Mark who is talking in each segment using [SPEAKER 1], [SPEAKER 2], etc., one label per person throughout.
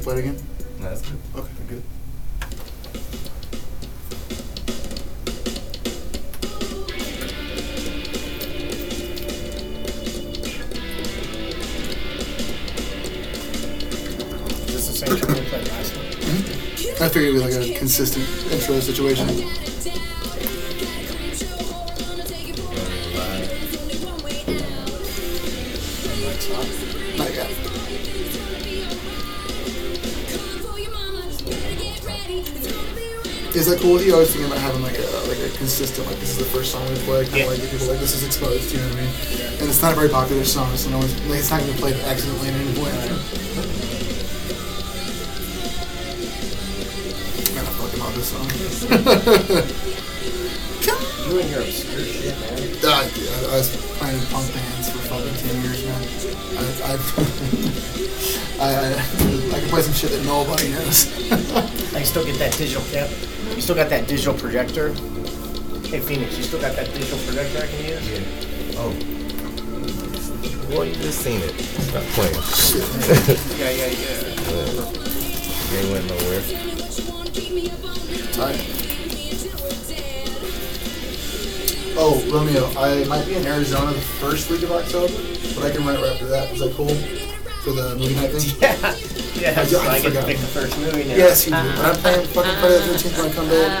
[SPEAKER 1] play it again?
[SPEAKER 2] No, that's good.
[SPEAKER 1] Okay, good.
[SPEAKER 3] Is this the same tune we played last time?
[SPEAKER 1] Hmm? I figured it was like a consistent intro situation.
[SPEAKER 2] Oh.
[SPEAKER 1] Not yet. Is that cool with you? I was thinking about having like a like a consistent like this is the first song we play, kind
[SPEAKER 3] Yeah.
[SPEAKER 1] of like get people like this is exposed. You know what I mean? And it's not a very popular song, so no one's like it's not gonna be played accidentally at any point. Man, I fucking love this song.
[SPEAKER 3] You and your obscure shit, man.
[SPEAKER 1] Ah, dude, I, I was playing punk bands for fucking ten years, man. I I've, I, I I can play some shit that nobody knows.
[SPEAKER 3] I still get that digital cap. You still got that digital projector. Hey Phoenix, you still got that digital projector I can use?
[SPEAKER 2] Yeah. Oh. Boy, you just seen it. Stop playing.
[SPEAKER 3] Yeah, yeah, yeah.
[SPEAKER 2] They went nowhere.
[SPEAKER 1] Tight. Oh, Romeo, I might be in Arizona the first week of October, but I can write right after that. Is that cool? For the movie night thing?
[SPEAKER 3] Yeah, yeah. So
[SPEAKER 1] I
[SPEAKER 3] I get to
[SPEAKER 1] forgot.
[SPEAKER 3] pick the first movie now. Uh-huh.
[SPEAKER 1] Yes, you do. But I'm playing fucking Friday the 13th when I come back.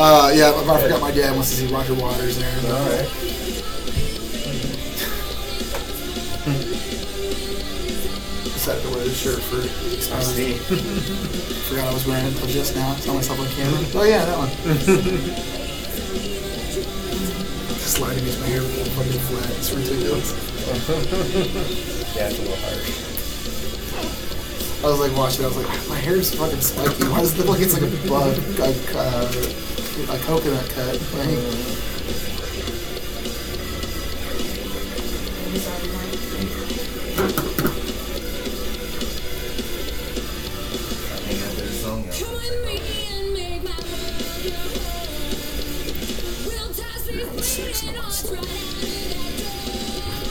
[SPEAKER 1] Uh, yeah, I, I forgot my dad wants to see Roger Waters in Arizona.
[SPEAKER 3] Alright.
[SPEAKER 1] Decided to wear this shirt for uh,
[SPEAKER 3] I see.
[SPEAKER 1] Forgot I was wearing it until just now. Saw myself on camera. Oh yeah, that one. Sliding is my hair with a fucking flat. It's ridiculous.
[SPEAKER 3] Yeah, it's a little harsh.
[SPEAKER 1] I was like watching. I was like, my hair is fucking spiky. Why does it look like it's like a bug, a, uh, a coconut cut? Like,
[SPEAKER 2] I think I did a song y'all wanna check out.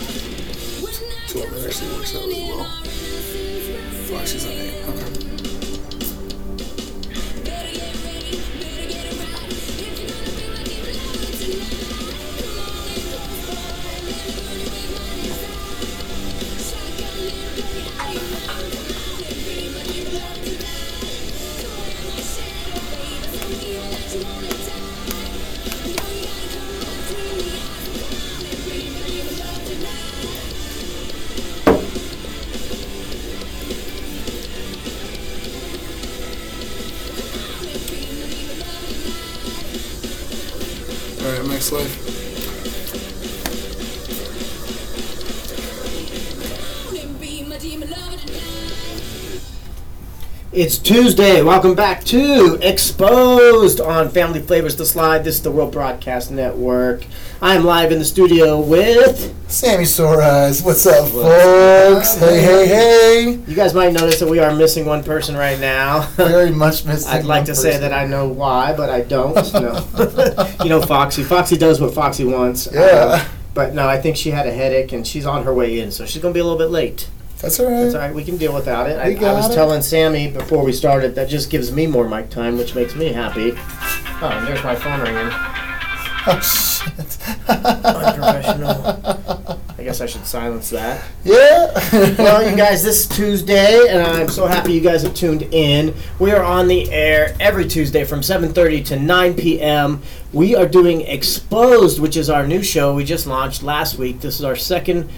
[SPEAKER 1] so it actually works out really well. Fuck, she's on eight. Okay. All right, next life.
[SPEAKER 3] It's Tuesday. Welcome back to Exposed on Family Flavors to Slide. This is the World Broadcast Network. I am live in the studio with.
[SPEAKER 1] Sammy Sore Eyes, what's up, folks? Hey, hey, hey!
[SPEAKER 3] You guys might notice that we are missing one person right now.
[SPEAKER 1] Very much missing.
[SPEAKER 3] I'd like to say that I know why, but I don't. No. you know, Foxy. Foxy does what Foxy wants.
[SPEAKER 1] Yeah,
[SPEAKER 3] But no, I think she had a headache and she's on her way in, so she's going to be a little bit late.
[SPEAKER 1] that's all right.
[SPEAKER 3] That's all right. We can deal without it.
[SPEAKER 1] We
[SPEAKER 3] I, I
[SPEAKER 1] got
[SPEAKER 3] was
[SPEAKER 1] it.
[SPEAKER 3] telling Sammy before we started that just gives me more mic time, which makes me happy. Oh, and there's my phone ringing.
[SPEAKER 1] Oh shit!
[SPEAKER 3] Unprofessional. I guess I should silence that.
[SPEAKER 1] yeah.
[SPEAKER 3] Well, you guys, this is Tuesday, and I'm so happy you guys have tuned in. We are on the air every Tuesday from 7:30 to 9 p.m. We are doing Exposed, which is our new show we just launched last week. This is our second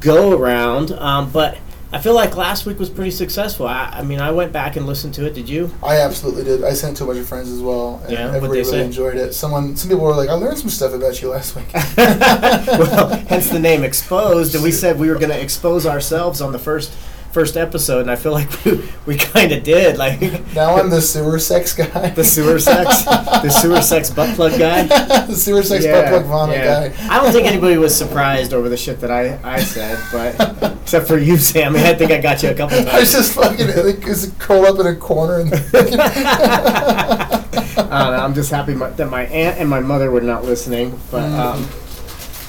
[SPEAKER 3] go around, um, but I feel like last week was pretty successful. I, I mean, I went back and listened to it. Did you?
[SPEAKER 1] I absolutely did. I sent it to a bunch of friends as well, and
[SPEAKER 3] Yeah, what'd
[SPEAKER 1] everybody
[SPEAKER 3] they
[SPEAKER 1] really
[SPEAKER 3] say?
[SPEAKER 1] enjoyed it. Someone, some people were like, "I learned some stuff about you last week."
[SPEAKER 3] well, hence the name Exposed, and we said we were going to expose ourselves on the first first episode, and I feel like we, we kind of did. Like
[SPEAKER 1] Now I'm the sewer sex guy.
[SPEAKER 3] the sewer sex, the sewer sex butt plug guy.
[SPEAKER 1] the sewer sex butt plug vomit
[SPEAKER 3] yeah.
[SPEAKER 1] guy.
[SPEAKER 3] I don't think anybody was surprised over the shit that I, I said, but except for you, Sammy. I think I got you a couple
[SPEAKER 1] I was
[SPEAKER 3] times.
[SPEAKER 1] just fucking like, just curl up in a corner and.
[SPEAKER 3] Uh, I don't know, I'm just happy my, that my aunt and my mother were not listening, but um,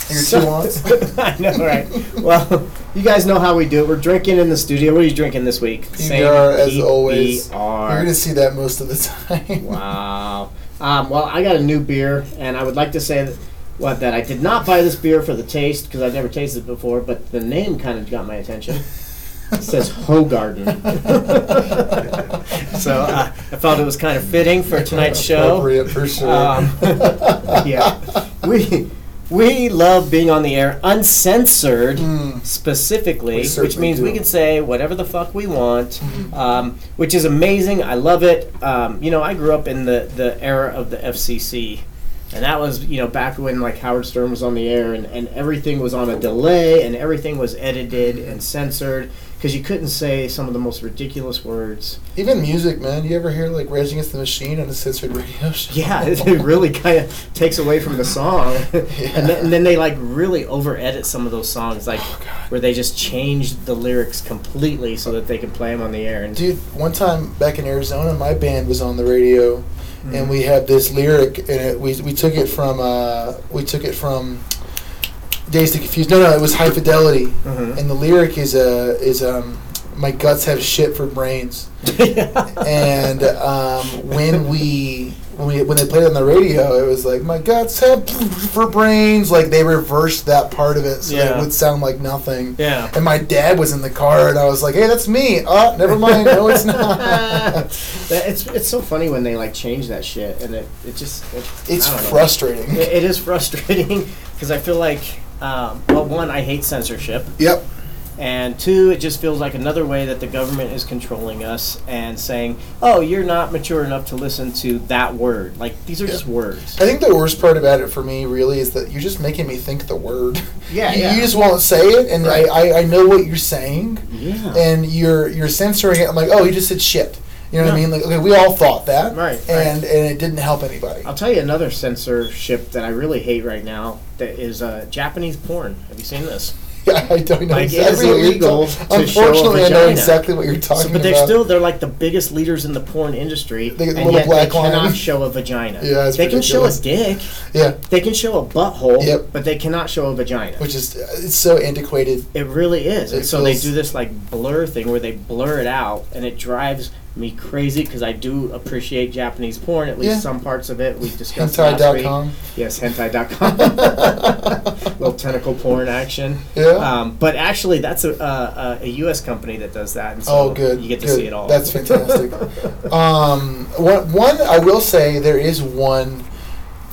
[SPEAKER 1] Your
[SPEAKER 3] So-
[SPEAKER 1] Mm. two wants.
[SPEAKER 3] I know, right? Well, you guys know how we do it. We're drinking in the studio. What are you drinking this week? E
[SPEAKER 1] PBR, as always. You're
[SPEAKER 3] PBR.
[SPEAKER 1] gonna see that most of the time.
[SPEAKER 3] Wow. Um, well, I got a new beer, and I would like to say that, what, that I did not buy this beer for the taste because I've never tasted it before, but the name kind of got my attention. It says Hogarden. so uh, I felt it was kind of fitting for tonight's show.
[SPEAKER 1] Appropriate for sure.
[SPEAKER 3] Um, yeah. We we love being on the air uncensored
[SPEAKER 1] Mm.
[SPEAKER 3] specifically,
[SPEAKER 1] We
[SPEAKER 3] which
[SPEAKER 1] certainly
[SPEAKER 3] means we
[SPEAKER 1] do. Hmm.
[SPEAKER 3] can say whatever the fuck we want, um, which is amazing. I love it. Um, you know, I grew up in the, the era of the FCC. And that was, you know, back when like Howard Stern was on the air and, and everything was on a delay and everything was edited and censored because you couldn't say some of the most ridiculous words.
[SPEAKER 1] Even music, man. You ever hear like Rage Against the Machine on a censored radio show?
[SPEAKER 3] Yeah, it it really kind of takes away from the song, and, then, and then they like really over-edit some of those songs, like where they just change the lyrics completely so that they can play them on the air. And
[SPEAKER 1] Dude, one time back in Arizona, my band was on the radio, and we had this lyric, and it, we, we took it from uh, we took it from Days to Confuse. No, no, it was High Fidelity,
[SPEAKER 3] Mhm.
[SPEAKER 1] and the lyric is uh, is um, my guts have shit for brains, and um, when we. When, we, when they played it on the radio, it was like my guts have for brains. Like they reversed that part of it, so that
[SPEAKER 3] Yeah.
[SPEAKER 1] it would sound like nothing.
[SPEAKER 3] yeah,
[SPEAKER 1] And my dad was in the car, and I was like, "Hey, that's me." Oh, never mind. No, it's not.
[SPEAKER 3] That- it's it's so funny when they like change that shit, and it it just it,
[SPEAKER 1] it's
[SPEAKER 3] I don't know.
[SPEAKER 1] frustrating.
[SPEAKER 3] it- it is frustrating because I feel like um, well, one, I hate censorship.
[SPEAKER 1] Yep.
[SPEAKER 3] And two, it just feels like another way that the government is controlling us and saying, oh, you're not mature enough to listen to that word. Like, these are just words.
[SPEAKER 1] I think the worst part about it for me, really, is that you're just making me think the word.
[SPEAKER 3] Yeah,
[SPEAKER 1] you,
[SPEAKER 3] yeah.
[SPEAKER 1] you just won't say it, and
[SPEAKER 3] Right.
[SPEAKER 1] I, I, I know what you're saying,
[SPEAKER 3] Yeah.
[SPEAKER 1] and you're you're censoring it. I'm like, "Oh, you just said shit." You know what I
[SPEAKER 3] Yeah.
[SPEAKER 1] mean? Like, okay, we all thought that,
[SPEAKER 3] Right, Uh, right.
[SPEAKER 1] And and it didn't help anybody.
[SPEAKER 3] I'll tell you another censorship that I really hate right now that is uh, Japanese porn. Have you seen this?
[SPEAKER 1] Yeah, I don't know
[SPEAKER 3] Like, it is
[SPEAKER 1] exactly. what you're
[SPEAKER 3] illegal
[SPEAKER 1] talking-
[SPEAKER 3] to show a
[SPEAKER 1] Unfortunately, I know
[SPEAKER 3] vagina.
[SPEAKER 1] exactly what you're talking
[SPEAKER 3] So, but
[SPEAKER 1] about.
[SPEAKER 3] they're still, they're like the biggest leaders in the porn industry.
[SPEAKER 1] They get the
[SPEAKER 3] and
[SPEAKER 1] little
[SPEAKER 3] yet
[SPEAKER 1] black
[SPEAKER 3] they cannot
[SPEAKER 1] line.
[SPEAKER 3] show a vagina.
[SPEAKER 1] Yeah, it's
[SPEAKER 3] they
[SPEAKER 1] ridiculous.
[SPEAKER 3] can show a dick,
[SPEAKER 1] yeah,
[SPEAKER 3] they can show a butthole,
[SPEAKER 1] Yep.
[SPEAKER 3] but they cannot show a vagina.
[SPEAKER 1] which is uh, it's so antiquated.
[SPEAKER 3] It really is. And
[SPEAKER 1] It
[SPEAKER 3] so they
[SPEAKER 1] feels-
[SPEAKER 3] do this like blur thing where they blur it out, and it drives me crazy because I do appreciate Japanese porn, at least
[SPEAKER 1] Yeah.
[SPEAKER 3] some parts of it. We discussed last week. Um,
[SPEAKER 1] Hentai.com.
[SPEAKER 3] Yes, hentai.com. Little tentacle porn action.
[SPEAKER 1] Yeah.
[SPEAKER 3] Um, but actually, that's a, uh, a U.S. company that does that. And so
[SPEAKER 1] Oh, good.
[SPEAKER 3] You get to
[SPEAKER 1] good.
[SPEAKER 3] see it all.
[SPEAKER 1] That's fantastic. um, one, one, I will say there is one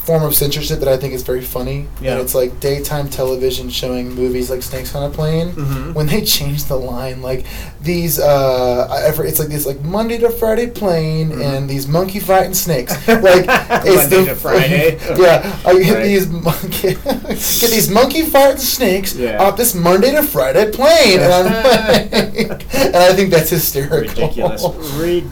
[SPEAKER 1] form of censorship that I think is very funny.
[SPEAKER 3] Yeah.
[SPEAKER 1] And it's like daytime television showing movies like Snakes on a Plane.
[SPEAKER 3] Mhm.
[SPEAKER 1] When they change the line, like these, uh, I- I for- it's like this, like Monday to Friday plane and these monkey fighting snakes. Like it's
[SPEAKER 3] Mm-hmm. Monday
[SPEAKER 1] the,
[SPEAKER 3] to Friday.
[SPEAKER 1] yeah, I get
[SPEAKER 3] Right.
[SPEAKER 1] these monkey, get these monkey fighting snakes
[SPEAKER 3] Yeah.
[SPEAKER 1] off this Monday to Friday plane, and I'm like, and I think that's hysterical.
[SPEAKER 3] ridiculous.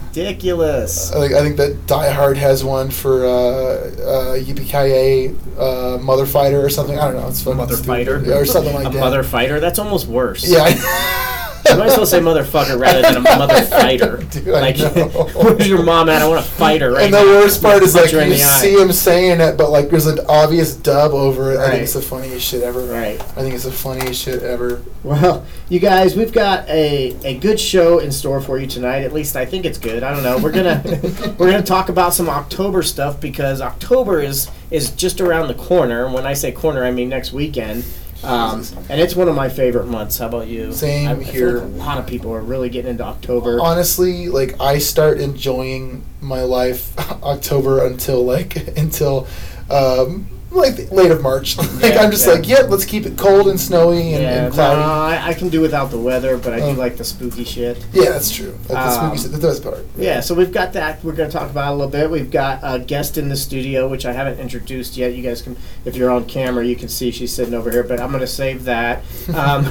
[SPEAKER 3] ridiculous.
[SPEAKER 1] I think, I think that Die Hard has one for uh, uh, Yippee uh, Mother Fighter or something. I don't know. It's fucking
[SPEAKER 3] Mother
[SPEAKER 1] stupid.
[SPEAKER 3] fighter.
[SPEAKER 1] Yeah, or something like
[SPEAKER 3] a
[SPEAKER 1] that.
[SPEAKER 3] mother fighter? That's almost worse.
[SPEAKER 1] Yeah. I-
[SPEAKER 3] You might as well say motherfucker rather than a mother fighter.
[SPEAKER 1] Dude, I
[SPEAKER 3] Like,
[SPEAKER 1] know.
[SPEAKER 3] where's your mom at? I want to fight her right
[SPEAKER 1] and the
[SPEAKER 3] now.
[SPEAKER 1] worst part is like
[SPEAKER 3] Punch her in
[SPEAKER 1] you
[SPEAKER 3] the eye.
[SPEAKER 1] see him saying it, but like there's an obvious dub over it. I
[SPEAKER 3] Right.
[SPEAKER 1] think it's the funniest shit ever.
[SPEAKER 3] Right.
[SPEAKER 1] I think it's the funniest shit ever.
[SPEAKER 3] Well, you guys, we've got a, a good show in store for you tonight. At least I think it's good. I don't know. We're gonna we're gonna talk about some October stuff because October is is just around the corner. When I say corner, I mean next weekend. Um, and it's one of my favorite months. How about you?
[SPEAKER 1] Same
[SPEAKER 3] I, I feel
[SPEAKER 1] here.
[SPEAKER 3] like a lot of people are really getting into October.
[SPEAKER 1] honestly like i start enjoying my life october until like until um like the- late of march like
[SPEAKER 3] Yeah,
[SPEAKER 1] i'm just
[SPEAKER 3] yeah.
[SPEAKER 1] like yep let's keep it cold and snowy and,
[SPEAKER 3] yeah,
[SPEAKER 1] and cloudy
[SPEAKER 3] no, I, I can do without the weather, but I
[SPEAKER 1] Oh.
[SPEAKER 3] do like the spooky shit.
[SPEAKER 1] yeah that's true like, that's,
[SPEAKER 3] Um,
[SPEAKER 1] what you said, that's the best part
[SPEAKER 3] Yeah, so we've got that. We're going to talk about a little bit. We've got a guest in the studio, which I haven't introduced yet. You guys can, if you're on camera, you can see she's sitting over here. But I'm going to save that, um,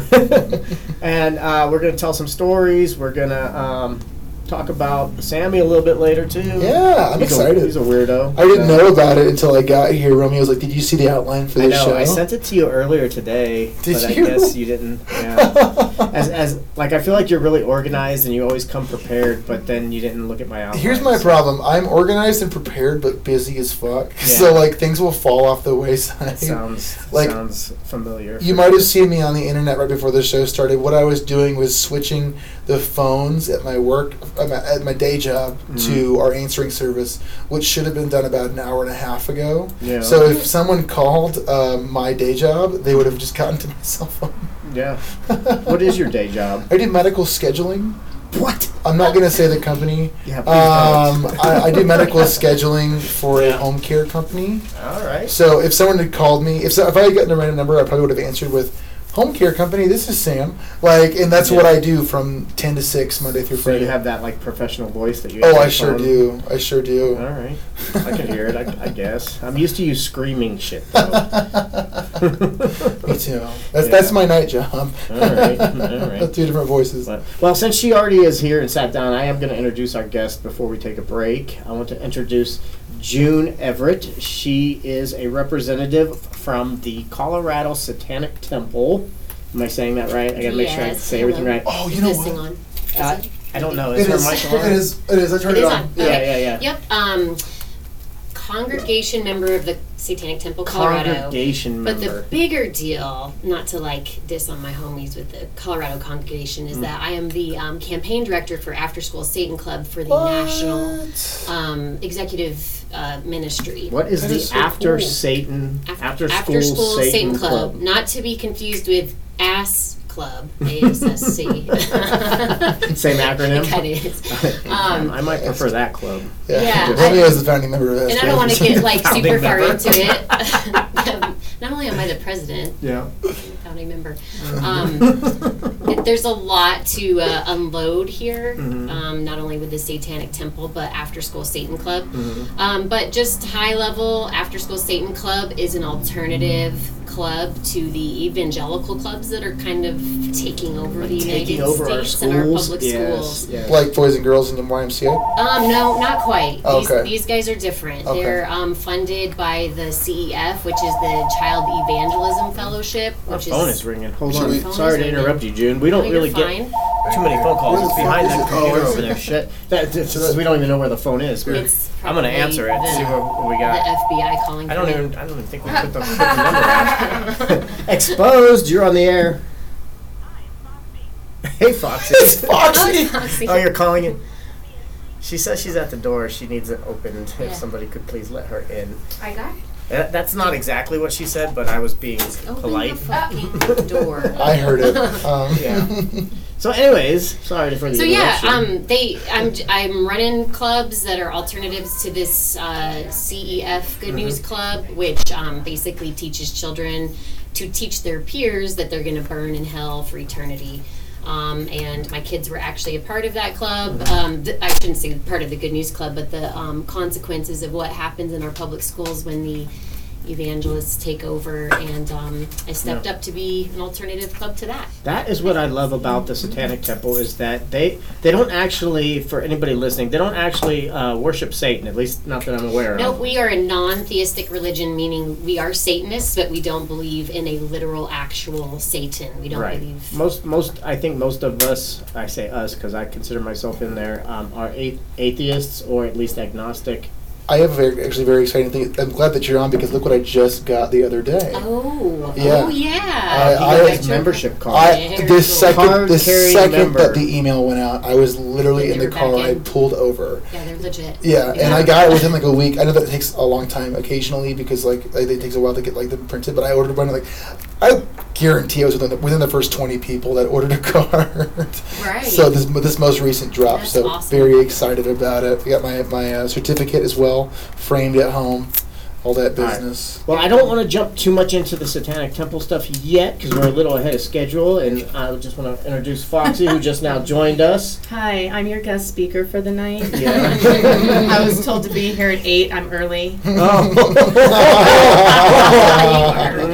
[SPEAKER 3] and uh, we're going to tell some stories. We're going to um, talk about Sammy a little bit later too.
[SPEAKER 1] Yeah, I'm
[SPEAKER 3] he's
[SPEAKER 1] excited.
[SPEAKER 3] A, he's a weirdo.
[SPEAKER 1] I didn't
[SPEAKER 3] So-
[SPEAKER 1] know about it until I got here. Romeo was like, "Did you see the outline for
[SPEAKER 3] I
[SPEAKER 1] this
[SPEAKER 3] know.
[SPEAKER 1] show?"
[SPEAKER 3] I sent it to you earlier today,
[SPEAKER 1] Did
[SPEAKER 3] but
[SPEAKER 1] you?
[SPEAKER 3] I guess you didn't. Yeah. as as like I feel like you're really organized and you always come prepared, but then you didn't look at my outline.
[SPEAKER 1] Here's my problem. I'm organized and prepared, but busy as fuck.
[SPEAKER 3] Yeah.
[SPEAKER 1] So like things will fall off the wayside.
[SPEAKER 3] That sounds
[SPEAKER 1] Like,
[SPEAKER 3] sounds familiar.
[SPEAKER 1] You might have seen me on the internet right before the show started. What I was doing was switching the phones at my work, at my, at my day job,
[SPEAKER 3] Mm-hmm.
[SPEAKER 1] to our answering service, which should have been done about an hour and a half ago.
[SPEAKER 3] Yeah.
[SPEAKER 1] So if someone called uh, my day job, they would have just gotten to my cell phone.
[SPEAKER 3] yeah. What is your day job?
[SPEAKER 1] I do medical scheduling.
[SPEAKER 3] What?
[SPEAKER 1] I'm not going to say the company.
[SPEAKER 3] Yeah.
[SPEAKER 1] Um, I, I do medical
[SPEAKER 3] schedule.
[SPEAKER 1] scheduling for a
[SPEAKER 3] Yeah.
[SPEAKER 1] home care company.
[SPEAKER 3] All right.
[SPEAKER 1] So if someone had called me, if, so, if I had gotten a random number, I probably would have answered with "Home Care Company." This is Sam. Like, and that's what
[SPEAKER 3] Yeah.
[SPEAKER 1] I do from ten to six Monday through
[SPEAKER 3] So
[SPEAKER 1] Friday.
[SPEAKER 3] you have that like professional voice that you. have
[SPEAKER 1] oh,
[SPEAKER 3] on
[SPEAKER 1] I
[SPEAKER 3] the
[SPEAKER 1] sure
[SPEAKER 3] phone?
[SPEAKER 1] do. I sure
[SPEAKER 3] All
[SPEAKER 1] do.
[SPEAKER 3] right. I can hear it. I, I guess. I'm used to you screaming shit though.
[SPEAKER 1] me too. That's
[SPEAKER 3] Yeah.
[SPEAKER 1] that's my night job. All
[SPEAKER 3] right, all right.
[SPEAKER 1] Two different voices.
[SPEAKER 3] But- well, since she already is here and sat down, I am going to introduce our guest before we take a break. I want to introduce June Everett. She is a representative from the Colorado Satanic Temple. Am I saying that right? I got to make sure I
[SPEAKER 4] Yes,
[SPEAKER 3] say everything
[SPEAKER 4] hello.
[SPEAKER 3] right.
[SPEAKER 1] Oh, you know
[SPEAKER 4] this
[SPEAKER 1] what?
[SPEAKER 4] thing on. Is
[SPEAKER 3] Uh,
[SPEAKER 4] it?
[SPEAKER 3] I don't know. Is
[SPEAKER 1] It
[SPEAKER 3] her
[SPEAKER 1] is.
[SPEAKER 3] mic on?
[SPEAKER 1] It is. It is. I turned
[SPEAKER 4] It
[SPEAKER 1] it,
[SPEAKER 4] is
[SPEAKER 1] on.
[SPEAKER 4] on.
[SPEAKER 1] Yeah.
[SPEAKER 4] Okay.
[SPEAKER 3] Yeah, yeah, yeah.
[SPEAKER 4] Yep. Um, congregation member of the Satanic Temple, Colorado.
[SPEAKER 3] Congregation
[SPEAKER 4] But
[SPEAKER 3] member.
[SPEAKER 4] the bigger deal, not to like diss on my homies with the Colorado congregation,
[SPEAKER 3] Mm.
[SPEAKER 4] is that I am the um, campaign director for After School Satan Club for the national
[SPEAKER 1] What?
[SPEAKER 4] um, executive uh, ministry.
[SPEAKER 3] what is
[SPEAKER 1] That
[SPEAKER 3] the
[SPEAKER 1] is so
[SPEAKER 3] after
[SPEAKER 1] cool.
[SPEAKER 3] Satan
[SPEAKER 4] Af-
[SPEAKER 3] after, school, Satan, club?
[SPEAKER 4] not to be confused with Ass Club, A S S C.
[SPEAKER 3] Same acronym.
[SPEAKER 4] It is. Um,
[SPEAKER 3] I might prefer that club.
[SPEAKER 1] Yeah.
[SPEAKER 4] Yeah, I-
[SPEAKER 1] Romeo is the founding member of.
[SPEAKER 4] And I don't want to get like
[SPEAKER 3] Founding
[SPEAKER 4] super far
[SPEAKER 3] member.
[SPEAKER 4] into it. Not only am I the president,
[SPEAKER 3] Yeah.
[SPEAKER 4] founding member, um, it- there's a lot to uh, unload here.
[SPEAKER 3] Mm-hmm.
[SPEAKER 4] Um, not only with the Satanic Temple, but After School Satan Club.
[SPEAKER 3] Mm-hmm.
[SPEAKER 4] Um, but just high level, After School Satan Club is an alternative club to the evangelical clubs that are kind of taking over the United
[SPEAKER 3] Taking over our
[SPEAKER 4] States
[SPEAKER 3] schools.
[SPEAKER 4] and our public
[SPEAKER 3] yes,
[SPEAKER 4] schools.
[SPEAKER 3] yes.
[SPEAKER 1] like boys and girls in the YMCA.
[SPEAKER 4] Um, no, not quite. These,
[SPEAKER 1] Okay.
[SPEAKER 4] these guys are different.
[SPEAKER 1] Okay.
[SPEAKER 4] They're um, funded by the CEF, which is the Child Evangelism Fellowship,
[SPEAKER 3] Our
[SPEAKER 4] which
[SPEAKER 3] phone
[SPEAKER 4] is.
[SPEAKER 3] is ringing. Hold
[SPEAKER 1] Should
[SPEAKER 3] on.
[SPEAKER 1] we-
[SPEAKER 3] Sorry to interrupt you, June. We
[SPEAKER 4] No,
[SPEAKER 3] don't
[SPEAKER 4] you're
[SPEAKER 3] really get
[SPEAKER 4] fine.
[SPEAKER 3] too many phone calls.
[SPEAKER 1] Where
[SPEAKER 3] It's
[SPEAKER 1] the
[SPEAKER 3] behind
[SPEAKER 1] fuck is it?
[SPEAKER 3] that
[SPEAKER 1] Oh,
[SPEAKER 3] computer
[SPEAKER 1] I
[SPEAKER 3] over
[SPEAKER 1] see.
[SPEAKER 3] there. Shit. That, that- so that- we don't even know where the phone is. We're-
[SPEAKER 4] It's
[SPEAKER 3] I'm gonna
[SPEAKER 4] probably
[SPEAKER 3] answer it.
[SPEAKER 4] The,
[SPEAKER 3] See what, what we
[SPEAKER 4] the
[SPEAKER 3] got.
[SPEAKER 4] FBI calling.
[SPEAKER 3] I don't
[SPEAKER 4] for
[SPEAKER 3] even. I don't even think we put the freaking number on. Exposed. You're on the air. Hey, Foxy.
[SPEAKER 1] It's Foxy.
[SPEAKER 4] it.
[SPEAKER 3] Oh, you're calling it. She says she's at the door. She needs it opened.
[SPEAKER 4] Yeah.
[SPEAKER 3] If somebody could please let her in.
[SPEAKER 4] I got
[SPEAKER 3] That, that's not exactly what she said, but I was being
[SPEAKER 4] open
[SPEAKER 3] polite.
[SPEAKER 4] the fucking door.
[SPEAKER 1] I heard it. Um,
[SPEAKER 3] Yeah. So, anyways, sorry for the
[SPEAKER 4] So yeah,
[SPEAKER 3] interruption.
[SPEAKER 4] um, they I'm j- I'm running clubs that are alternatives to this uh, CEF Good
[SPEAKER 3] Mm-hmm.
[SPEAKER 4] News Club, which um, basically teaches children to teach their peers that they're going to burn in hell for eternity. Um, and my kids were actually a part of that club.
[SPEAKER 3] Mm-hmm.
[SPEAKER 4] Um, th- I shouldn't say part of the Good News Club, but the um, consequences of what happens in our public schools when the evangelists take over. And um, I stepped
[SPEAKER 3] Yeah.
[SPEAKER 4] up to be an alternative club to that.
[SPEAKER 3] That is what I love about the Satanic Temple is that they they don't actually, for anybody listening, they don't actually uh, worship Satan. At least, not that I'm aware
[SPEAKER 4] No,
[SPEAKER 3] of.
[SPEAKER 4] we are a non-theistic religion, meaning we are Satanists, but we don't believe in a literal, actual Satan. We don't
[SPEAKER 3] Right.
[SPEAKER 4] believe.
[SPEAKER 3] Most most I think most of us, I say us because I consider myself in there, um, are a- atheists or at least agnostic.
[SPEAKER 1] I have a very, actually very exciting thing. I'm glad that you're on because look what I just got the other day.
[SPEAKER 4] Oh,
[SPEAKER 1] Yeah. I-
[SPEAKER 4] oh yeah. You
[SPEAKER 1] I-
[SPEAKER 4] got
[SPEAKER 3] His
[SPEAKER 4] your-
[SPEAKER 3] membership card.
[SPEAKER 1] I
[SPEAKER 4] Very
[SPEAKER 1] the
[SPEAKER 4] cool.
[SPEAKER 1] second the
[SPEAKER 3] Card-carrying
[SPEAKER 1] second
[SPEAKER 3] member.
[SPEAKER 1] that the email went out, I was literally
[SPEAKER 4] You
[SPEAKER 1] in the
[SPEAKER 4] were
[SPEAKER 1] car.
[SPEAKER 4] back
[SPEAKER 1] I
[SPEAKER 4] in.
[SPEAKER 1] pulled over.
[SPEAKER 4] Yeah, they're legit.
[SPEAKER 1] Yeah, and I got it within like a week. I know that it takes a long time occasionally because like, like it takes a while to get like them printed. But I ordered one. Like I guarantee I was within the, within the first twenty people that ordered a card.
[SPEAKER 4] Right.
[SPEAKER 1] So this this most recent drop.
[SPEAKER 4] That's
[SPEAKER 1] so
[SPEAKER 4] awesome.
[SPEAKER 1] very excited about it. I got my my uh, certificate as well framed at home. all that
[SPEAKER 3] All right.
[SPEAKER 1] business.
[SPEAKER 3] Well, I don't want to jump too much into the Satanic Temple stuff yet because we're a little ahead of schedule, and I just want to introduce Foxy, who just now joined us.
[SPEAKER 5] Hi, I'm your guest speaker for the night.
[SPEAKER 3] Yeah.
[SPEAKER 5] I was told to be here at 8. I'm early.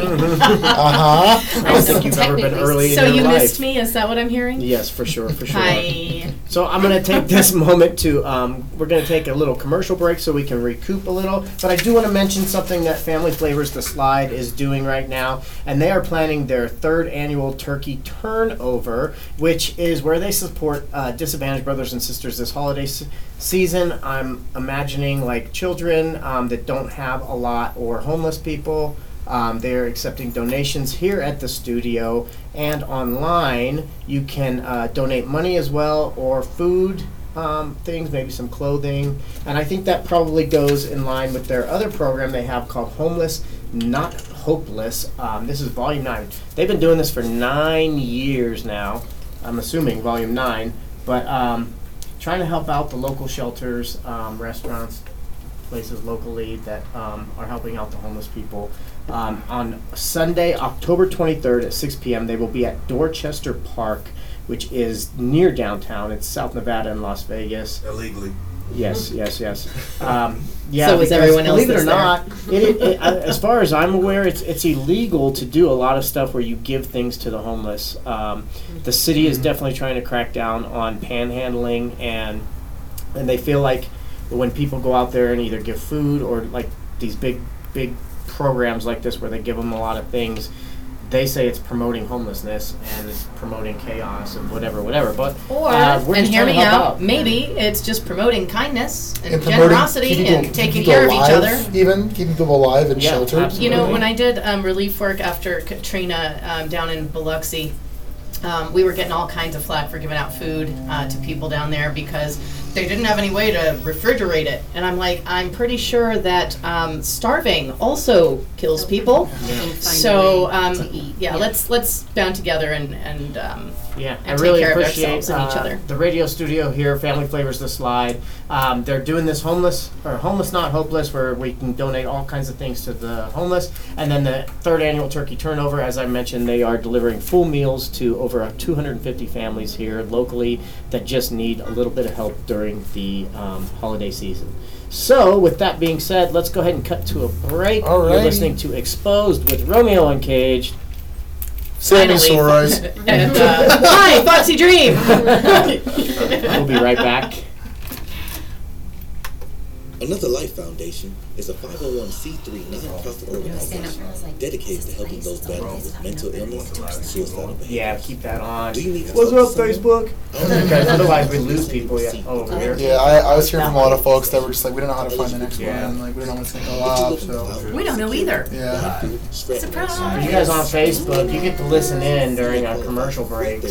[SPEAKER 1] Uh huh.
[SPEAKER 3] I don't think you've ever been early
[SPEAKER 5] so
[SPEAKER 3] in your
[SPEAKER 5] you
[SPEAKER 3] life.
[SPEAKER 5] missed me? Is that what I'm hearing?
[SPEAKER 3] Yes, for sure, for sure.
[SPEAKER 5] Hi.
[SPEAKER 3] So I'm going to take this moment to, um, we're going to take a little commercial break so we can recoup a little. But I do want to mention something that Family Flavors The Slide is doing right now. And they are planning their third annual turkey turnover, which is where they support uh, disadvantaged brothers and sisters this holiday s- season. I'm imagining like children um, that don't have a lot or homeless people. Um, they are accepting donations here at the studio and online. You can uh, donate money as well or food um, things, maybe some clothing. And I think that probably goes in line with their other program they have called Homeless Not Hopeless. Um, this is Volume 9. They've been doing this for nine years now. I'm assuming Volume 9. But um, trying to help out the local shelters, um, restaurants, places locally that um, are helping out the homeless people. Um, on Sunday, October 23rd at 6 p.m., they will be at Dorchester Park, which is near downtown. It's South Nevada and Las Vegas.
[SPEAKER 2] illegally.
[SPEAKER 3] Yes, yes, yes. Um, yeah,
[SPEAKER 6] So is
[SPEAKER 3] because
[SPEAKER 6] everyone else
[SPEAKER 3] Believe it or
[SPEAKER 6] that's there.
[SPEAKER 3] not, it, it, it, uh, as far as I'm aware, it's it's illegal to do a lot of stuff where you give things to the homeless. Um, the city is definitely trying to crack down on panhandling, and and they feel like when people go out there and either give food or like these big big programs like this where they give them a lot of things. They say it's promoting homelessness and it's promoting chaos and whatever, whatever. But
[SPEAKER 5] Or,
[SPEAKER 3] uh, we're
[SPEAKER 5] and
[SPEAKER 3] just
[SPEAKER 5] hear
[SPEAKER 3] trying to
[SPEAKER 5] me
[SPEAKER 3] help
[SPEAKER 5] out,
[SPEAKER 3] out.
[SPEAKER 5] maybe it's just promoting kindness and,
[SPEAKER 1] And promoting
[SPEAKER 5] generosity
[SPEAKER 1] keeping
[SPEAKER 5] and
[SPEAKER 1] people-
[SPEAKER 5] taking
[SPEAKER 1] keeping
[SPEAKER 5] care of
[SPEAKER 1] people
[SPEAKER 5] each other.
[SPEAKER 1] alive, Even keeping people alive and
[SPEAKER 3] Yeah,
[SPEAKER 1] sheltered.
[SPEAKER 3] absolutely.
[SPEAKER 5] You know, when I did um, relief work after Katrina um, down in Biloxi, um, we were getting all kinds of flack for giving out food uh, to people down there because they didn't have any way to refrigerate it. And I'm like, I'm pretty sure that um, starving also kills people.
[SPEAKER 4] And find a
[SPEAKER 5] So
[SPEAKER 4] way
[SPEAKER 5] um,
[SPEAKER 4] to eat.
[SPEAKER 5] yeah, let's let's band together and and um,
[SPEAKER 3] Yeah, I
[SPEAKER 5] and take
[SPEAKER 3] really
[SPEAKER 5] care of
[SPEAKER 3] appreciate
[SPEAKER 5] ourselves and each
[SPEAKER 3] uh,
[SPEAKER 5] other.
[SPEAKER 3] the radio studio here, Family Flavors the Slide. Um, they're doing this homeless or homeless not hopeless, where we can donate all kinds of things to the homeless. And then the third annual turkey turnover, as I mentioned, they are delivering full meals to over 250 families here locally that just need a little bit of help during the um, holiday season. So, with that being said, let's go ahead and cut to a break. You're
[SPEAKER 1] Alrighty.
[SPEAKER 3] listening to Exposed with Romeo and Cage.
[SPEAKER 1] Sammy
[SPEAKER 5] Finally.
[SPEAKER 1] Soros.
[SPEAKER 5] and uh, hi, Foxy Dream.
[SPEAKER 3] We'll be right back.
[SPEAKER 7] Another Life Foundation is a 501c3 nonprofit
[SPEAKER 4] Stand up for
[SPEAKER 7] organization
[SPEAKER 4] us, like,
[SPEAKER 7] dedicated to helping those battling with mental illness and suicidal behavior.
[SPEAKER 3] Yeah, keep that on.
[SPEAKER 7] Do you need to
[SPEAKER 3] What's
[SPEAKER 7] talk
[SPEAKER 3] up,
[SPEAKER 7] to someone?
[SPEAKER 3] Facebook? Because otherwise we lose people yeah, Oh, over here.
[SPEAKER 1] Yeah, I, I was hearing from a lot of folks that were just like, we don't know how to find the next
[SPEAKER 3] Yeah.
[SPEAKER 1] one. Like, we don't know what's going to go up. So,
[SPEAKER 5] we don't know either.
[SPEAKER 1] yeah.
[SPEAKER 5] Surprise.
[SPEAKER 3] You guys on Facebook, you get to listen in during our commercial breaks.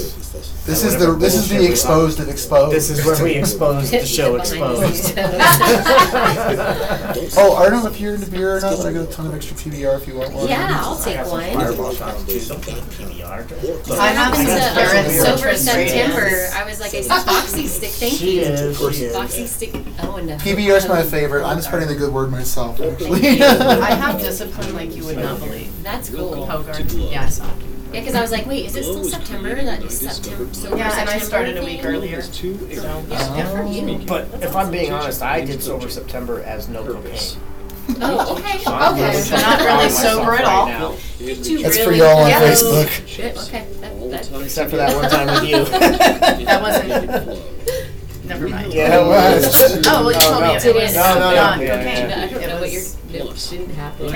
[SPEAKER 1] This is the this is the exposed of exposed.
[SPEAKER 3] This is where we expose the show exposed.
[SPEAKER 1] Oh, I don't know if you're into beer or not, but I got a ton of extra PBR if you want one.
[SPEAKER 4] Yeah, I'll take one.
[SPEAKER 7] Fireball Foundation.
[SPEAKER 5] I have
[SPEAKER 4] Happens
[SPEAKER 5] some
[SPEAKER 4] to
[SPEAKER 5] carrots,
[SPEAKER 4] us
[SPEAKER 5] silver
[SPEAKER 4] over
[SPEAKER 5] and
[SPEAKER 4] September. I was like, I said, Foxy stick, thank
[SPEAKER 3] She
[SPEAKER 4] you.
[SPEAKER 3] is. She
[SPEAKER 4] Foxy
[SPEAKER 3] is.
[SPEAKER 4] stick. Oh, and
[SPEAKER 1] PBR's my favorite. I'm spreading the good word myself, actually.
[SPEAKER 5] I have discipline like you would not believe.
[SPEAKER 4] That's cool. Yeah,
[SPEAKER 5] Hogarth. Yeah, I saw. it.
[SPEAKER 4] 'cause I was like, wait, is it still September? That is September. Silver
[SPEAKER 5] Yeah, and I
[SPEAKER 4] September
[SPEAKER 5] started a
[SPEAKER 4] thing?
[SPEAKER 5] week earlier. So, yeah, good for you.
[SPEAKER 3] But if I'm being honest, I did sober September as no cocaine.
[SPEAKER 4] Oh, okay.
[SPEAKER 3] So I'm
[SPEAKER 5] Okay,
[SPEAKER 3] really
[SPEAKER 5] so not
[SPEAKER 3] proud of
[SPEAKER 5] really
[SPEAKER 3] myself
[SPEAKER 5] sober at
[SPEAKER 3] right
[SPEAKER 5] all.
[SPEAKER 3] now,
[SPEAKER 1] That's for y'all on
[SPEAKER 5] Yeah.
[SPEAKER 1] Facebook.
[SPEAKER 4] Shit, okay. That, that,
[SPEAKER 3] Except for that one time with you.
[SPEAKER 5] That wasn't. Never mind.
[SPEAKER 3] Yeah, it was.
[SPEAKER 5] Oh, well, you told me
[SPEAKER 3] no.
[SPEAKER 5] it was
[SPEAKER 4] No, no,
[SPEAKER 3] no.
[SPEAKER 5] not
[SPEAKER 3] Yeah,
[SPEAKER 5] cocaine.
[SPEAKER 3] yeah.
[SPEAKER 4] I don't
[SPEAKER 5] It
[SPEAKER 4] know what you're.
[SPEAKER 5] was
[SPEAKER 4] It didn't happen.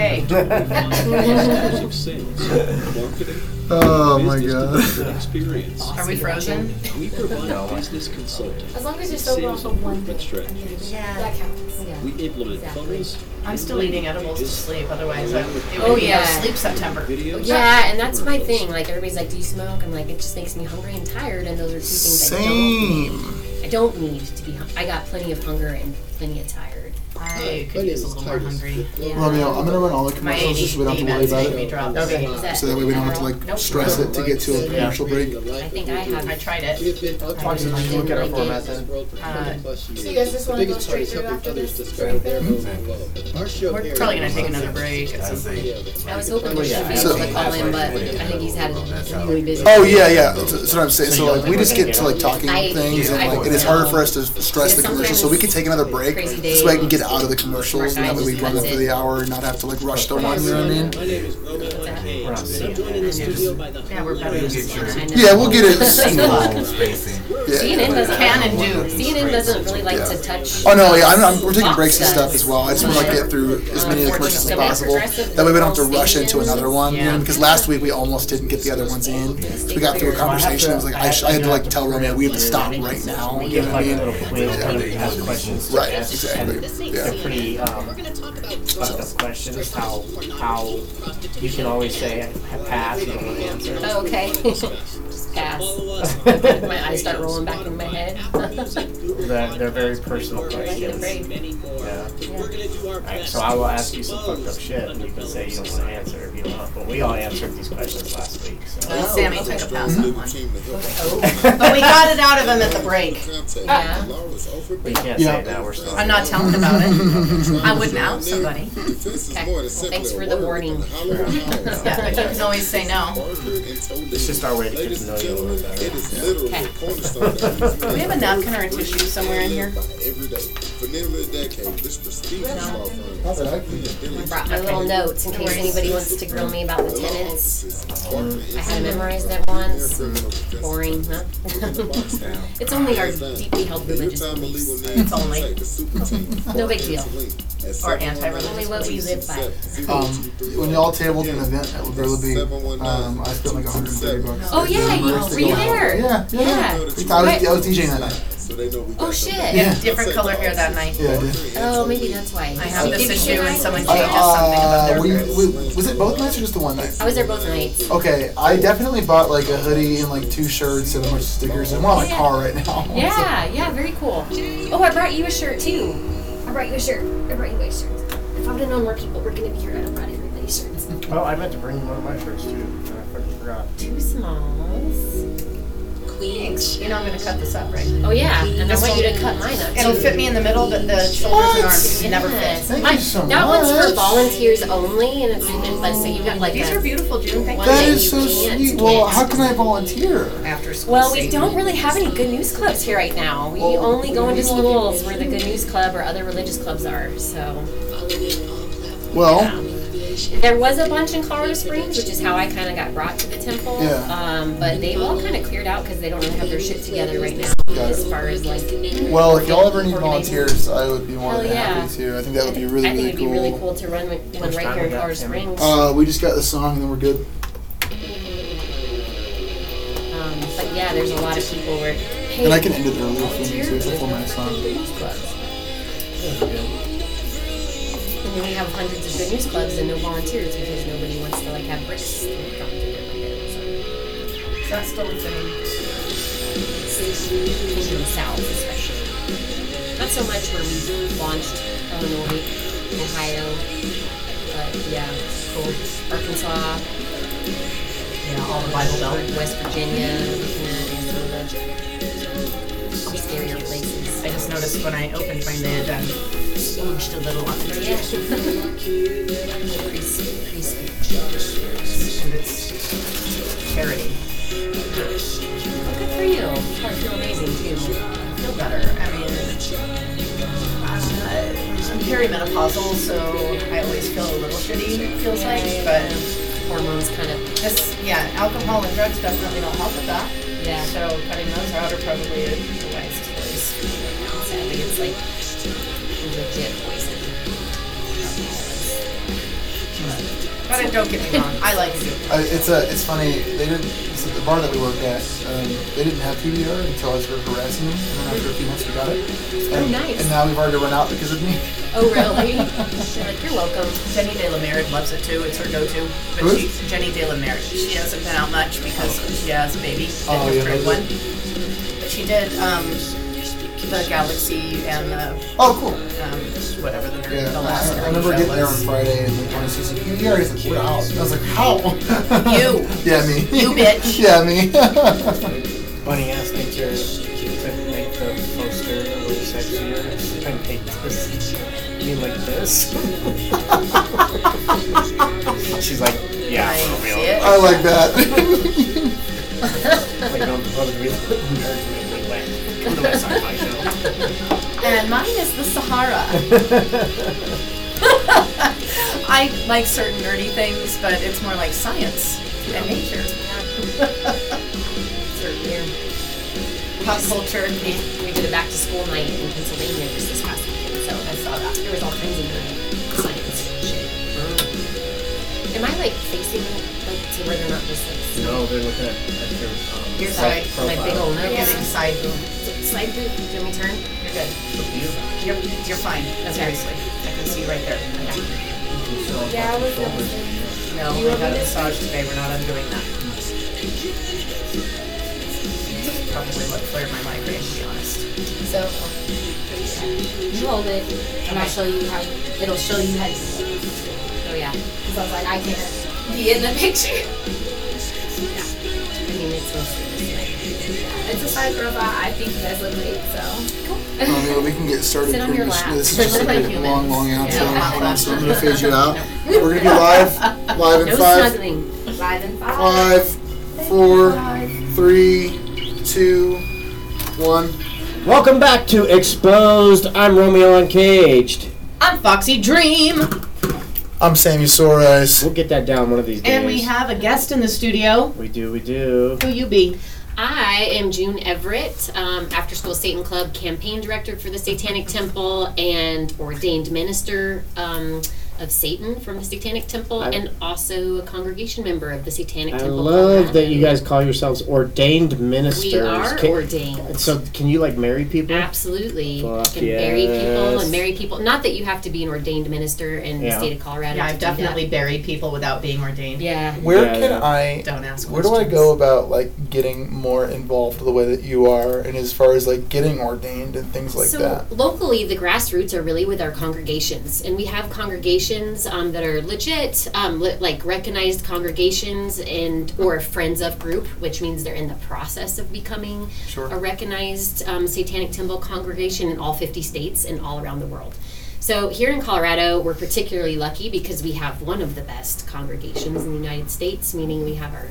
[SPEAKER 5] K.
[SPEAKER 1] Oh my god.
[SPEAKER 8] Experience.
[SPEAKER 5] Are we frozen?
[SPEAKER 8] We provide business consulting,
[SPEAKER 4] As long as you're still
[SPEAKER 8] sales
[SPEAKER 4] off of one
[SPEAKER 8] improvement
[SPEAKER 4] thing.
[SPEAKER 8] strategies.
[SPEAKER 4] That counts. Yeah.
[SPEAKER 8] We implement funnels,
[SPEAKER 5] I'm still eating edibles to sleep, otherwise I would
[SPEAKER 4] Oh,
[SPEAKER 5] be
[SPEAKER 4] yeah.
[SPEAKER 5] no sleep September.
[SPEAKER 8] videos.
[SPEAKER 4] Yeah, and that's my thing. Like everybody's like, "Do you smoke?" I'm like, "It just makes me hungry and tired," and those are two things I don't.
[SPEAKER 1] Same.
[SPEAKER 4] I I don't need to be. hun- I got plenty of hunger and plenty of tired.
[SPEAKER 5] I could
[SPEAKER 9] But
[SPEAKER 5] use
[SPEAKER 9] it's
[SPEAKER 5] a little more
[SPEAKER 9] tight as-
[SPEAKER 5] hungry.
[SPEAKER 4] Yeah.
[SPEAKER 1] Romeo, I'm gonna run all the
[SPEAKER 5] My
[SPEAKER 1] commercials just so we don't
[SPEAKER 5] ADHD
[SPEAKER 1] have to worry
[SPEAKER 5] meds
[SPEAKER 1] about
[SPEAKER 5] make me
[SPEAKER 1] it.
[SPEAKER 5] drop.
[SPEAKER 10] Okay.
[SPEAKER 5] things.
[SPEAKER 1] So that way we don't have to
[SPEAKER 4] Nope.
[SPEAKER 1] like stress it to get to a
[SPEAKER 4] Yeah.
[SPEAKER 1] commercial break.
[SPEAKER 4] I think I have.
[SPEAKER 5] I tried it.
[SPEAKER 10] Fox is just look at our format then.
[SPEAKER 7] Uh,
[SPEAKER 3] So you guys just wanna go straight through after
[SPEAKER 10] Hmm?
[SPEAKER 3] this?
[SPEAKER 5] We're probably gonna take another break. at some point.
[SPEAKER 4] I was hoping we should be
[SPEAKER 1] So-
[SPEAKER 4] able to call in, but I think he's had a really busy.
[SPEAKER 1] Oh yeah, yeah. That's, that's what I'm saying. So like, we just get to like talking
[SPEAKER 4] I-
[SPEAKER 1] things, and
[SPEAKER 4] I-
[SPEAKER 1] like it is harder for us to stress the
[SPEAKER 4] Yeah,
[SPEAKER 1] commercials. So we can take another break,
[SPEAKER 4] crazy
[SPEAKER 1] so I can
[SPEAKER 4] day.
[SPEAKER 1] get out of the commercials, and that way we run them for the hour and not have to like rush the one. You know what I mean?
[SPEAKER 11] My name is Roman Arcade. I'm joined in the studio by the
[SPEAKER 5] Yeah, we're better.
[SPEAKER 4] I know.
[SPEAKER 1] Yeah, we'll get it.
[SPEAKER 2] Single spacing.
[SPEAKER 1] Yeah.
[SPEAKER 4] CNN doesn't
[SPEAKER 5] Can and do.
[SPEAKER 4] CNN doesn't really like to touch.
[SPEAKER 1] Oh no, yeah, I'm, I'm, we're taking
[SPEAKER 4] Fox
[SPEAKER 1] breaks and stuff
[SPEAKER 4] does.
[SPEAKER 1] as well. I just want to like get through as many of the commercials as possible. That way we don't have to rush into another one. You know, because last week we almost didn't get the other ones in. So we got through a conversation. I was like, I, sh- I had to like tell Romeo we have to stop right now. You know
[SPEAKER 10] Give
[SPEAKER 1] what I
[SPEAKER 10] like a
[SPEAKER 1] mean?
[SPEAKER 10] little quiz, kind of ask questions. to
[SPEAKER 1] Right,
[SPEAKER 10] ask,
[SPEAKER 1] exactly.
[SPEAKER 10] and
[SPEAKER 1] Yeah.
[SPEAKER 10] They're pretty um, fucked up questions. How how you can always say "I pass and don't answer.
[SPEAKER 4] Oh, okay. Just pass. My eyes start rolling back in my head.
[SPEAKER 10] They're, they're very personal questions. Yeah. Alright, so I will ask you some fucked up shit, and you can say you don't want to answer if you don't want. But we all answered these questions last week, so.
[SPEAKER 3] Oh.
[SPEAKER 5] Well, Sammy took a pass
[SPEAKER 3] Mm-hmm.
[SPEAKER 5] on
[SPEAKER 10] Hmm?
[SPEAKER 5] one.
[SPEAKER 4] Oh,
[SPEAKER 5] But we got it out of him at the break.
[SPEAKER 4] yeah.
[SPEAKER 10] We can't say
[SPEAKER 1] Yeah.
[SPEAKER 10] it now, we're still.
[SPEAKER 5] I'm not telling about it. I wouldn't out somebody.
[SPEAKER 4] Okay. Well, thanks for the warning.
[SPEAKER 5] Yeah, but you can always say no.
[SPEAKER 10] It's just our way to get to know you a little better.
[SPEAKER 7] It is literally
[SPEAKER 4] Okay.
[SPEAKER 7] the cornerstone of every
[SPEAKER 5] Do we have a napkin or a tissue somewhere in here?
[SPEAKER 7] every day. For nearly a decade, this prestigious law firm
[SPEAKER 1] Not that I can-
[SPEAKER 4] I brought my little notes in case anybody wants to grill me about the tenants.
[SPEAKER 7] offices offer
[SPEAKER 4] I
[SPEAKER 7] its
[SPEAKER 4] had to memorize that once.
[SPEAKER 7] criminal defense
[SPEAKER 4] Boring, huh? it's only our deeply held religious
[SPEAKER 7] anytime a legal
[SPEAKER 4] beliefs.
[SPEAKER 7] need to
[SPEAKER 5] only.
[SPEAKER 7] take a super team.
[SPEAKER 4] No big deal.
[SPEAKER 5] Or anti-religious
[SPEAKER 4] Only what we live by.
[SPEAKER 1] Um, when y'all tabled an event at Gorilla Bee, um, I spent like 130 bucks.
[SPEAKER 4] Oh yeah, you
[SPEAKER 1] First
[SPEAKER 4] were
[SPEAKER 1] thing
[SPEAKER 4] you
[SPEAKER 1] I-
[SPEAKER 4] there?
[SPEAKER 1] Yeah, yeah.
[SPEAKER 4] Yeah.
[SPEAKER 1] I was, I was DJing that night.
[SPEAKER 7] So they know we got
[SPEAKER 4] Oh
[SPEAKER 7] them.
[SPEAKER 4] shit.
[SPEAKER 1] Yeah.
[SPEAKER 5] Different color hair that night.
[SPEAKER 1] Yeah, I did.
[SPEAKER 4] Oh, maybe that's why.
[SPEAKER 5] I have this issue and someone
[SPEAKER 1] I,
[SPEAKER 5] changes something about
[SPEAKER 1] uh,
[SPEAKER 5] their
[SPEAKER 1] were you,
[SPEAKER 5] group.
[SPEAKER 1] wa- was it both nights or just the one night?
[SPEAKER 4] I was there both nights.
[SPEAKER 1] Okay, I definitely bought like a hoodie and like two shirts and a bunch of stickers. and one on my car right now.
[SPEAKER 4] Yeah, yeah, very cool. Oh, I brought you a shirt too.
[SPEAKER 3] I brought you a shirt. I brought you a shirt. If I would've known more people were gonna be here, I'd have brought everybody's shirts.
[SPEAKER 10] Oh, I meant to bring one of my shirts too, and I fucking forgot.
[SPEAKER 4] Two smalls. Queens.
[SPEAKER 5] You know I'm gonna cut this up, right?
[SPEAKER 4] Oh yeah, and I want you to cut mine up too.
[SPEAKER 5] It'll fit me in the middle, but the shoulders and arms never fit.
[SPEAKER 1] Thank
[SPEAKER 4] My-
[SPEAKER 1] you so
[SPEAKER 4] that
[SPEAKER 1] much.
[SPEAKER 4] one's for volunteers only, and it's and, but so you got like
[SPEAKER 5] These
[SPEAKER 4] a-
[SPEAKER 5] are beautiful, June. Thank
[SPEAKER 4] One
[SPEAKER 5] you.
[SPEAKER 1] That
[SPEAKER 4] that
[SPEAKER 1] is
[SPEAKER 4] you
[SPEAKER 1] so
[SPEAKER 4] can't
[SPEAKER 1] sweet.
[SPEAKER 4] get.
[SPEAKER 1] Well, how can I volunteer?
[SPEAKER 5] After school.
[SPEAKER 4] Well, we don't really have any good news clubs here right now.
[SPEAKER 1] Oh.
[SPEAKER 4] We only go into schools where the good news club or other religious clubs are. So
[SPEAKER 1] Well,
[SPEAKER 4] there was a bunch in Colorado Springs, which is how I kind of got brought to the temple.
[SPEAKER 1] Yeah.
[SPEAKER 4] Um, but they all kind of cleared out because they don't really have their shit together right now
[SPEAKER 1] Got
[SPEAKER 4] as
[SPEAKER 1] it.
[SPEAKER 4] far as like.
[SPEAKER 1] well, if y'all ever need volunteers, I would be more
[SPEAKER 4] Hell
[SPEAKER 1] than
[SPEAKER 4] yeah.
[SPEAKER 1] happy to. I think that would be really,
[SPEAKER 4] I think
[SPEAKER 1] really
[SPEAKER 4] it'd
[SPEAKER 1] cool.
[SPEAKER 4] be really cool to run with- one
[SPEAKER 10] Which
[SPEAKER 4] right
[SPEAKER 10] time
[SPEAKER 4] here in
[SPEAKER 10] would that
[SPEAKER 4] Colorado
[SPEAKER 10] come?
[SPEAKER 4] Springs.
[SPEAKER 1] Uh, we just got the song and then we're good.
[SPEAKER 4] Um, but yeah, there's a lot of people where. Hey,
[SPEAKER 1] And I can end it earlier if we need to. It's a full minute song.
[SPEAKER 4] And then we have hundreds of good news clubs and no volunteers because nobody wants to like have bricks. thrown through their windows or-
[SPEAKER 5] That's still within.
[SPEAKER 4] In the South, especially. Not so much where we launched Illinois, Ohio, but yeah, cool. Arkansas,
[SPEAKER 5] Yeah, all the Bible Belt.
[SPEAKER 4] West Virginia, Arizona, scarier places.
[SPEAKER 5] I just noticed when I opened my lid, I aged a little on it.
[SPEAKER 4] Yeah. Free speech, free speech.
[SPEAKER 5] And it's charity.
[SPEAKER 4] Well, Good for you. Probably feel amazing too.
[SPEAKER 5] I feel better. I mean, uh, I'm perimenopausal, so I always feel a little shitty, it feels like. But
[SPEAKER 4] Hormones kind of,
[SPEAKER 5] this, yeah, alcohol and drugs definitely don't help with that.
[SPEAKER 4] yeah.
[SPEAKER 5] So cutting those out are probably a wise choice.
[SPEAKER 4] Sadly, it's like legit poison.
[SPEAKER 5] But I- don't get me wrong, I like it.
[SPEAKER 1] I, it's a, it's funny. They didn't. It's at the bar that we worked at. Um, they didn't have PBR until I started harassing them, and then after a few months we got it. And,
[SPEAKER 4] Oh, nice.
[SPEAKER 1] and now we've already run out because of me.
[SPEAKER 4] Oh, really? like, you're welcome.
[SPEAKER 5] Jenny De La Merritt loves it too. It's her go-to. But
[SPEAKER 1] Who?
[SPEAKER 5] she, Jenny De La Merritt, she hasn't been out much because she has a baby,
[SPEAKER 1] Oh,
[SPEAKER 5] a
[SPEAKER 1] yeah,
[SPEAKER 5] different
[SPEAKER 1] that's
[SPEAKER 5] one. But she did. Um, the Galaxy and the
[SPEAKER 1] Oh, cool.
[SPEAKER 5] um, whatever the,
[SPEAKER 1] Yeah,
[SPEAKER 5] the
[SPEAKER 1] I,
[SPEAKER 5] last
[SPEAKER 1] I- I
[SPEAKER 5] Gundam
[SPEAKER 1] remember
[SPEAKER 5] show
[SPEAKER 1] getting there on
[SPEAKER 5] was.
[SPEAKER 1] Friday and like, wanting to see some PDRs. Like, we're out. And I was like, how?
[SPEAKER 5] You.
[SPEAKER 1] yeah, me.
[SPEAKER 5] You bitch.
[SPEAKER 1] yeah, me.
[SPEAKER 10] Bunny asked me to, to make the poster a little sexier and make this be like this. She's like, yeah,
[SPEAKER 5] I
[SPEAKER 10] for
[SPEAKER 5] see
[SPEAKER 10] real.
[SPEAKER 5] it.
[SPEAKER 1] I like that.
[SPEAKER 10] Like, I'm supposed to be the nerd in the way. Come to my sci-fi show.
[SPEAKER 5] And mine is the Sahara. I like certain nerdy things, but it's more like science and nature. Pop culture.
[SPEAKER 4] We, we did a back to school night in Pennsylvania just this past weekend, so I saw that. There was all kinds of nerdy science shit. Am I like facing like to where they're not just like
[SPEAKER 10] No, they're looking at, at your um,
[SPEAKER 5] Here's
[SPEAKER 10] site
[SPEAKER 5] my-
[SPEAKER 4] my big
[SPEAKER 10] profile.
[SPEAKER 4] old
[SPEAKER 5] I'm getting
[SPEAKER 4] nose?
[SPEAKER 5] side boob.
[SPEAKER 4] Slide boot. Do you want me to turn?
[SPEAKER 5] You're good. You're, you're fine. Seriously. I can see right there.
[SPEAKER 3] Yeah, I was gonna say.
[SPEAKER 5] No, I got a massage today. We're not undoing that. Probably what cleared my migraine, to be honest.
[SPEAKER 3] So you hold it, and I'll show you how. You, it'll show you how. You,
[SPEAKER 4] Oh yeah.
[SPEAKER 3] Cause I was like, I can't be in the picture.
[SPEAKER 4] I mean it's mostly
[SPEAKER 3] It's a side profile. I think you guys look great. So
[SPEAKER 1] I mean, Oh, we can get started
[SPEAKER 4] Sit on
[SPEAKER 1] pretty
[SPEAKER 4] your
[SPEAKER 1] much.
[SPEAKER 4] lap.
[SPEAKER 1] This is just a
[SPEAKER 4] Look like
[SPEAKER 1] big, long,
[SPEAKER 4] humans.
[SPEAKER 1] long outro.
[SPEAKER 5] Yeah.
[SPEAKER 1] Hold on, so I'm going to fade you out. We're going to be live. Live in
[SPEAKER 4] no
[SPEAKER 1] five,
[SPEAKER 4] snuggling.
[SPEAKER 3] live in five.
[SPEAKER 1] five, four, three, two, one.
[SPEAKER 10] Welcome back to Exposed. I'm Romeo Uncaged.
[SPEAKER 5] I'm Foxy Dream.
[SPEAKER 1] I'm Sammy Soares.
[SPEAKER 10] We'll get that down one of these days.
[SPEAKER 5] And we have a guest in the studio.
[SPEAKER 10] We do, we do.
[SPEAKER 5] Who you be?
[SPEAKER 4] I am June Everett, um, after school Satan Club campaign director for the Satanic Temple and ordained minister um, of Satan from the Satanic Temple,
[SPEAKER 10] I-
[SPEAKER 4] and also a congregation member of the Satanic
[SPEAKER 10] I
[SPEAKER 4] Temple.
[SPEAKER 10] love that you
[SPEAKER 4] Colorado.
[SPEAKER 10] guys call yourselves ordained ministers.
[SPEAKER 4] We are
[SPEAKER 10] Can-
[SPEAKER 4] ordained.
[SPEAKER 10] So can you like marry people?
[SPEAKER 4] Um, Absolutely.
[SPEAKER 10] Fuck
[SPEAKER 4] you can bury people
[SPEAKER 10] yes.
[SPEAKER 4] and marry people. Not that you have to be an ordained minister in
[SPEAKER 10] Yeah.
[SPEAKER 4] the state of Colorado.
[SPEAKER 5] Yeah,
[SPEAKER 4] to
[SPEAKER 5] I've
[SPEAKER 4] do that.
[SPEAKER 5] definitely buried people without being ordained.
[SPEAKER 4] Yeah.
[SPEAKER 1] Where
[SPEAKER 10] Yeah,
[SPEAKER 1] can
[SPEAKER 10] yeah.
[SPEAKER 1] I
[SPEAKER 5] Don't ask
[SPEAKER 1] Where do I
[SPEAKER 5] questions.
[SPEAKER 1] go about like getting more involved the way that you are, and as far as like getting ordained and things like
[SPEAKER 4] so
[SPEAKER 1] that?
[SPEAKER 4] locally, the grassroots are really with our congregations, and we have congregations um, that are legit, um, li- like recognized congregations, and or friends of group, which means they're in the process of becoming
[SPEAKER 1] Sure.
[SPEAKER 4] a recognized um, Satanic Temple congregation in all 50 states and all around the world. So here in Colorado, we're particularly lucky because we have one of the best congregations in the United States, meaning we have our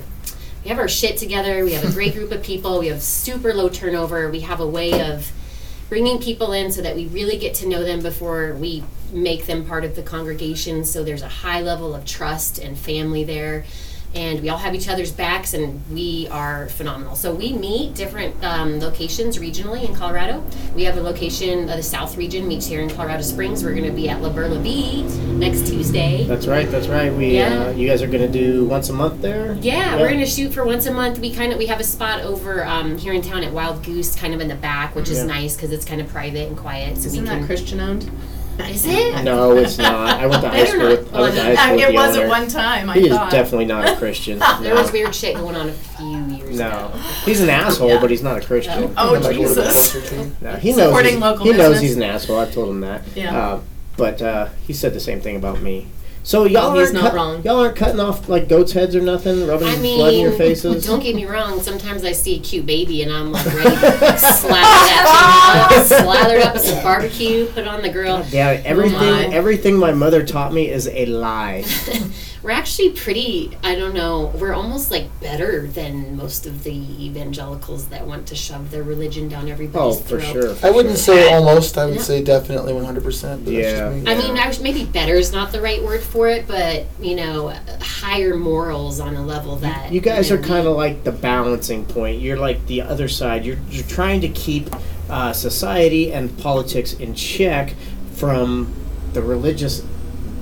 [SPEAKER 4] we have our shit together. We have a great group of people. We have super low turnover. We have a way of bringing people in so that we really get to know them before we make them part of the congregation. So there's a high level of trust and family there. And we all have each other's backs, and we are phenomenal. So we meet different um, locations regionally in Colorado. We have a location, uh, the South region meets here in Colorado Springs. We're going to be at La Burla Bee next Tuesday.
[SPEAKER 10] That's right, that's right. We uh,
[SPEAKER 4] Yeah.
[SPEAKER 10] you guys are gonna do once a month there?
[SPEAKER 4] Yeah, we're gonna shoot for once a month. We kind of we have a spot over um, here in town at Wild Goose, kind of in the back, which is
[SPEAKER 10] Yeah.
[SPEAKER 4] nice because it's kind of private and quiet. So
[SPEAKER 5] Isn't
[SPEAKER 4] we
[SPEAKER 5] that
[SPEAKER 4] can.
[SPEAKER 5] Christian owned?
[SPEAKER 4] is it?
[SPEAKER 10] No, it's not. I went to high
[SPEAKER 4] They're
[SPEAKER 10] school
[SPEAKER 4] not
[SPEAKER 10] with I went to high
[SPEAKER 4] funny.
[SPEAKER 10] school with
[SPEAKER 5] it
[SPEAKER 10] the
[SPEAKER 5] was at
[SPEAKER 10] owner.
[SPEAKER 5] one time. I
[SPEAKER 10] He is
[SPEAKER 5] thought.
[SPEAKER 10] definitely not a Christian.
[SPEAKER 4] There
[SPEAKER 10] no.
[SPEAKER 4] was weird shit going on a few years
[SPEAKER 10] no.
[SPEAKER 4] ago.
[SPEAKER 10] He's an asshole, but he's not a Christian.
[SPEAKER 5] oh
[SPEAKER 1] Like, a little bit
[SPEAKER 5] Jesus!
[SPEAKER 1] closer to you?
[SPEAKER 10] No, he knows
[SPEAKER 5] Supporting
[SPEAKER 10] he's-
[SPEAKER 5] local
[SPEAKER 10] he knows
[SPEAKER 5] business.
[SPEAKER 10] he's an asshole. I've told him that.
[SPEAKER 5] Yeah.
[SPEAKER 10] Uh, but uh, he said the same thing about me. So y'all
[SPEAKER 5] he's
[SPEAKER 10] aren't
[SPEAKER 5] not
[SPEAKER 10] cut-
[SPEAKER 5] wrong.
[SPEAKER 10] Y'all aren't cutting off like goats' heads or nothing, rubbing
[SPEAKER 4] I
[SPEAKER 10] blood in
[SPEAKER 4] mean,
[SPEAKER 10] your faces.
[SPEAKER 4] don't get me wrong. Sometimes I see a cute baby and I'm like ready to slather that thing up, slather it up with some barbecue, put it on the grill.
[SPEAKER 10] yeah, everything
[SPEAKER 5] my.
[SPEAKER 10] everything my mother taught me is a lie.
[SPEAKER 4] We're actually pretty, I don't know, we're almost like better than most of the evangelicals that want to shove their religion down
[SPEAKER 10] Oh,
[SPEAKER 4] everybody's throat.
[SPEAKER 10] for sure. for
[SPEAKER 1] I wouldn't
[SPEAKER 10] sure.
[SPEAKER 1] say almost. I would
[SPEAKER 4] Yeah.
[SPEAKER 1] say definitely 100. percent But that's
[SPEAKER 10] Yeah.
[SPEAKER 1] just me.
[SPEAKER 4] I mean, I was, maybe better is not the right word for it, but you know, higher morals on a level that
[SPEAKER 10] You guys are
[SPEAKER 4] know,
[SPEAKER 10] kind of like the balancing point. You're like the other side. You're, you're trying to keep uh, society and politics in check from the religious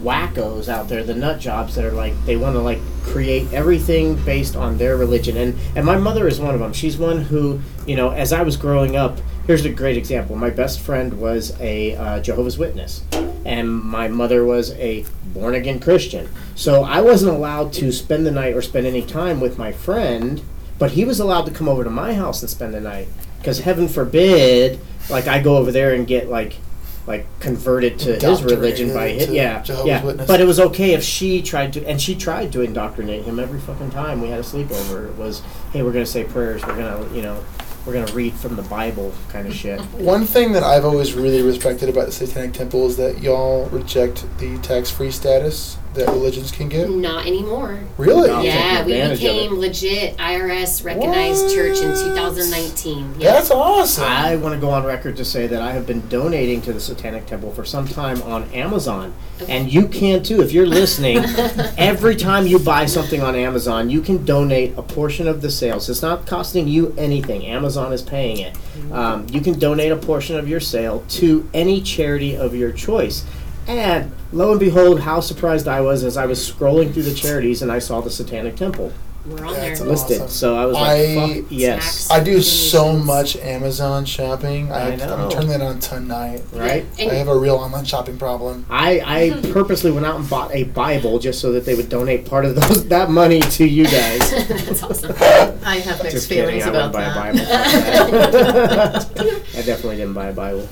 [SPEAKER 10] wackos out there, the nut jobs that are like they want to like create everything based on their religion. And and my mother is one of them. She's one who you know, as I was growing up, here's a great example. My best friend was a uh, Jehovah's Witness, and my mother was a born again Christian. So I wasn't allowed to spend the night or spend any time with my friend, but he was allowed to come over to my house and spend the night. Because heaven forbid, like I go over there and get like, like converted to his
[SPEAKER 1] Indoctrinated
[SPEAKER 10] religion by it.
[SPEAKER 1] to
[SPEAKER 10] Yeah,
[SPEAKER 1] Jehovah's
[SPEAKER 10] yeah.
[SPEAKER 1] Witness.
[SPEAKER 10] But it was okay if she tried to, and she tried to indoctrinate him every fucking time we had a sleepover. It was, hey, we're gonna say prayers. We're gonna, you know, we're gonna read from the Bible kind of shit.
[SPEAKER 1] One thing that I've always really respected about the Satanic Temple is that y'all reject the tax-free status that religions can get.
[SPEAKER 4] Not anymore.
[SPEAKER 1] Really?
[SPEAKER 10] No.
[SPEAKER 4] Yeah,
[SPEAKER 10] taking
[SPEAKER 4] we
[SPEAKER 10] advantage of
[SPEAKER 4] became legit IRS recognized
[SPEAKER 1] What?
[SPEAKER 4] church in 2019. Yeah.
[SPEAKER 1] That's awesome.
[SPEAKER 10] I want to go on record to say that I have been donating to the Satanic Temple for some time on Amazon. And you can too. If you're listening, every time you buy something on Amazon, you can donate a portion of the sales. It's not costing you anything, Amazon is paying it.
[SPEAKER 1] Mm-hmm.
[SPEAKER 10] Um, you can donate a portion of your sale to any charity of your choice. And lo and behold, how surprised I was as I was scrolling through the charities and I saw the Satanic Temple
[SPEAKER 4] We're on
[SPEAKER 1] That's awesome.
[SPEAKER 4] there.
[SPEAKER 10] listed. So I was like,
[SPEAKER 1] I-
[SPEAKER 10] fuck yes.
[SPEAKER 1] I do so much Amazon shopping. I,
[SPEAKER 10] I know.
[SPEAKER 1] I'm turning that on tonight.
[SPEAKER 10] Right?
[SPEAKER 1] I have a real online shopping problem.
[SPEAKER 10] I, I purposely went out and bought a Bible just so that they would donate part of those, that money to you guys.
[SPEAKER 4] That's awesome.
[SPEAKER 5] I have mixed
[SPEAKER 10] Just kidding,
[SPEAKER 5] feelings
[SPEAKER 10] I
[SPEAKER 5] about
[SPEAKER 10] wouldn't buy a
[SPEAKER 5] that.
[SPEAKER 10] Bible. fuck that. I definitely didn't buy a Bible.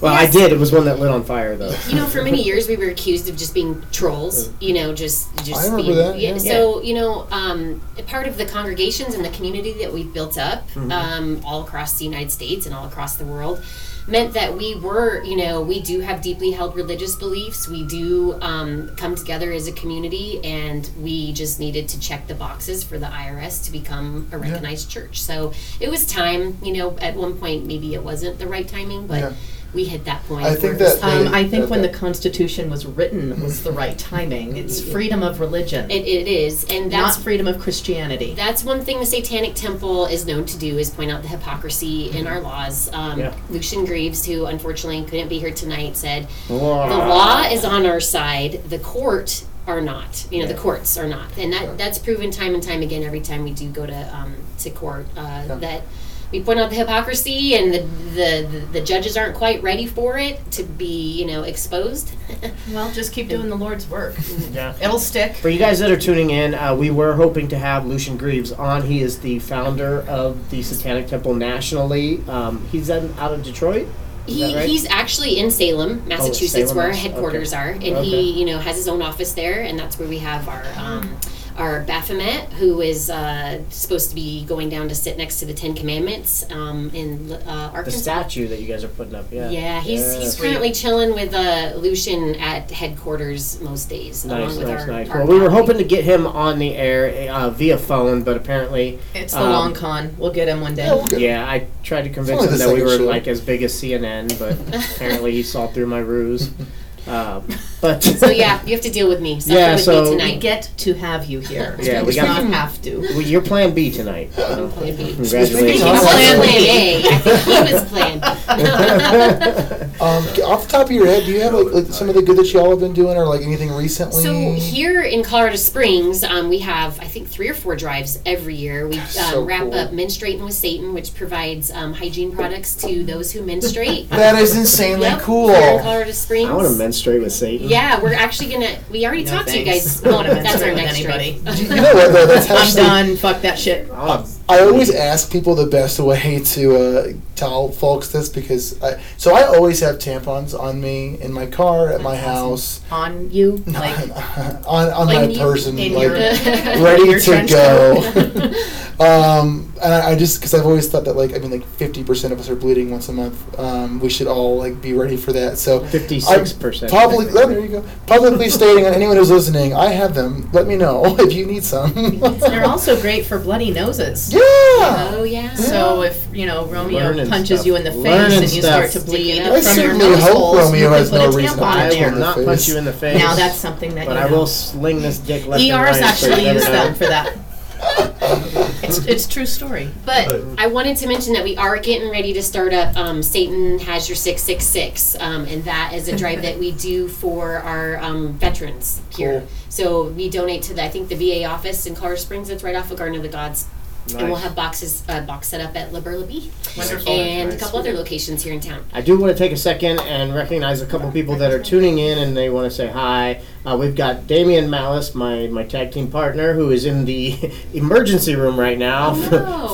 [SPEAKER 10] Well, I did. It was one that lit on fire, though.
[SPEAKER 4] You know, for many years we were accused of just being trolls. You know, just just
[SPEAKER 1] I remember
[SPEAKER 4] being.
[SPEAKER 1] that, yeah.
[SPEAKER 4] So you know, um, a part of the congregations and the community that we've built up
[SPEAKER 1] Mm-hmm.
[SPEAKER 4] um, all across the United States and all across the world meant that we were, you know, we do have deeply held religious beliefs. We do um, come together as a community, and we just needed to check the boxes for the IRS to become a recognized church. So it was time. You know, at one point maybe it wasn't the right timing, but.
[SPEAKER 1] Yeah.
[SPEAKER 4] We hit that point.
[SPEAKER 1] I
[SPEAKER 4] where
[SPEAKER 1] think
[SPEAKER 4] it was
[SPEAKER 1] that
[SPEAKER 5] Um, I
[SPEAKER 1] they-
[SPEAKER 5] think when the
[SPEAKER 1] that-
[SPEAKER 5] Constitution was
[SPEAKER 1] Mm-hmm.
[SPEAKER 5] written was the right timing. It's freedom of religion,
[SPEAKER 4] It, it is, and
[SPEAKER 5] not
[SPEAKER 4] that's
[SPEAKER 5] freedom of Christianity.
[SPEAKER 4] that's one thing the Satanic Temple is known to do is point out the hypocrisy in our laws. Um,
[SPEAKER 10] Yeah.
[SPEAKER 4] Lucian Greaves, who unfortunately couldn't be here tonight, said the
[SPEAKER 10] Wow.
[SPEAKER 4] law is on our side. The court are not. You know, the courts are not, and that that's proven time and time again. Every time we do go to um, to court, uh, that we point out the hypocrisy and the, the the judges aren't quite ready for it to be you know exposed.
[SPEAKER 5] Well, just keep doing the Lord's work.
[SPEAKER 1] Mm-hmm.
[SPEAKER 10] Yeah.
[SPEAKER 5] It'll stick.
[SPEAKER 10] For you guys that are tuning in, uh, we were hoping to have Lucian Greaves on. He is the founder of the Satanic Temple nationally. Um, he's in, out of Detroit. that
[SPEAKER 4] He,
[SPEAKER 10] right? Oh,
[SPEAKER 4] He's actually in Salem, Massachusetts,
[SPEAKER 10] Salem,
[SPEAKER 4] where our
[SPEAKER 10] Mass-
[SPEAKER 4] headquarters
[SPEAKER 10] okay.
[SPEAKER 4] are, and
[SPEAKER 10] Okay.
[SPEAKER 4] he you know has his own office there, and that's where we have our um, our Baphomet, who is uh, supposed to be going down to sit next to the Ten Commandments um, in uh,
[SPEAKER 10] The
[SPEAKER 4] Arkansas.
[SPEAKER 10] statue that you guys are putting up. Yeah.
[SPEAKER 4] Yeah, he's he's
[SPEAKER 5] Sweet.
[SPEAKER 4] currently chilling with uh, Lucian at headquarters most days,
[SPEAKER 10] Nice,
[SPEAKER 4] along with
[SPEAKER 10] nice,
[SPEAKER 4] our,
[SPEAKER 10] nice.
[SPEAKER 4] our
[SPEAKER 10] Well, we were
[SPEAKER 4] family.
[SPEAKER 10] hoping to get him on the air uh, via phone, but apparently
[SPEAKER 5] It's the
[SPEAKER 10] Um,
[SPEAKER 5] long con. We'll get him one day.
[SPEAKER 1] Yeah, we'll get-
[SPEAKER 10] Yeah, I tried to convince
[SPEAKER 1] only
[SPEAKER 10] him
[SPEAKER 1] the
[SPEAKER 10] that we
[SPEAKER 1] second
[SPEAKER 10] were
[SPEAKER 1] show.
[SPEAKER 10] like as big as CNN, but apparently he saw through my ruse. Um, but
[SPEAKER 4] So yeah, you have to deal with me. So
[SPEAKER 10] Yeah,
[SPEAKER 4] with
[SPEAKER 10] so-
[SPEAKER 4] me
[SPEAKER 5] We
[SPEAKER 4] tonight.
[SPEAKER 5] get to have you here.
[SPEAKER 10] Yeah, we
[SPEAKER 5] do
[SPEAKER 10] got-
[SPEAKER 5] not have to.
[SPEAKER 10] well, you're Plan B tonight. So
[SPEAKER 4] Plan B.
[SPEAKER 1] Speaking
[SPEAKER 4] He
[SPEAKER 1] of-
[SPEAKER 4] was
[SPEAKER 10] congratulations.
[SPEAKER 4] plan A. I think he was plan.
[SPEAKER 1] Um, off the top of your head, do you have like, like, some of the good that y'all have been doing, or like anything recently?
[SPEAKER 4] So here in Colorado Springs, um, we have I think three or four drives every year. We um,
[SPEAKER 1] So
[SPEAKER 4] wrap
[SPEAKER 1] cool.
[SPEAKER 4] up menstruating with Satan, which provides um, hygiene products to those who menstruate.
[SPEAKER 1] that is insanely
[SPEAKER 4] Yep,
[SPEAKER 1] cool.
[SPEAKER 4] Here in Colorado Springs.
[SPEAKER 10] I want to menstruate with Satan.
[SPEAKER 4] Yeah, we're actually gonna. We already
[SPEAKER 5] No,
[SPEAKER 4] talked to you
[SPEAKER 5] thanks.
[SPEAKER 4] guys. Well,
[SPEAKER 5] Don't
[SPEAKER 4] that's our
[SPEAKER 5] mess with
[SPEAKER 4] next
[SPEAKER 5] anybody.
[SPEAKER 4] drive.
[SPEAKER 1] You know what? Though, that's
[SPEAKER 5] I'm
[SPEAKER 1] actually,
[SPEAKER 5] done. Fuck that shit.
[SPEAKER 10] I'll-
[SPEAKER 1] I always ask people the best way to uh, tell folks this because I, so I always have tampons on me in my car at my house
[SPEAKER 5] On you, like
[SPEAKER 1] on on
[SPEAKER 4] Like
[SPEAKER 1] my
[SPEAKER 4] you-
[SPEAKER 1] person
[SPEAKER 5] in
[SPEAKER 1] like
[SPEAKER 5] your in
[SPEAKER 1] ready
[SPEAKER 5] your
[SPEAKER 1] to
[SPEAKER 5] trench
[SPEAKER 1] go.
[SPEAKER 5] coat.
[SPEAKER 1] um, and I, I just because I've always thought that like I mean like fifty percent of us are bleeding once a month. Um, we should all like be ready for that. So
[SPEAKER 10] 56%.
[SPEAKER 1] Public, oh, there you go. Publicly stating, and anyone who's listening, I have them. Let me know if you need some.
[SPEAKER 5] They're also great for bloody noses.
[SPEAKER 1] yeah.
[SPEAKER 4] Oh yeah.
[SPEAKER 5] So if you know Romeo
[SPEAKER 10] Learning
[SPEAKER 5] punches
[SPEAKER 10] stuff.
[SPEAKER 5] you in the face
[SPEAKER 10] Learning
[SPEAKER 5] and you start to
[SPEAKER 10] stuff.
[SPEAKER 5] bleed
[SPEAKER 4] I
[SPEAKER 5] from your
[SPEAKER 1] certainly
[SPEAKER 5] nose
[SPEAKER 1] hope
[SPEAKER 5] holes,
[SPEAKER 1] Romeo
[SPEAKER 5] you can
[SPEAKER 1] has
[SPEAKER 5] put
[SPEAKER 1] no
[SPEAKER 5] a
[SPEAKER 1] reason to
[SPEAKER 5] tampon
[SPEAKER 10] I
[SPEAKER 1] punch you in
[SPEAKER 5] in there.
[SPEAKER 10] will
[SPEAKER 1] the
[SPEAKER 10] not
[SPEAKER 1] face.
[SPEAKER 10] punch you in the face.
[SPEAKER 5] Now that's something that
[SPEAKER 10] But
[SPEAKER 5] you
[SPEAKER 10] I
[SPEAKER 5] know.
[SPEAKER 10] will sling this dick left
[SPEAKER 4] E
[SPEAKER 10] and
[SPEAKER 5] ERs
[SPEAKER 10] right. so
[SPEAKER 5] actually
[SPEAKER 10] you
[SPEAKER 5] use
[SPEAKER 10] never know.
[SPEAKER 5] them for that. It's, it's true story.
[SPEAKER 4] But I wanted to mention that we are getting ready to start up um, Satan Has Your 666, um, and that is a drive that we do for our um, veterans here. So we donate to, the, I think, the VA office in Colorado Springs. That's right off of Garden of the Gods and we'll have boxes uh, box set up at La Burla Bee
[SPEAKER 5] Oh, Wonderful.
[SPEAKER 4] and a
[SPEAKER 10] Nice.
[SPEAKER 4] couple other locations here in town.
[SPEAKER 10] I do want to take a second and recognize a couple people that are tuning in and they want to say hi. Uh, we've got Damian Malice, my, my tag team partner, who is in the emergency room right now.
[SPEAKER 4] Oh,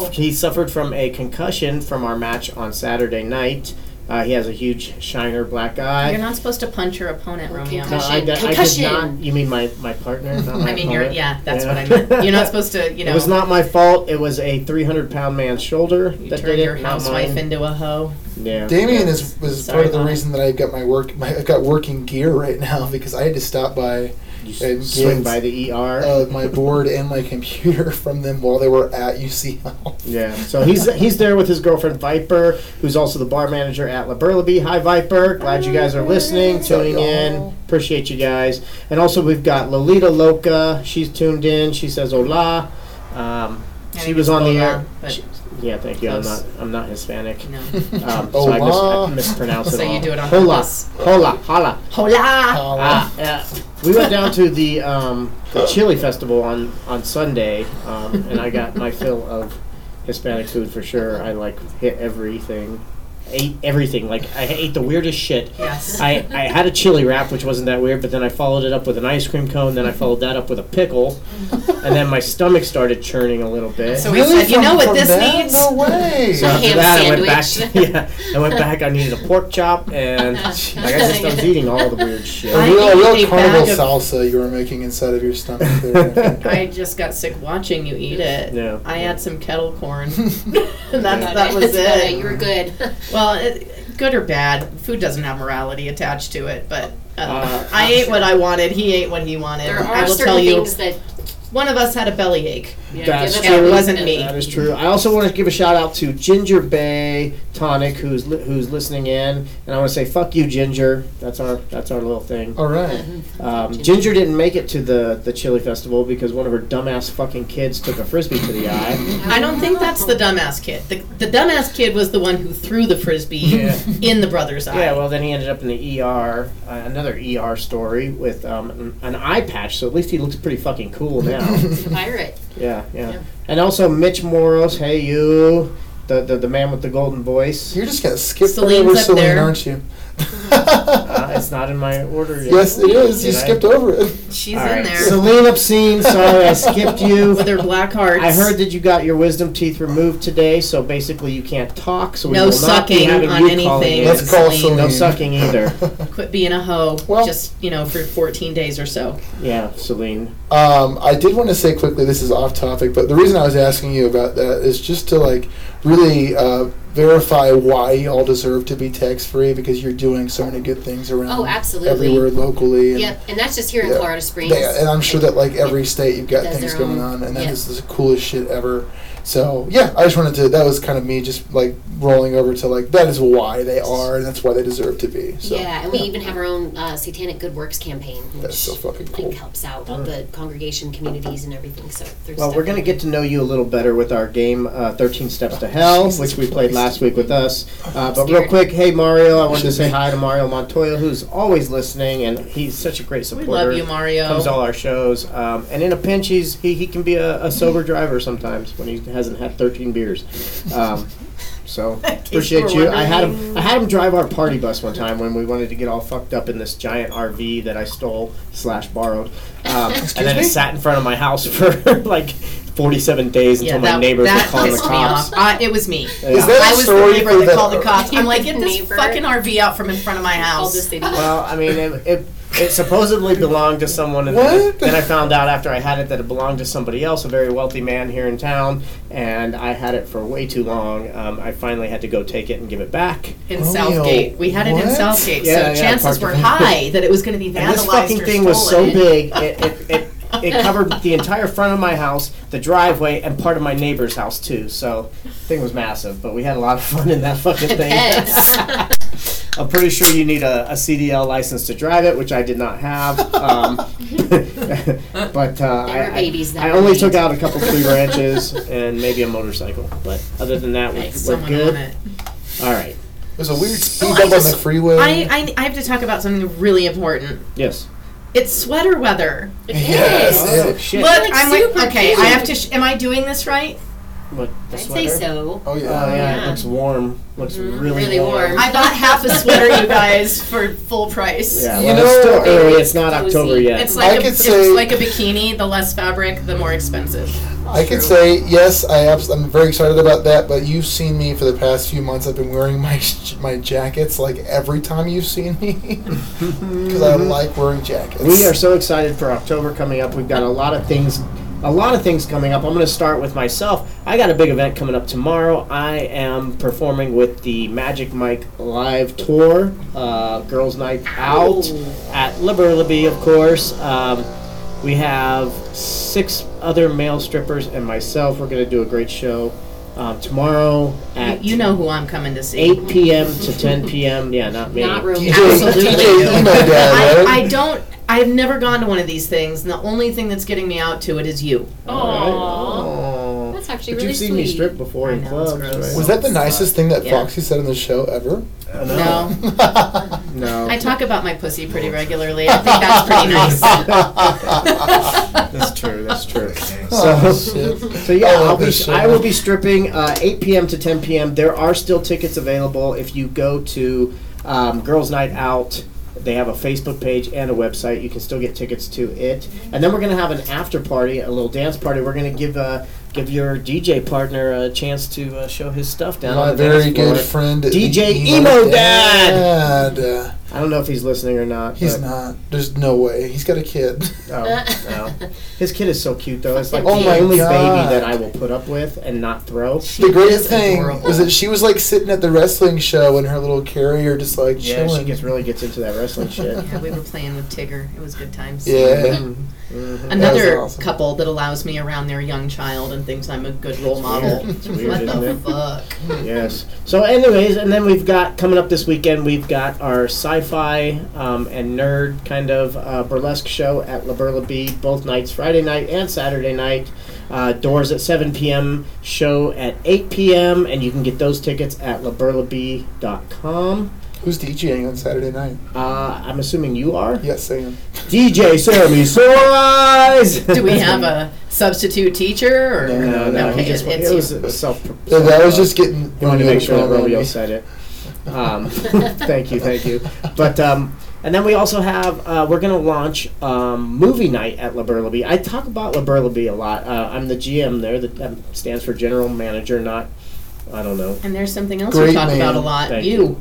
[SPEAKER 4] no.
[SPEAKER 10] he suffered from a concussion from our match on Saturday night. Uh, he has a huge shiner black eye.
[SPEAKER 5] You're not supposed to punch your opponent,
[SPEAKER 4] Or
[SPEAKER 5] Romeo.
[SPEAKER 10] No, I,
[SPEAKER 4] Concussion.
[SPEAKER 10] di- I did
[SPEAKER 4] Concussion.
[SPEAKER 10] not. You mean my, my partner? Not my
[SPEAKER 5] I mean, you're
[SPEAKER 10] opponent?
[SPEAKER 5] yeah. That's
[SPEAKER 10] Yeah.
[SPEAKER 5] what I meant. You're not supposed to. You know.
[SPEAKER 10] It was not my fault. It was a 300 pound man's shoulder
[SPEAKER 5] you
[SPEAKER 10] that
[SPEAKER 5] turned
[SPEAKER 10] did it.
[SPEAKER 5] your
[SPEAKER 10] not
[SPEAKER 5] housewife
[SPEAKER 10] mine.
[SPEAKER 5] into a hoe.
[SPEAKER 10] Yeah.
[SPEAKER 1] Damien is was
[SPEAKER 5] Sorry,
[SPEAKER 1] part of the
[SPEAKER 5] Mom.
[SPEAKER 1] reason that I got my work. My, I got working gear right now because I had to stop by
[SPEAKER 10] You
[SPEAKER 1] and
[SPEAKER 10] swing
[SPEAKER 1] get,
[SPEAKER 10] by the ER.
[SPEAKER 1] uh, my board and my computer from them while they were at UCL.
[SPEAKER 10] Yeah, so he's he's there with his girlfriend Viper, who's also the bar manager at La Burleby. Hi, Viper. Glad you guys are listening, tuning in. Appreciate you guys. And also, we've got Lolita Loca. She's tuned in. She says hola. Um,
[SPEAKER 5] I
[SPEAKER 10] she
[SPEAKER 5] think
[SPEAKER 10] was
[SPEAKER 5] it's
[SPEAKER 10] on the
[SPEAKER 5] hola,
[SPEAKER 10] air.
[SPEAKER 5] but-
[SPEAKER 10] she- yeah, thank you. I'm
[SPEAKER 5] Close.
[SPEAKER 10] not I'm not Hispanic,
[SPEAKER 5] No.
[SPEAKER 10] um, so I, mis- I
[SPEAKER 1] Hola.
[SPEAKER 10] mispronounce it
[SPEAKER 5] So you
[SPEAKER 10] all.
[SPEAKER 5] do it on
[SPEAKER 10] hola,
[SPEAKER 5] purpose.
[SPEAKER 10] hola, hola.
[SPEAKER 5] Hola.
[SPEAKER 10] Ah, yeah. We went down to the um, the chili festival on on Sunday, um, and I got my fill of Hispanic food for sure. I like hit everything, ate everything. Like I ate the weirdest shit.
[SPEAKER 5] Yes.
[SPEAKER 10] I, I had a chili wrap, which wasn't that weird, but then I followed it up with an ice cream cone. Then I followed that up with a pickle, and then my stomach started churning a little bit.
[SPEAKER 5] So we said, you
[SPEAKER 1] From-
[SPEAKER 5] know what
[SPEAKER 1] from
[SPEAKER 5] this
[SPEAKER 1] that?
[SPEAKER 5] needs?
[SPEAKER 1] No way.
[SPEAKER 10] So after
[SPEAKER 4] ham
[SPEAKER 10] that,
[SPEAKER 4] sandwich.
[SPEAKER 10] I went back. Yeah, I went back. I needed a pork chop, and like I just I was eating all the weird shit.
[SPEAKER 1] a
[SPEAKER 5] I
[SPEAKER 1] real, a
[SPEAKER 5] need
[SPEAKER 1] real
[SPEAKER 5] a
[SPEAKER 1] carnival
[SPEAKER 5] bag of-
[SPEAKER 1] salsa you were making inside of your stomach there.
[SPEAKER 5] I just got sick watching you eat it.
[SPEAKER 10] Yeah.
[SPEAKER 5] I had some kettle corn. and that,
[SPEAKER 10] Yeah.
[SPEAKER 5] that was
[SPEAKER 4] That's about You
[SPEAKER 5] it.
[SPEAKER 4] were good.
[SPEAKER 5] Well, it, good or bad, food doesn't have morality attached to it, but uh,
[SPEAKER 10] Uh,
[SPEAKER 5] I ate what I wanted, he ate what he wanted.
[SPEAKER 4] There
[SPEAKER 5] I
[SPEAKER 4] are
[SPEAKER 5] will tell
[SPEAKER 4] certain
[SPEAKER 5] you,
[SPEAKER 4] things that
[SPEAKER 5] one of us had a bellyache.
[SPEAKER 4] yeah,
[SPEAKER 10] That's
[SPEAKER 4] give us
[SPEAKER 5] And
[SPEAKER 10] true.
[SPEAKER 5] it
[SPEAKER 4] a
[SPEAKER 5] wasn't
[SPEAKER 4] reason.
[SPEAKER 5] me.
[SPEAKER 10] That is true. I also want to give a shout out to Ginger Bay Tonic, who's li- who's listening in, and I want to say fuck you, Ginger. That's our that's our little thing.
[SPEAKER 1] All right.
[SPEAKER 10] Um, Oh, Ginger didn't make it to the the chili festival because one of her dumbass fucking kids took a frisbee to the eye.
[SPEAKER 5] I don't think that's the dumbass kid. The, the dumbass kid was the one who threw the frisbee
[SPEAKER 10] Yeah.
[SPEAKER 5] in the brother's eye.
[SPEAKER 10] Yeah, well, then he ended up in the ER. Uh, another ER story with um, an, an eye patch. So at least he looks pretty fucking cool now.
[SPEAKER 4] He's a pirate.
[SPEAKER 10] yeah, yeah,
[SPEAKER 4] Yeah.
[SPEAKER 10] And also Mitch Moros. Hey you, the the, the man with the golden voice.
[SPEAKER 1] You're just gonna skip
[SPEAKER 5] Celine's
[SPEAKER 1] over
[SPEAKER 5] up
[SPEAKER 1] Celine,
[SPEAKER 5] there.
[SPEAKER 1] aren't you?
[SPEAKER 10] Uh, it's not in my order yet.
[SPEAKER 1] yes, it is. You
[SPEAKER 10] Did I-
[SPEAKER 1] skipped over it.
[SPEAKER 5] She's
[SPEAKER 10] All
[SPEAKER 5] in
[SPEAKER 10] right.
[SPEAKER 5] there
[SPEAKER 10] Celine Obscene, sorry I skipped you.
[SPEAKER 5] with her black hearts.
[SPEAKER 10] I heard that you got your wisdom teeth removed today, so basically you can't talk. So we
[SPEAKER 5] No
[SPEAKER 10] will not be
[SPEAKER 5] sucking
[SPEAKER 10] having
[SPEAKER 5] on
[SPEAKER 10] you
[SPEAKER 5] anything.
[SPEAKER 10] calling in.
[SPEAKER 5] Yes,
[SPEAKER 1] Let's call
[SPEAKER 5] Celine.
[SPEAKER 1] Celine.
[SPEAKER 10] No sucking either.
[SPEAKER 5] quit being a hoe.
[SPEAKER 1] Well-
[SPEAKER 5] just you know, for 14 days or so.
[SPEAKER 10] Yeah, Celine.
[SPEAKER 1] Um, I did want to say quickly, this is off topic, but the reason I was asking you about that is just to like really uh, verify why you all deserve to be tax free because you're doing so many good things around
[SPEAKER 4] Oh, absolutely.
[SPEAKER 1] everywhere locally. And,
[SPEAKER 4] Yep, and that's just here in
[SPEAKER 1] Yeah.
[SPEAKER 4] Florida Springs.
[SPEAKER 1] they- and I'm sure that like every state you've got
[SPEAKER 4] Does
[SPEAKER 1] things
[SPEAKER 4] their own-
[SPEAKER 1] going on, and that
[SPEAKER 4] yeah.
[SPEAKER 1] is the coolest shit ever. So yeah, I just wanted to. That was kind of me just like rolling over to like that is why they are, and that's why they deserve to be. So,
[SPEAKER 4] yeah, and we even have our own uh, Satanic Good Works campaign, which
[SPEAKER 1] That's so fucking
[SPEAKER 4] like,
[SPEAKER 1] cool.
[SPEAKER 4] helps out all the congregation communities and everything. So there's
[SPEAKER 10] Well, we're going to get to know you a little better with our game uh, 13 Steps to Hell, which we played last week with us. Uh, but real
[SPEAKER 4] Scared.
[SPEAKER 10] quick, hey, Mario, I wanted to say hi to Mario Montoya, who's always listening, and he's such a great
[SPEAKER 5] We
[SPEAKER 10] supporter.
[SPEAKER 5] love you, Mario.
[SPEAKER 10] comes to all our shows. Um, and in a pinch, he's, he, he can be a, a sober driver sometimes when he hasn't had 13 beers. Um, so appreciate
[SPEAKER 5] you were
[SPEAKER 10] you. I had him I had him drive our party bus one time when we wanted to get all fucked up in this giant RV that I stole slash borrowed, um, and then it sat in front of my house for like 47 days until my neighbors were
[SPEAKER 5] that
[SPEAKER 10] calling the
[SPEAKER 5] pissed me
[SPEAKER 10] cops.
[SPEAKER 5] off. I, it was me.
[SPEAKER 10] Yeah.
[SPEAKER 1] Is that
[SPEAKER 5] I
[SPEAKER 1] a
[SPEAKER 5] was the
[SPEAKER 1] story
[SPEAKER 5] neighbor
[SPEAKER 1] for
[SPEAKER 5] that called the cops. I'm like,
[SPEAKER 4] The
[SPEAKER 5] get this
[SPEAKER 4] neighbor.
[SPEAKER 5] fucking RV out from in front of my
[SPEAKER 4] all
[SPEAKER 5] house.
[SPEAKER 4] the city.
[SPEAKER 10] Well, I mean, it, it, it supposedly belonged to someone. And
[SPEAKER 1] What?
[SPEAKER 10] Then I found out after I had it that it belonged to somebody else, a very wealthy man here in town, and I had it for way too long. Um, I finally had to go take it and give it back.
[SPEAKER 5] in
[SPEAKER 1] Romeo,
[SPEAKER 5] Southgate. We had it in
[SPEAKER 1] what?
[SPEAKER 5] Southgate,
[SPEAKER 10] Yeah, yeah,
[SPEAKER 5] so chances
[SPEAKER 10] parked
[SPEAKER 5] were
[SPEAKER 10] in-
[SPEAKER 5] high that it was going to be vandalized
[SPEAKER 10] And this fucking
[SPEAKER 5] or
[SPEAKER 10] thing was so
[SPEAKER 5] stolen.
[SPEAKER 10] big, it, it, it, it covered the entire front of my house, the driveway, and part of my neighbor's house, too. So, thing was massive, but we had a lot of fun in that fucking thing. I'm pretty sure you need a, a CDL license to drive it, which I did not have. Um, but uh,
[SPEAKER 4] There
[SPEAKER 10] I,
[SPEAKER 4] were
[SPEAKER 10] I-
[SPEAKER 4] babies that
[SPEAKER 10] I
[SPEAKER 4] were
[SPEAKER 10] only
[SPEAKER 4] made.
[SPEAKER 10] took out a couple tree branches and maybe a motorcycle. But other than that, we're, we're
[SPEAKER 5] Someone
[SPEAKER 10] good.
[SPEAKER 5] on it.
[SPEAKER 10] All right.
[SPEAKER 1] There's a weird speed
[SPEAKER 5] Oh,
[SPEAKER 1] bump
[SPEAKER 5] I
[SPEAKER 1] on the
[SPEAKER 5] just-
[SPEAKER 1] freeway.
[SPEAKER 5] I, I I have to talk about something really important.
[SPEAKER 10] Yes.
[SPEAKER 5] It's sweater weather.
[SPEAKER 1] yes.
[SPEAKER 10] Oh,
[SPEAKER 1] it-
[SPEAKER 10] shit.
[SPEAKER 5] Look, I'm like,
[SPEAKER 4] super
[SPEAKER 5] okay, I have to. Sh- am I doing this right?
[SPEAKER 10] What the
[SPEAKER 4] I'd say
[SPEAKER 10] sweater?
[SPEAKER 4] so.
[SPEAKER 1] Oh yeah.
[SPEAKER 10] Oh yeah, it
[SPEAKER 4] Yeah.
[SPEAKER 10] looks warm. Looks
[SPEAKER 4] Mhm,
[SPEAKER 10] really,
[SPEAKER 4] really warm.
[SPEAKER 5] I bought half a sweater, you guys, for full price.
[SPEAKER 10] Yeah,
[SPEAKER 1] You
[SPEAKER 10] well, it's still
[SPEAKER 1] know-
[SPEAKER 10] early. It's not October
[SPEAKER 4] Cozy.
[SPEAKER 10] yet.
[SPEAKER 5] It's like
[SPEAKER 1] I
[SPEAKER 5] a,
[SPEAKER 1] could
[SPEAKER 5] it's
[SPEAKER 1] say-
[SPEAKER 5] like a bikini. The less fabric, the more expensive.
[SPEAKER 1] I can say yes. I abs- I'm very excited about that. But you've seen me for the past few months. I've been wearing my sh- my jackets like every time you've seen me because I like wearing jackets.
[SPEAKER 10] We are so excited for October coming up. We've got a lot of things, a lot of things coming up. I'm going to start with myself. I got a big event coming up tomorrow. I am performing with the Magic Mike Live Tour, uh, Girls Night Out at Liberlibby, of course. Um, we have six other male strippers and myself. We're going to do a great show um, tomorrow at
[SPEAKER 5] You know who I'm coming to see.
[SPEAKER 10] 8 p.m. to 10 p.m. Yeah, not me.
[SPEAKER 4] Not really.
[SPEAKER 1] DJ,
[SPEAKER 5] Absolutely.
[SPEAKER 1] DJ emo
[SPEAKER 5] I,
[SPEAKER 1] dad, right?
[SPEAKER 5] I don't. I've never gone to one of these things, and the only thing that's getting me out to it is you.
[SPEAKER 4] Aww.
[SPEAKER 10] Oh.
[SPEAKER 4] That's actually
[SPEAKER 10] But
[SPEAKER 4] really
[SPEAKER 10] you've seen
[SPEAKER 4] sweet.
[SPEAKER 10] me strip before
[SPEAKER 5] I
[SPEAKER 10] in
[SPEAKER 5] know, it's
[SPEAKER 10] clubs,
[SPEAKER 5] gross.
[SPEAKER 10] right?
[SPEAKER 1] was that the nicest thing that
[SPEAKER 5] Yeah.
[SPEAKER 1] Foxy said on the show ever?
[SPEAKER 10] Oh.
[SPEAKER 5] No,
[SPEAKER 10] No.
[SPEAKER 5] I talk about my pussy pretty regularly. I think that's pretty nice.
[SPEAKER 10] That's true. That's true.
[SPEAKER 1] Oh,
[SPEAKER 10] so,
[SPEAKER 1] shit.
[SPEAKER 10] so yeah,
[SPEAKER 1] I love
[SPEAKER 10] I'll be,
[SPEAKER 1] this shit.
[SPEAKER 10] I will be stripping uh, 8 p.m. to 10 p.m. There are still tickets available if you go to um, Girls Night Out. They have a Facebook page and a website. You can still get tickets to it. And then we're gonna have an after party, a little dance party. We're gonna give uh, give your DJ partner a chance to uh, show his stuff down
[SPEAKER 1] My
[SPEAKER 10] on the dance
[SPEAKER 1] very good
[SPEAKER 10] floor.
[SPEAKER 1] friend
[SPEAKER 10] DJ Emo Dad.
[SPEAKER 1] Dad, uh,
[SPEAKER 10] I don't know if he's listening or not.
[SPEAKER 1] he's
[SPEAKER 10] but-
[SPEAKER 1] not. There's no way. He's got a kid.
[SPEAKER 10] Oh, no. His kid is so cute though. It's like
[SPEAKER 1] Oh
[SPEAKER 10] the
[SPEAKER 1] my
[SPEAKER 10] only
[SPEAKER 1] God.
[SPEAKER 10] baby that I will put up with and not throw.
[SPEAKER 1] the greatest
[SPEAKER 5] is
[SPEAKER 1] thing
[SPEAKER 5] adorable.
[SPEAKER 1] was that she was like sitting at the wrestling show in her little carrier, just like
[SPEAKER 10] Yeah,
[SPEAKER 1] chilling.
[SPEAKER 10] she gets really gets into that wrestling shit.
[SPEAKER 5] yeah, we were playing with Tigger. It was good times.
[SPEAKER 1] yeah.
[SPEAKER 10] Mhm.
[SPEAKER 5] Another
[SPEAKER 1] That was awesome.
[SPEAKER 5] couple that allows me around their young child and thinks I'm a good role model.
[SPEAKER 10] It's weird,
[SPEAKER 5] what
[SPEAKER 10] isn't
[SPEAKER 5] the
[SPEAKER 10] it?
[SPEAKER 5] fuck?
[SPEAKER 10] Yes. So, anyways, and then we've got coming up this weekend. We've got our sci-fi um, and nerd kind of uh, burlesque show at La Burla B. Both nights, Friday night and Saturday night. Uh, doors at 7 p.m. Show at 8 p.m. And you can get those tickets at laburlab.com.
[SPEAKER 1] Who's DJing on Saturday night?
[SPEAKER 10] Uh, I'm assuming you are
[SPEAKER 1] Yes, Sam.
[SPEAKER 10] DJ Sammy Soares.
[SPEAKER 5] Do we have a substitute teacher? Or?
[SPEAKER 10] No, no,
[SPEAKER 5] Okay,
[SPEAKER 10] he just
[SPEAKER 5] it-
[SPEAKER 10] it,
[SPEAKER 5] it's
[SPEAKER 10] was
[SPEAKER 5] you.
[SPEAKER 10] a self.
[SPEAKER 1] Yeah, that was just getting.
[SPEAKER 10] He wanted to make sure that
[SPEAKER 1] Romeo
[SPEAKER 10] Romeo
[SPEAKER 1] me.
[SPEAKER 10] said it. Um, thank you, thank you. But um, and then we also have uh, we're going to launch um, movie night at La Burleby. I talk about La Burleby a lot. Uh, I'm the GM there. That um, stands for general manager, not I don't know.
[SPEAKER 5] And there's something else we
[SPEAKER 1] Great
[SPEAKER 5] talk about a
[SPEAKER 1] man.
[SPEAKER 5] lot.
[SPEAKER 10] Thank
[SPEAKER 5] you.
[SPEAKER 10] you.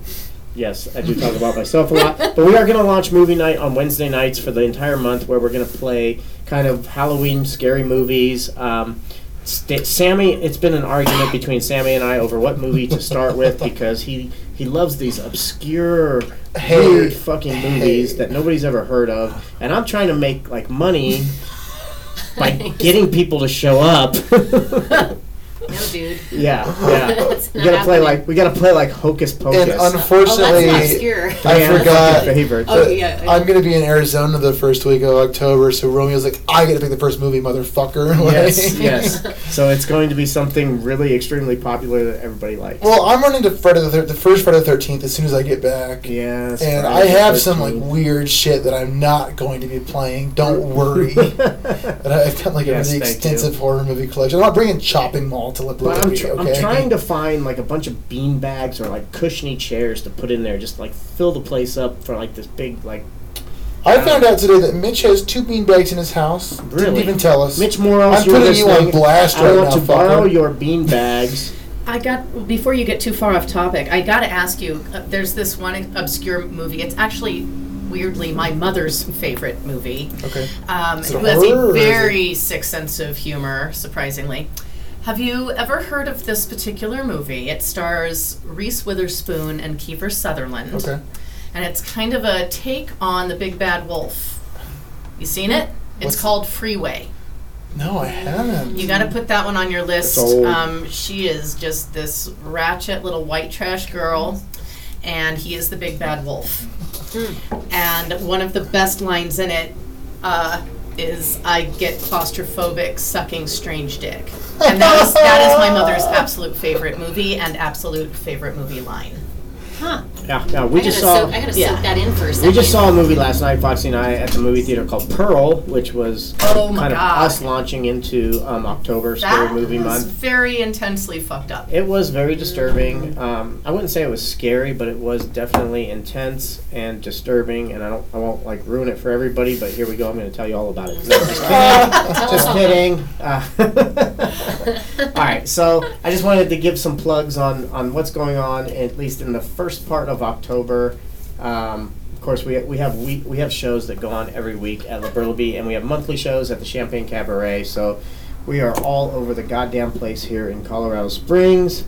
[SPEAKER 10] Yes, I do talk about myself a lot. But we are going to launch movie night on Wednesday nights for the entire month, where we're going to play kind of Halloween scary movies. Um, St- Sammy, it's been an argument between Sammy and I over what movie to start with because he he loves these obscure,
[SPEAKER 1] Hey.
[SPEAKER 10] weird fucking movies
[SPEAKER 1] Hey.
[SPEAKER 10] that nobody's ever heard of, and I'm trying to make like money by getting people to show up.
[SPEAKER 4] No, dude.
[SPEAKER 10] yeah, yeah.
[SPEAKER 4] That's
[SPEAKER 10] We
[SPEAKER 4] not
[SPEAKER 10] gotta play
[SPEAKER 4] happening.
[SPEAKER 10] like we gotta play like Hocus Pocus.
[SPEAKER 1] And
[SPEAKER 4] Oh, that's
[SPEAKER 1] unfortunately,
[SPEAKER 4] not obscure.
[SPEAKER 1] I
[SPEAKER 10] Yeah, that's
[SPEAKER 1] forgot.
[SPEAKER 10] my favorite.
[SPEAKER 4] Oh, yeah. I-
[SPEAKER 1] I'm gonna be in Arizona the first week of October, so Romeo's like, I gotta pick the first movie, motherfucker. Like-
[SPEAKER 10] Yes, yes. So it's going to be something really extremely popular that everybody likes.
[SPEAKER 1] Well, I'm running to Friday the, thir- the first Friday the 13th as soon as I get back.
[SPEAKER 10] yes.
[SPEAKER 1] And I
[SPEAKER 10] Friday the
[SPEAKER 1] have some like
[SPEAKER 10] 13th.
[SPEAKER 1] weird shit that I'm not going to be playing. Don't worry. and I've got like
[SPEAKER 10] Yes,
[SPEAKER 1] a really
[SPEAKER 10] thank
[SPEAKER 1] extensive horror movie collection. I'm not bringing Chopping Mall to Lip
[SPEAKER 10] But I'm,
[SPEAKER 1] Liberty,
[SPEAKER 10] tr-
[SPEAKER 1] okay?
[SPEAKER 10] I'm trying to find like a bunch of bean bags or like cushiony chairs to put in there, just like fill the place up for like this big like.
[SPEAKER 1] I found out today that Mitch has two beanbags in his house. Didn't
[SPEAKER 10] Really?
[SPEAKER 1] even tell us.
[SPEAKER 10] Mitch Morrow,
[SPEAKER 1] I'm
[SPEAKER 10] you're
[SPEAKER 1] putting you on
[SPEAKER 10] listening,
[SPEAKER 1] blast
[SPEAKER 10] I
[SPEAKER 1] right
[SPEAKER 10] want
[SPEAKER 1] now,
[SPEAKER 10] to borrow
[SPEAKER 1] fucker.
[SPEAKER 10] your bean bags.
[SPEAKER 5] I got before you get too far off topic. I got to ask you. Uh, there's this one obscure movie. It's actually weirdly my mother's favorite movie.
[SPEAKER 1] Okay.
[SPEAKER 5] Um,
[SPEAKER 1] it
[SPEAKER 5] who has
[SPEAKER 1] horror or is
[SPEAKER 5] a
[SPEAKER 1] it-
[SPEAKER 5] very sick sense of humor, surprisingly. Have you ever heard of this particular movie? It stars Reese Witherspoon and Kiefer Sutherland,
[SPEAKER 1] Okay.
[SPEAKER 5] and it's kind of a take on the Big Bad Wolf. You seen it? It's
[SPEAKER 1] What's-
[SPEAKER 5] called Freeway.
[SPEAKER 1] No, I haven't.
[SPEAKER 5] You got to put that one on your list.
[SPEAKER 10] It's old.
[SPEAKER 5] Um, she is just this ratchet little white trash girl, and he is the big bad wolf. And one of the best lines in it uh, is, "I get claustrophobic sucking strange dick," and that is that is my mother's absolute favorite movie and absolute favorite movie line.
[SPEAKER 4] Huh.
[SPEAKER 10] Yeah, no, we
[SPEAKER 4] I
[SPEAKER 10] just
[SPEAKER 4] gotta
[SPEAKER 10] saw.
[SPEAKER 4] soak- I gotta
[SPEAKER 5] yeah.
[SPEAKER 4] soak that in for a second.
[SPEAKER 10] We just saw a movie last night, Foxy and I, at the movie theater called Pearl, which was
[SPEAKER 5] Oh my
[SPEAKER 10] kind of
[SPEAKER 5] God.
[SPEAKER 10] us launching into um, October, Scary
[SPEAKER 5] That
[SPEAKER 10] Movie
[SPEAKER 5] was
[SPEAKER 10] Month.
[SPEAKER 5] very intensely fucked up.
[SPEAKER 10] It was very disturbing. Um, I wouldn't say it was scary, but it was definitely intense and disturbing. And I don't, I won't like ruin it for everybody. But here we go. I'm going to tell you all about it. No, just kidding.
[SPEAKER 4] Tell us
[SPEAKER 10] just
[SPEAKER 4] all.
[SPEAKER 10] kidding. Uh, all right. So I just wanted to give some plugs on on what's going on, at least in the first part of October. Um, of course, we, we have week, we have shows that go on every week at La Burleby, and we have monthly shows at the Champagne Cabaret. So we are all over the goddamn place here in Colorado Springs.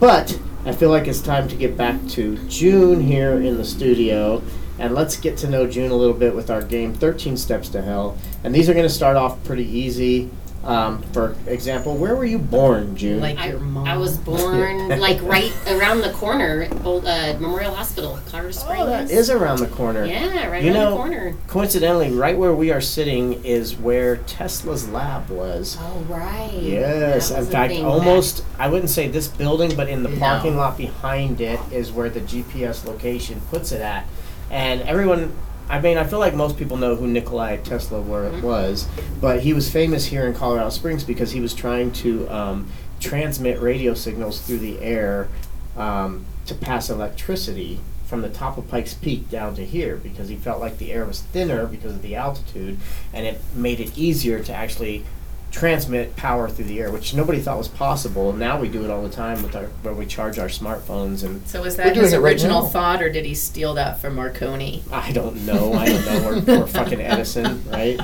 [SPEAKER 10] But I feel like it's time to get back to June here in the studio. And let's get to know June a little bit with our game 13 Steps to Hell. And these are going to start off pretty easy. Um, for example, where were you born, June?
[SPEAKER 5] Like
[SPEAKER 4] I,
[SPEAKER 5] your mom.
[SPEAKER 4] I was born like right around the corner, old, uh, Memorial Hospital, Colorado Springs.
[SPEAKER 10] oh, that is around the corner.
[SPEAKER 4] Yeah, right
[SPEAKER 10] You
[SPEAKER 4] around
[SPEAKER 10] know-
[SPEAKER 4] the corner.
[SPEAKER 10] Coincidentally, right where we are sitting is where Tesla's lab was.
[SPEAKER 4] Oh right.
[SPEAKER 10] Yes,
[SPEAKER 4] That
[SPEAKER 10] in
[SPEAKER 4] was a
[SPEAKER 10] fact,
[SPEAKER 4] thing
[SPEAKER 10] almost, I wouldn't say this building, but in the
[SPEAKER 5] No.
[SPEAKER 10] parking lot behind it is where the GPS location puts it at. And everyone, I mean, I feel like most people know who Nikolai Tesla were,
[SPEAKER 4] Mm-hmm.
[SPEAKER 10] was, but he was famous here in Colorado Springs because he was trying to um, transmit radio signals through the air um, to pass electricity from the top of Pikes Peak down to here because he felt like the air was thinner because of the altitude and it made it easier to actually transmit power through the air, which nobody thought was possible. And now we do it all the time with our where we charge our smartphones, and
[SPEAKER 5] So was
[SPEAKER 1] We're
[SPEAKER 5] that
[SPEAKER 1] doing
[SPEAKER 5] his
[SPEAKER 1] it right
[SPEAKER 5] original
[SPEAKER 1] now.
[SPEAKER 5] thought, or did he steal that from Marconi?
[SPEAKER 10] I don't know, I don't know, we're, we're fucking Edison, right?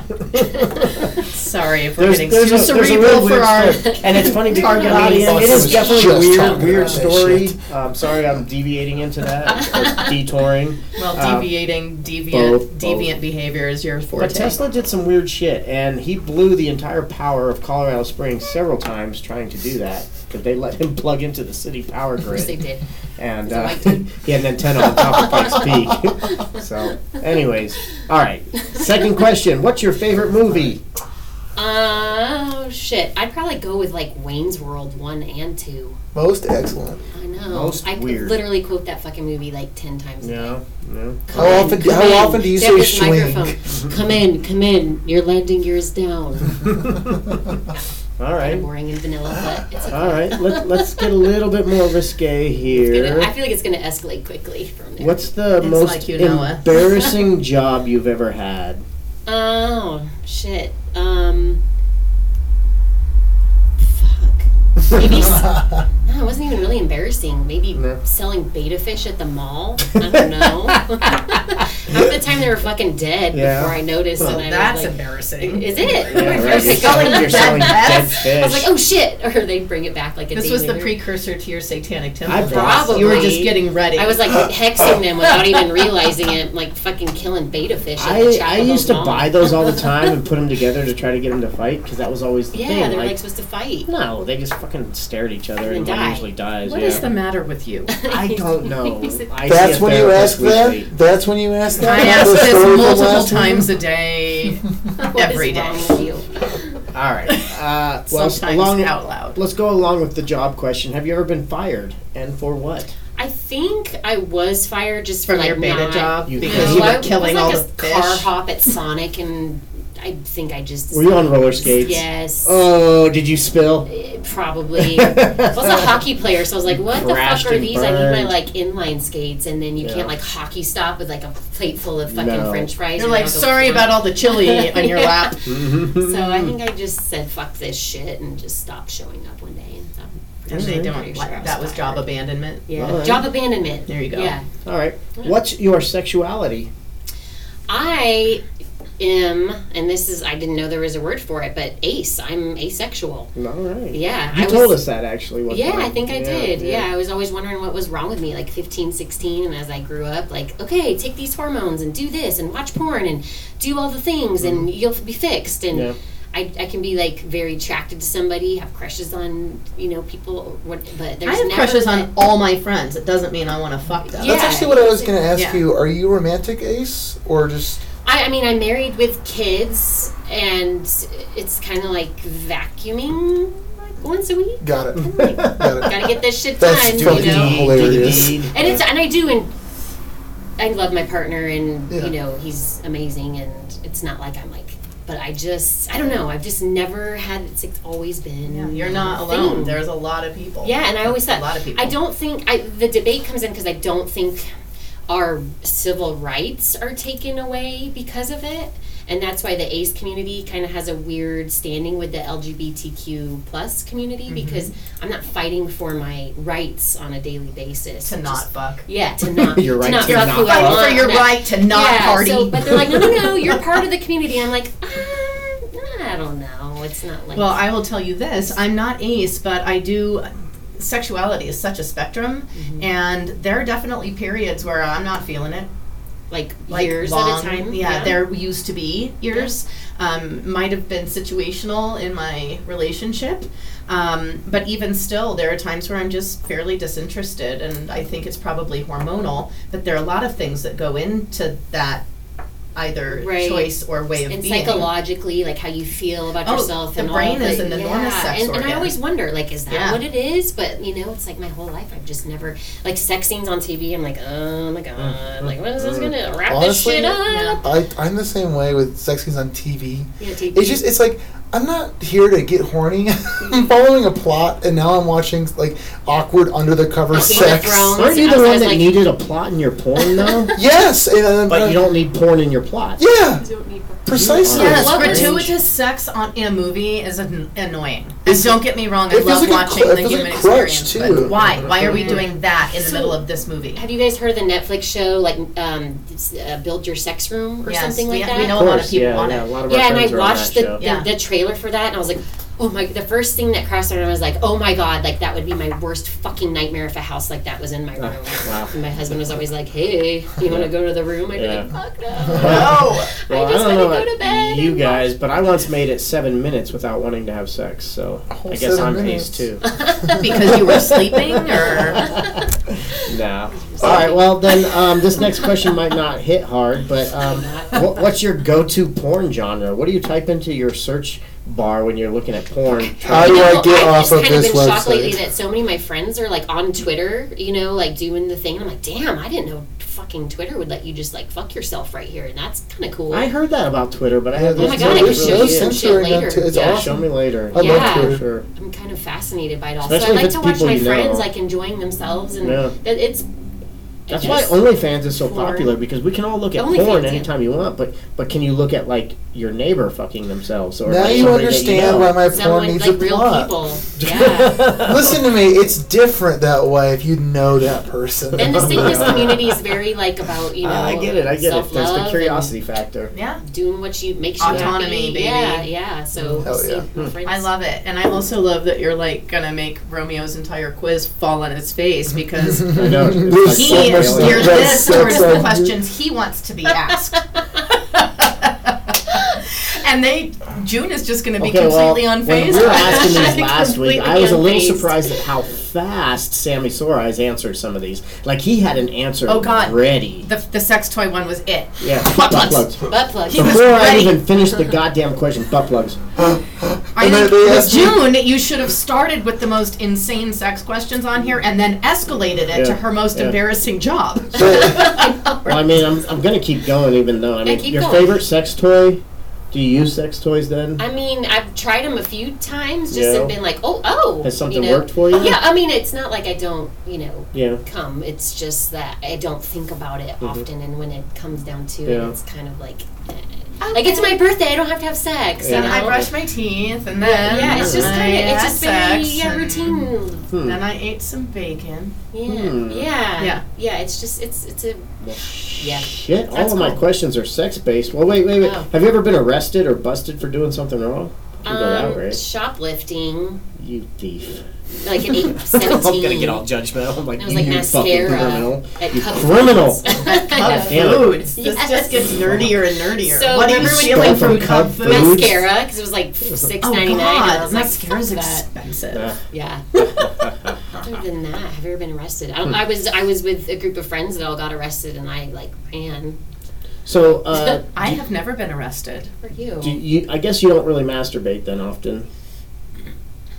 [SPEAKER 5] Sorry if we're
[SPEAKER 10] There's,
[SPEAKER 5] getting too
[SPEAKER 10] there's, a, there's a
[SPEAKER 5] cerebral
[SPEAKER 10] real
[SPEAKER 5] for
[SPEAKER 10] weird
[SPEAKER 5] our.
[SPEAKER 10] story. and it's funny because
[SPEAKER 5] target
[SPEAKER 10] audience, it
[SPEAKER 1] audience.
[SPEAKER 10] is definitely a
[SPEAKER 1] Just talking
[SPEAKER 10] weird,
[SPEAKER 1] about
[SPEAKER 10] weird
[SPEAKER 1] that
[SPEAKER 10] story.
[SPEAKER 1] shit.
[SPEAKER 10] Um, sorry, I'm deviating into that, or detouring.
[SPEAKER 5] Well,
[SPEAKER 10] Um,
[SPEAKER 5] deviating, deviant,
[SPEAKER 10] both- both.
[SPEAKER 5] deviant behavior is your forte.
[SPEAKER 10] But Tesla did some weird shit, and he blew the entire power of Colorado Springs several times trying to do that because they let him plug into the city power
[SPEAKER 4] Of course
[SPEAKER 10] grid.
[SPEAKER 4] they did.
[SPEAKER 10] and
[SPEAKER 4] It's a
[SPEAKER 10] uh,
[SPEAKER 4] white dude.
[SPEAKER 10] he had an antenna on top of Pikes Peak. so, anyways, all right. Second question: What's your favorite movie?
[SPEAKER 4] Oh shit! I'd probably go with like Wayne's World one and two.
[SPEAKER 1] Most excellent.
[SPEAKER 4] I know.
[SPEAKER 10] Most
[SPEAKER 4] I could
[SPEAKER 10] weird.
[SPEAKER 4] literally quote that fucking movie like ten times. a day.
[SPEAKER 10] No, no.
[SPEAKER 1] How often? Do,
[SPEAKER 4] Come
[SPEAKER 1] how
[SPEAKER 4] in.
[SPEAKER 1] often do you
[SPEAKER 4] Get
[SPEAKER 1] say
[SPEAKER 4] this
[SPEAKER 1] swing?
[SPEAKER 4] microphone. Come in, come in. You're landing yours down.
[SPEAKER 10] All
[SPEAKER 4] Kinda
[SPEAKER 10] right,
[SPEAKER 4] boring and vanilla, but it's okay.
[SPEAKER 10] all right. Let, let's get a little bit more risque
[SPEAKER 4] Gonna, I
[SPEAKER 10] here.
[SPEAKER 4] feel like it's gonna escalate quickly from there.
[SPEAKER 10] What's the
[SPEAKER 5] It's
[SPEAKER 10] most
[SPEAKER 5] like you know it.
[SPEAKER 10] embarrassing job you've ever had?
[SPEAKER 4] Oh shit. Um. Fuck. Maybe. s- no, it wasn't even really embarrassing. Maybe
[SPEAKER 10] No.
[SPEAKER 4] selling beta fish at the mall. I don't know. Half the time they were fucking dead
[SPEAKER 10] Yeah.
[SPEAKER 4] before I noticed,
[SPEAKER 5] So
[SPEAKER 4] and I
[SPEAKER 5] that's
[SPEAKER 4] was like,
[SPEAKER 5] embarrassing.
[SPEAKER 4] "Is it?"
[SPEAKER 10] Yeah, right. You're
[SPEAKER 5] You're
[SPEAKER 10] selling,
[SPEAKER 5] selling
[SPEAKER 10] you're selling dead
[SPEAKER 5] dead
[SPEAKER 10] fish.
[SPEAKER 4] I was like, "Oh shit!" Or they bring it back like a
[SPEAKER 5] This
[SPEAKER 4] day
[SPEAKER 5] was the
[SPEAKER 4] later.
[SPEAKER 5] precursor to your satanic temple.
[SPEAKER 10] I
[SPEAKER 5] days.
[SPEAKER 10] probably-
[SPEAKER 5] You were just getting ready.
[SPEAKER 4] I was like hexing them without even realizing it, like fucking killing beta fish. At the
[SPEAKER 10] I, I
[SPEAKER 4] Chapel Hill
[SPEAKER 10] used to
[SPEAKER 4] Mall.
[SPEAKER 10] buy those all the time and put them together to try to get them to fight because that was always the
[SPEAKER 4] Yeah,
[SPEAKER 10] thing.
[SPEAKER 4] they were
[SPEAKER 10] like,
[SPEAKER 4] like supposed to fight.
[SPEAKER 10] no, they just fucking stare at each other
[SPEAKER 4] And
[SPEAKER 10] and
[SPEAKER 4] then
[SPEAKER 10] one
[SPEAKER 4] die.
[SPEAKER 10] usually dies.
[SPEAKER 5] What
[SPEAKER 10] yeah.
[SPEAKER 5] is the matter with you?
[SPEAKER 10] I don't know. I
[SPEAKER 1] That's
[SPEAKER 10] see a
[SPEAKER 1] when you ask
[SPEAKER 10] therapist weekly.
[SPEAKER 1] that. That's when you ask that.
[SPEAKER 5] I
[SPEAKER 1] about
[SPEAKER 5] ask
[SPEAKER 1] the
[SPEAKER 5] this
[SPEAKER 1] story from
[SPEAKER 5] multiple
[SPEAKER 1] last week?
[SPEAKER 5] times a day,
[SPEAKER 4] What is
[SPEAKER 5] every
[SPEAKER 4] wrong
[SPEAKER 5] day.
[SPEAKER 4] with you?
[SPEAKER 10] All right. Uh, well,
[SPEAKER 5] Sometimes
[SPEAKER 10] along-
[SPEAKER 5] out loud.
[SPEAKER 10] Let's go along with the job question. Have you ever been fired, and for what?
[SPEAKER 4] I think I was fired just for
[SPEAKER 5] From
[SPEAKER 4] like
[SPEAKER 5] your beta
[SPEAKER 4] not,
[SPEAKER 5] job
[SPEAKER 10] You
[SPEAKER 5] because
[SPEAKER 10] think-
[SPEAKER 5] you
[SPEAKER 4] I
[SPEAKER 5] were
[SPEAKER 4] was
[SPEAKER 5] killing
[SPEAKER 4] like
[SPEAKER 5] all
[SPEAKER 4] a
[SPEAKER 5] the fish.
[SPEAKER 4] car hop at Sonic, and I think I just
[SPEAKER 10] Were you on roller skates?
[SPEAKER 4] yes,
[SPEAKER 10] Oh, did you spill?
[SPEAKER 4] eh, probably. I was a hockey player, so I was like, "What the
[SPEAKER 10] Crashed
[SPEAKER 4] fuck are
[SPEAKER 10] and
[SPEAKER 4] these?" I need
[SPEAKER 10] burned.
[SPEAKER 4] my like inline skates, and then you
[SPEAKER 10] Yeah.
[SPEAKER 4] can't like hockey stop with like a plate full of fucking
[SPEAKER 10] No.
[SPEAKER 4] French fries.
[SPEAKER 5] You're like, sorry about all the chili on your lap.
[SPEAKER 10] Mhm.
[SPEAKER 4] So I think I just said fuck this shit and just stopped showing up one day. And um,
[SPEAKER 5] And they
[SPEAKER 4] Pretty
[SPEAKER 5] don't.
[SPEAKER 4] sure I was
[SPEAKER 5] That was job
[SPEAKER 4] fired.
[SPEAKER 5] abandonment.
[SPEAKER 4] yeah,
[SPEAKER 10] Alright.
[SPEAKER 4] job abandonment.
[SPEAKER 5] There you go.
[SPEAKER 4] Yeah,
[SPEAKER 10] All right. What's your sexuality?
[SPEAKER 4] I am, and this is I didn't know there was a word for it, but ace. I'm asexual.
[SPEAKER 10] All right.
[SPEAKER 4] Yeah,
[SPEAKER 10] You
[SPEAKER 4] I
[SPEAKER 10] told
[SPEAKER 4] was,
[SPEAKER 10] us that actually. One
[SPEAKER 4] Yeah,
[SPEAKER 10] time.
[SPEAKER 4] I think I
[SPEAKER 10] Yeah,
[SPEAKER 4] did.
[SPEAKER 10] yeah.
[SPEAKER 4] Yeah. I was always wondering what was wrong with me, like 15, 16, and as I grew up, like, okay, take these hormones and do this and watch porn and do all the things and you'll be fixed and.
[SPEAKER 10] Mm-hmm. Yeah.
[SPEAKER 4] I, I can be like very attracted to somebody, have crushes on you know people, or what, but there's
[SPEAKER 5] I have
[SPEAKER 4] never
[SPEAKER 5] crushes
[SPEAKER 4] that-
[SPEAKER 5] on all my friends. It doesn't mean I want to fuck them.
[SPEAKER 4] Yeah.
[SPEAKER 1] That's actually what I was going to ask
[SPEAKER 5] Yeah.
[SPEAKER 1] you. Are you romantic, Ace, or just
[SPEAKER 4] I, I mean, I'm married with kids, and it's kind of like vacuuming. I once a week.
[SPEAKER 1] Got it. Got it.
[SPEAKER 4] Gotta get this shit done,
[SPEAKER 1] That's
[SPEAKER 4] you
[SPEAKER 1] fucking
[SPEAKER 4] know.
[SPEAKER 1] hilarious.
[SPEAKER 4] And it's and I do and I love my partner and
[SPEAKER 1] Yeah.
[SPEAKER 4] you know he's amazing and it's not like I'm like but I just I don't know I've just never had it's, it's always been
[SPEAKER 5] Yeah, you're not
[SPEAKER 4] a
[SPEAKER 5] alone.
[SPEAKER 4] thing.
[SPEAKER 5] There's a lot of people.
[SPEAKER 4] Yeah, and I always
[SPEAKER 5] A
[SPEAKER 4] thought
[SPEAKER 5] lot of people.
[SPEAKER 4] I don't think I the debate comes in because I don't think our civil rights are taken away because of it, and that's why the ACE community kind of has a weird standing with the LGBTQ plus community
[SPEAKER 5] Mm-hmm.
[SPEAKER 4] because I'm not fighting for my rights on a daily basis
[SPEAKER 5] to
[SPEAKER 4] I'm
[SPEAKER 5] not
[SPEAKER 4] just-
[SPEAKER 5] fuck.
[SPEAKER 4] yeah, to not
[SPEAKER 10] Your right
[SPEAKER 4] to not
[SPEAKER 10] to
[SPEAKER 4] fuck
[SPEAKER 10] not
[SPEAKER 4] who I
[SPEAKER 5] Fight
[SPEAKER 4] want
[SPEAKER 5] for your
[SPEAKER 4] no.
[SPEAKER 5] right to not
[SPEAKER 4] yeah,
[SPEAKER 5] party.
[SPEAKER 4] So, but they're like, no, no, no, you're part of the community. I'm like, uh, I don't know. It's not like
[SPEAKER 5] Well, I will tell you this: I'm not ace, but I do. Sexuality is such a spectrum,
[SPEAKER 4] Mm-hmm.
[SPEAKER 5] and there are definitely periods where I'm not feeling it.
[SPEAKER 4] like,
[SPEAKER 5] Like
[SPEAKER 4] years
[SPEAKER 5] long,
[SPEAKER 4] at a time.
[SPEAKER 5] Yeah, there used to be years. Um, might have been situational in my relationship, um, but even still, there are times where I'm just fairly disinterested, and I think it's probably hormonal. But there are a lot of things that go into that either
[SPEAKER 4] Right.
[SPEAKER 5] choice or way of
[SPEAKER 4] and
[SPEAKER 5] being.
[SPEAKER 4] psychologically, like how you feel about
[SPEAKER 5] Oh,
[SPEAKER 4] yourself.
[SPEAKER 5] the
[SPEAKER 4] and
[SPEAKER 5] brain
[SPEAKER 4] all
[SPEAKER 5] is
[SPEAKER 4] the-
[SPEAKER 5] an enormous
[SPEAKER 4] yeah.
[SPEAKER 5] sex
[SPEAKER 4] and, And I
[SPEAKER 5] organ.
[SPEAKER 4] always wonder, like, is that
[SPEAKER 5] Yeah.
[SPEAKER 4] what it is? But you know, it's like my whole life, I've just never like sex scenes on TV. I'm like, oh
[SPEAKER 5] Mm,
[SPEAKER 4] my god, like what is this gonna wrap
[SPEAKER 1] Honestly,
[SPEAKER 4] this shit up?
[SPEAKER 1] I, I'm the same way with sex scenes on TV.
[SPEAKER 4] Yeah, TV.
[SPEAKER 1] It's just, it's like, I'm not here to get horny. I'm following a plot, and now I'm watching, like, awkward under the cover
[SPEAKER 4] Game of
[SPEAKER 1] sex.
[SPEAKER 4] Thrones.
[SPEAKER 10] Weren't you
[SPEAKER 4] I
[SPEAKER 10] the
[SPEAKER 4] was
[SPEAKER 10] one that
[SPEAKER 4] like-
[SPEAKER 10] needed a plot in your porn though?
[SPEAKER 1] Yes! And, then
[SPEAKER 10] but you don't need porn in your plot.
[SPEAKER 1] Yeah! Precisely.
[SPEAKER 10] You are
[SPEAKER 5] Yes,
[SPEAKER 4] What was-
[SPEAKER 5] gratuitous sex on, in a movie is an, annoying. And don't get me wrong, I
[SPEAKER 1] it feels
[SPEAKER 5] love
[SPEAKER 1] like a
[SPEAKER 5] watching
[SPEAKER 1] cl- it
[SPEAKER 5] the
[SPEAKER 1] feels like
[SPEAKER 5] human
[SPEAKER 1] a crutch,
[SPEAKER 5] experience.
[SPEAKER 1] too.
[SPEAKER 5] But why? Why are we doing that in the
[SPEAKER 4] So-
[SPEAKER 5] middle of this movie?
[SPEAKER 4] Have you guys heard of the Netflix show like um, s- uh, Build Your Sex Room or
[SPEAKER 5] Yes,
[SPEAKER 4] something
[SPEAKER 5] we,
[SPEAKER 4] like that?
[SPEAKER 5] we know
[SPEAKER 10] Of
[SPEAKER 5] a lot of
[SPEAKER 10] course,
[SPEAKER 5] people
[SPEAKER 10] yeah,
[SPEAKER 5] on
[SPEAKER 10] yeah, a
[SPEAKER 5] it.
[SPEAKER 10] lot of our
[SPEAKER 4] yeah, and I
[SPEAKER 10] friends are on
[SPEAKER 4] watched
[SPEAKER 10] that
[SPEAKER 4] the,
[SPEAKER 10] show.
[SPEAKER 4] the,
[SPEAKER 5] Yeah.
[SPEAKER 4] the trailer for that, and I was like, oh my! The first thing that crossed my mind was like, oh my god, like that would be my worst fucking nightmare if a house like that was in my room.
[SPEAKER 10] wow.
[SPEAKER 4] And my husband was always like, hey, you want to go to the room? I'd
[SPEAKER 10] Yeah.
[SPEAKER 4] be like, fuck no.
[SPEAKER 10] Well,
[SPEAKER 4] I just
[SPEAKER 10] don't
[SPEAKER 4] want
[SPEAKER 10] know
[SPEAKER 4] to go
[SPEAKER 10] about
[SPEAKER 4] to bed.
[SPEAKER 10] You
[SPEAKER 4] and
[SPEAKER 10] guys, but I once made it seven minutes without wanting to have sex, so
[SPEAKER 1] whole
[SPEAKER 10] I guess
[SPEAKER 1] seven
[SPEAKER 10] I'm
[SPEAKER 1] minutes.
[SPEAKER 10] ace too.
[SPEAKER 5] because you were sleeping, or
[SPEAKER 10] No. All right. Well, then um, this next question might not hit hard, but um, what, what's your go-to porn genre? What do you type into your search bar when you're looking at porn?
[SPEAKER 1] How do
[SPEAKER 4] You
[SPEAKER 1] I
[SPEAKER 4] know,
[SPEAKER 1] get
[SPEAKER 4] I've
[SPEAKER 1] off
[SPEAKER 4] just
[SPEAKER 1] of
[SPEAKER 4] kind of
[SPEAKER 1] this
[SPEAKER 4] been shocked lately
[SPEAKER 1] website?
[SPEAKER 4] that so many of my friends are like on Twitter, you know, like doing the thing. And I'm like, damn, I didn't know fucking Twitter would let you just like fuck yourself right here, and that's kind of cool.
[SPEAKER 10] I heard that about Twitter, but I had
[SPEAKER 4] Oh my God, I
[SPEAKER 1] There's
[SPEAKER 4] can
[SPEAKER 1] no
[SPEAKER 4] show you some shit
[SPEAKER 1] censoring on
[SPEAKER 4] later.
[SPEAKER 1] t- It's
[SPEAKER 10] yeah,
[SPEAKER 1] awesome.
[SPEAKER 10] show me later.
[SPEAKER 1] I
[SPEAKER 4] Yeah.
[SPEAKER 1] love Twitter.
[SPEAKER 10] Sure.
[SPEAKER 4] I'm kind of fascinated by it all.
[SPEAKER 10] Especially
[SPEAKER 4] so I
[SPEAKER 10] if
[SPEAKER 4] like
[SPEAKER 10] it's
[SPEAKER 4] to watch
[SPEAKER 10] people
[SPEAKER 4] my
[SPEAKER 10] you
[SPEAKER 4] friends
[SPEAKER 10] know.
[SPEAKER 4] like enjoying themselves, and
[SPEAKER 10] Yeah.
[SPEAKER 4] that it's. I
[SPEAKER 10] That's why
[SPEAKER 4] guess-
[SPEAKER 10] OnlyFans is so
[SPEAKER 4] Porn.
[SPEAKER 10] popular because we can all look at
[SPEAKER 4] OnlyFans,
[SPEAKER 10] porn
[SPEAKER 4] yeah.
[SPEAKER 10] anytime you want, but but can you look at like your neighbor fucking themselves or
[SPEAKER 1] Now
[SPEAKER 10] like,
[SPEAKER 1] you
[SPEAKER 10] somebody that
[SPEAKER 1] understand
[SPEAKER 10] know?
[SPEAKER 1] why my porn
[SPEAKER 4] Someone
[SPEAKER 1] needs
[SPEAKER 4] like
[SPEAKER 1] a
[SPEAKER 4] real
[SPEAKER 1] plot.
[SPEAKER 4] people. Yeah.
[SPEAKER 1] Listen to me, it's different that way if you know that person.
[SPEAKER 4] and the sickness community is very like about you know.
[SPEAKER 10] Uh, I get it. I get it. There's
[SPEAKER 4] self-love
[SPEAKER 10] the
[SPEAKER 4] and
[SPEAKER 10] curiosity factor.
[SPEAKER 5] yeah,
[SPEAKER 4] Doing what you makes you happy.
[SPEAKER 5] Autonomy, baby.
[SPEAKER 4] Yeah, yeah. So
[SPEAKER 1] Hell
[SPEAKER 4] see,
[SPEAKER 1] yeah.
[SPEAKER 10] Hmm.
[SPEAKER 4] my friends.
[SPEAKER 5] I love it. And I also love that you're like gonna make Romeo's entire quiz fall on his face because he
[SPEAKER 10] I know. it's
[SPEAKER 1] There's so much
[SPEAKER 10] like
[SPEAKER 5] hears
[SPEAKER 1] stuff
[SPEAKER 10] really-
[SPEAKER 1] that
[SPEAKER 5] this
[SPEAKER 1] sucks
[SPEAKER 5] towards the
[SPEAKER 1] on-
[SPEAKER 5] questions he wants to be asked. And they June is just going to be
[SPEAKER 10] Okay, well,
[SPEAKER 5] completely
[SPEAKER 10] when
[SPEAKER 5] unfazed.
[SPEAKER 10] we were
[SPEAKER 5] by
[SPEAKER 10] asking
[SPEAKER 5] it.
[SPEAKER 10] these last week, I was a little
[SPEAKER 4] Completely unfazed.
[SPEAKER 10] surprised at how fast Sammy Sorais answered some of these. Like he had an answer
[SPEAKER 5] Oh, God.
[SPEAKER 10] ready.
[SPEAKER 5] The, the sex toy one was it.
[SPEAKER 10] yeah,
[SPEAKER 5] Butt plugs.
[SPEAKER 4] butt plugs.
[SPEAKER 5] He was
[SPEAKER 10] Before I
[SPEAKER 5] ready.
[SPEAKER 10] even finished the goddamn question, butt plugs.
[SPEAKER 5] I
[SPEAKER 1] And
[SPEAKER 5] think
[SPEAKER 1] then they
[SPEAKER 5] with
[SPEAKER 1] asked me-
[SPEAKER 5] June, you should have started with the most insane sex questions on here and then escalated it
[SPEAKER 10] Yeah,
[SPEAKER 5] to her most
[SPEAKER 10] yeah.
[SPEAKER 5] embarrassing job.
[SPEAKER 10] Well, I mean, I'm, I'm gonna keep going, even though I mean,
[SPEAKER 4] keep
[SPEAKER 10] your
[SPEAKER 4] going.
[SPEAKER 10] favorite sex toy? Do you use sex toys then?
[SPEAKER 4] I mean, I've tried them a few times, just
[SPEAKER 10] Yeah.
[SPEAKER 4] have been like, oh, oh.
[SPEAKER 10] Has something
[SPEAKER 4] you know?
[SPEAKER 10] worked for you?
[SPEAKER 4] Yeah, I mean, it's not like I don't, you know,
[SPEAKER 10] Yeah.
[SPEAKER 4] come. It's just that I don't think about it often, and when it comes down to
[SPEAKER 10] Mm-hmm. Yeah.
[SPEAKER 4] it, it's kind of like, eh. like it's my birthday. I don't have to have sex.
[SPEAKER 5] Then
[SPEAKER 4] you
[SPEAKER 5] I
[SPEAKER 4] know?
[SPEAKER 5] brushed my teeth and then
[SPEAKER 4] Yeah, it's just
[SPEAKER 5] I
[SPEAKER 4] kind of it's
[SPEAKER 5] had
[SPEAKER 4] just very
[SPEAKER 5] sex
[SPEAKER 4] yeah,
[SPEAKER 5] and
[SPEAKER 4] routine.
[SPEAKER 10] Hmm.
[SPEAKER 5] Then I ate some bacon.
[SPEAKER 4] Yeah,
[SPEAKER 10] Hmm.
[SPEAKER 4] yeah,
[SPEAKER 5] Yeah.
[SPEAKER 4] yeah, It's just it's it's a
[SPEAKER 10] Well,
[SPEAKER 4] yeah.
[SPEAKER 10] Shit, all
[SPEAKER 4] That's
[SPEAKER 10] of my
[SPEAKER 4] cool.
[SPEAKER 10] questions are sex based. Well, wait, wait, wait.
[SPEAKER 4] Oh.
[SPEAKER 10] Have you ever been arrested or busted for doing something wrong? You can go that
[SPEAKER 4] Um,
[SPEAKER 10] way.
[SPEAKER 4] shoplifting,
[SPEAKER 10] You thief.
[SPEAKER 4] like at eight, 17.
[SPEAKER 10] I'm gonna get all judgmental. I'm like,
[SPEAKER 4] I was like
[SPEAKER 10] you fucking
[SPEAKER 4] mascara
[SPEAKER 10] criminal.
[SPEAKER 4] at
[SPEAKER 10] You
[SPEAKER 4] Cub
[SPEAKER 5] Cub
[SPEAKER 10] criminal. Oh, damn it.
[SPEAKER 5] food. This
[SPEAKER 4] Yes.
[SPEAKER 5] just gets nerdier and nerdier.
[SPEAKER 4] So
[SPEAKER 5] what do you
[SPEAKER 4] remember when
[SPEAKER 10] you
[SPEAKER 5] steal
[SPEAKER 10] went
[SPEAKER 5] from
[SPEAKER 10] from Cub
[SPEAKER 5] Cub
[SPEAKER 10] Food?
[SPEAKER 5] food?
[SPEAKER 4] mascara because it was like six
[SPEAKER 5] Oh
[SPEAKER 4] ninety nine. I
[SPEAKER 5] God,
[SPEAKER 4] was like,
[SPEAKER 5] mascara's
[SPEAKER 4] "Fuck that."
[SPEAKER 5] expensive.
[SPEAKER 10] Yeah.
[SPEAKER 4] Yeah. Other than that, have you ever been arrested? I, I was I was with a group of friends that all got arrested, and I like ran.
[SPEAKER 10] So, uh,
[SPEAKER 5] I have never been arrested.
[SPEAKER 4] For you,
[SPEAKER 10] do you, I guess you don't really masturbate then often.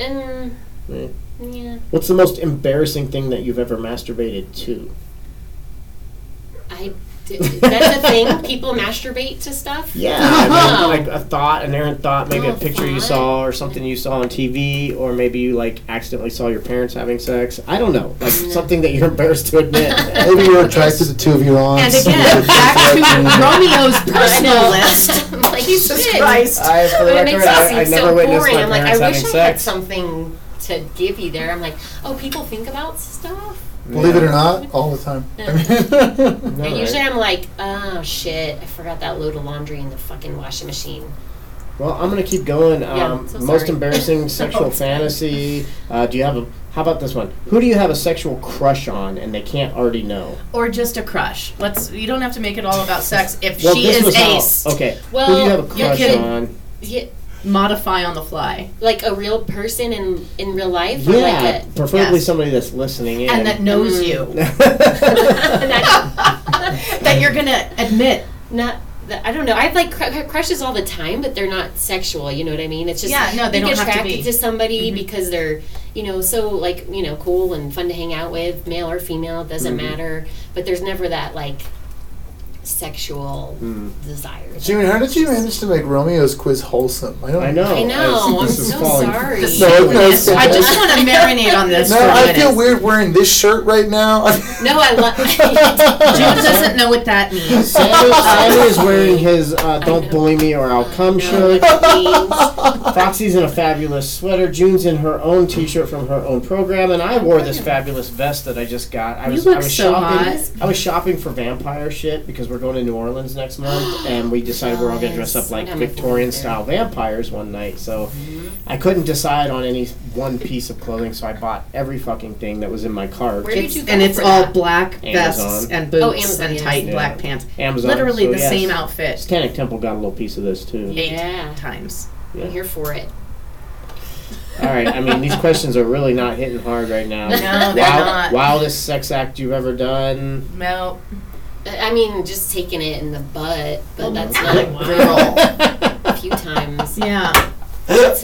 [SPEAKER 4] Um,
[SPEAKER 10] Yeah.
[SPEAKER 4] yeah.
[SPEAKER 10] What's the most embarrassing thing that you've ever masturbated to?
[SPEAKER 4] I. d- That's a thing. People masturbate to stuff.
[SPEAKER 10] Yeah, I mean, like a thought, an errant thought, maybe a
[SPEAKER 4] Oh,
[SPEAKER 10] picture you
[SPEAKER 4] fun.
[SPEAKER 10] saw or something you saw on TV, or maybe you like accidentally saw your parents having sex. I don't know, like
[SPEAKER 4] Mm.
[SPEAKER 10] something that you're embarrassed to admit.
[SPEAKER 1] Maybe you're attracted to two of your
[SPEAKER 5] And
[SPEAKER 1] aunts.
[SPEAKER 5] again, back to Romeo's personal list.
[SPEAKER 4] I'm like, Jesus
[SPEAKER 5] Christ.
[SPEAKER 10] I, for the
[SPEAKER 4] But it
[SPEAKER 10] record,
[SPEAKER 4] makes it seem
[SPEAKER 10] I, I
[SPEAKER 4] so
[SPEAKER 10] never witnessed
[SPEAKER 4] boring.
[SPEAKER 10] my
[SPEAKER 4] I'm like,
[SPEAKER 10] parents
[SPEAKER 4] I wish
[SPEAKER 10] having
[SPEAKER 4] I had
[SPEAKER 10] sex.
[SPEAKER 4] something to give you there. I'm like, oh, people think about stuff.
[SPEAKER 1] Believe it or not, all the time. I mean,
[SPEAKER 10] No,
[SPEAKER 4] and
[SPEAKER 10] right?
[SPEAKER 4] usually I'm like, oh shit, I forgot that load of laundry in the fucking washing machine.
[SPEAKER 10] Well, I'm gonna keep going. Um,
[SPEAKER 4] Yeah, I'm so
[SPEAKER 10] most
[SPEAKER 4] sorry. Oh.
[SPEAKER 10] embarrassing sexual fantasy. Uh, do you have a? How about this one? Who do you have a sexual crush on, and they can't already know?
[SPEAKER 5] Or just a crush. Let's. You don't have to make it all about sex. If
[SPEAKER 10] Well,
[SPEAKER 5] she
[SPEAKER 10] this
[SPEAKER 5] is
[SPEAKER 10] was how-
[SPEAKER 5] ace,
[SPEAKER 10] okay. Who do
[SPEAKER 4] Well,
[SPEAKER 10] you have a
[SPEAKER 4] you
[SPEAKER 10] crush
[SPEAKER 4] could-
[SPEAKER 10] on?
[SPEAKER 4] Yeah,
[SPEAKER 5] modify on the fly,
[SPEAKER 4] like a real person in in real life. Or
[SPEAKER 10] Yeah,
[SPEAKER 4] like a,
[SPEAKER 10] preferably
[SPEAKER 5] yes.
[SPEAKER 10] somebody that's listening in.
[SPEAKER 5] and that
[SPEAKER 4] Mm.
[SPEAKER 5] knows you,
[SPEAKER 4] not,
[SPEAKER 5] that you're gonna admit.
[SPEAKER 4] not the, I don't know. I have like cr- crushes all the time, but they're not sexual. You know what I mean? It's just
[SPEAKER 5] Yeah, no, they
[SPEAKER 4] you
[SPEAKER 5] don't
[SPEAKER 4] get
[SPEAKER 5] have to
[SPEAKER 4] attracted
[SPEAKER 5] be. Mm-hmm.
[SPEAKER 4] somebody because they're you know so like you know cool and fun to hang out with, male or female, it
[SPEAKER 5] Mm-hmm.
[SPEAKER 4] doesn't matter. But there's never that like sexual
[SPEAKER 10] Mm.
[SPEAKER 4] desire.
[SPEAKER 1] June, how did you manage to make Romeo's quiz wholesome? don't
[SPEAKER 10] I know.
[SPEAKER 4] I know.
[SPEAKER 10] I
[SPEAKER 4] I'm
[SPEAKER 10] see this is
[SPEAKER 4] so
[SPEAKER 10] falling.
[SPEAKER 4] sorry.
[SPEAKER 1] No, no, it's-
[SPEAKER 5] I just want to marinate on this for
[SPEAKER 1] No,
[SPEAKER 5] a
[SPEAKER 1] I
[SPEAKER 5] minute.
[SPEAKER 1] feel weird wearing this shirt right now.
[SPEAKER 4] No, I love.
[SPEAKER 5] June doesn't know what that means.
[SPEAKER 10] Sammy, Sammy is wearing his uh, "Don't bully me or I'll come" shirt. Foxy's in a fabulous sweater. June's in her own T-shirt from her own program, and I wore this fabulous vest that I just got. I
[SPEAKER 5] You
[SPEAKER 10] was, I
[SPEAKER 5] look
[SPEAKER 10] was
[SPEAKER 5] so
[SPEAKER 10] shopping.
[SPEAKER 5] hot.
[SPEAKER 10] I was shopping for vampire shit because we're going to New Orleans next month, and we decided we're all gonna dress up
[SPEAKER 4] Nice.
[SPEAKER 10] like
[SPEAKER 4] I'm
[SPEAKER 10] Victorian
[SPEAKER 4] looking forward
[SPEAKER 10] style vampires one night. So
[SPEAKER 5] Mm-hmm.
[SPEAKER 10] I couldn't decide on any one piece of clothing, so I bought every fucking thing that was in my cart.
[SPEAKER 4] Where did you go
[SPEAKER 5] And it's
[SPEAKER 4] for
[SPEAKER 5] all
[SPEAKER 4] that?
[SPEAKER 5] black vests
[SPEAKER 10] Amazon.
[SPEAKER 5] and
[SPEAKER 4] Oh,
[SPEAKER 5] boots
[SPEAKER 4] Amazon,
[SPEAKER 5] and
[SPEAKER 4] yes.
[SPEAKER 5] tight
[SPEAKER 10] Yeah.
[SPEAKER 5] black pants.
[SPEAKER 10] Amazon.
[SPEAKER 5] Literally
[SPEAKER 10] so
[SPEAKER 5] the
[SPEAKER 10] yes,
[SPEAKER 5] same outfit
[SPEAKER 10] Satanic Temple got a little piece of this too.
[SPEAKER 5] eight
[SPEAKER 4] Yeah.
[SPEAKER 5] times.
[SPEAKER 4] I'm here for it.
[SPEAKER 10] All right, I mean these questions are really not hitting hard right now.
[SPEAKER 5] No, they're
[SPEAKER 10] Wild,
[SPEAKER 5] not.
[SPEAKER 10] wildest sex act you've ever done?
[SPEAKER 5] No,
[SPEAKER 4] I I mean, just taking it in the butt, but
[SPEAKER 5] Oh
[SPEAKER 4] that's
[SPEAKER 5] good
[SPEAKER 4] not
[SPEAKER 5] girl.
[SPEAKER 4] a few times.
[SPEAKER 5] Yeah.
[SPEAKER 4] Is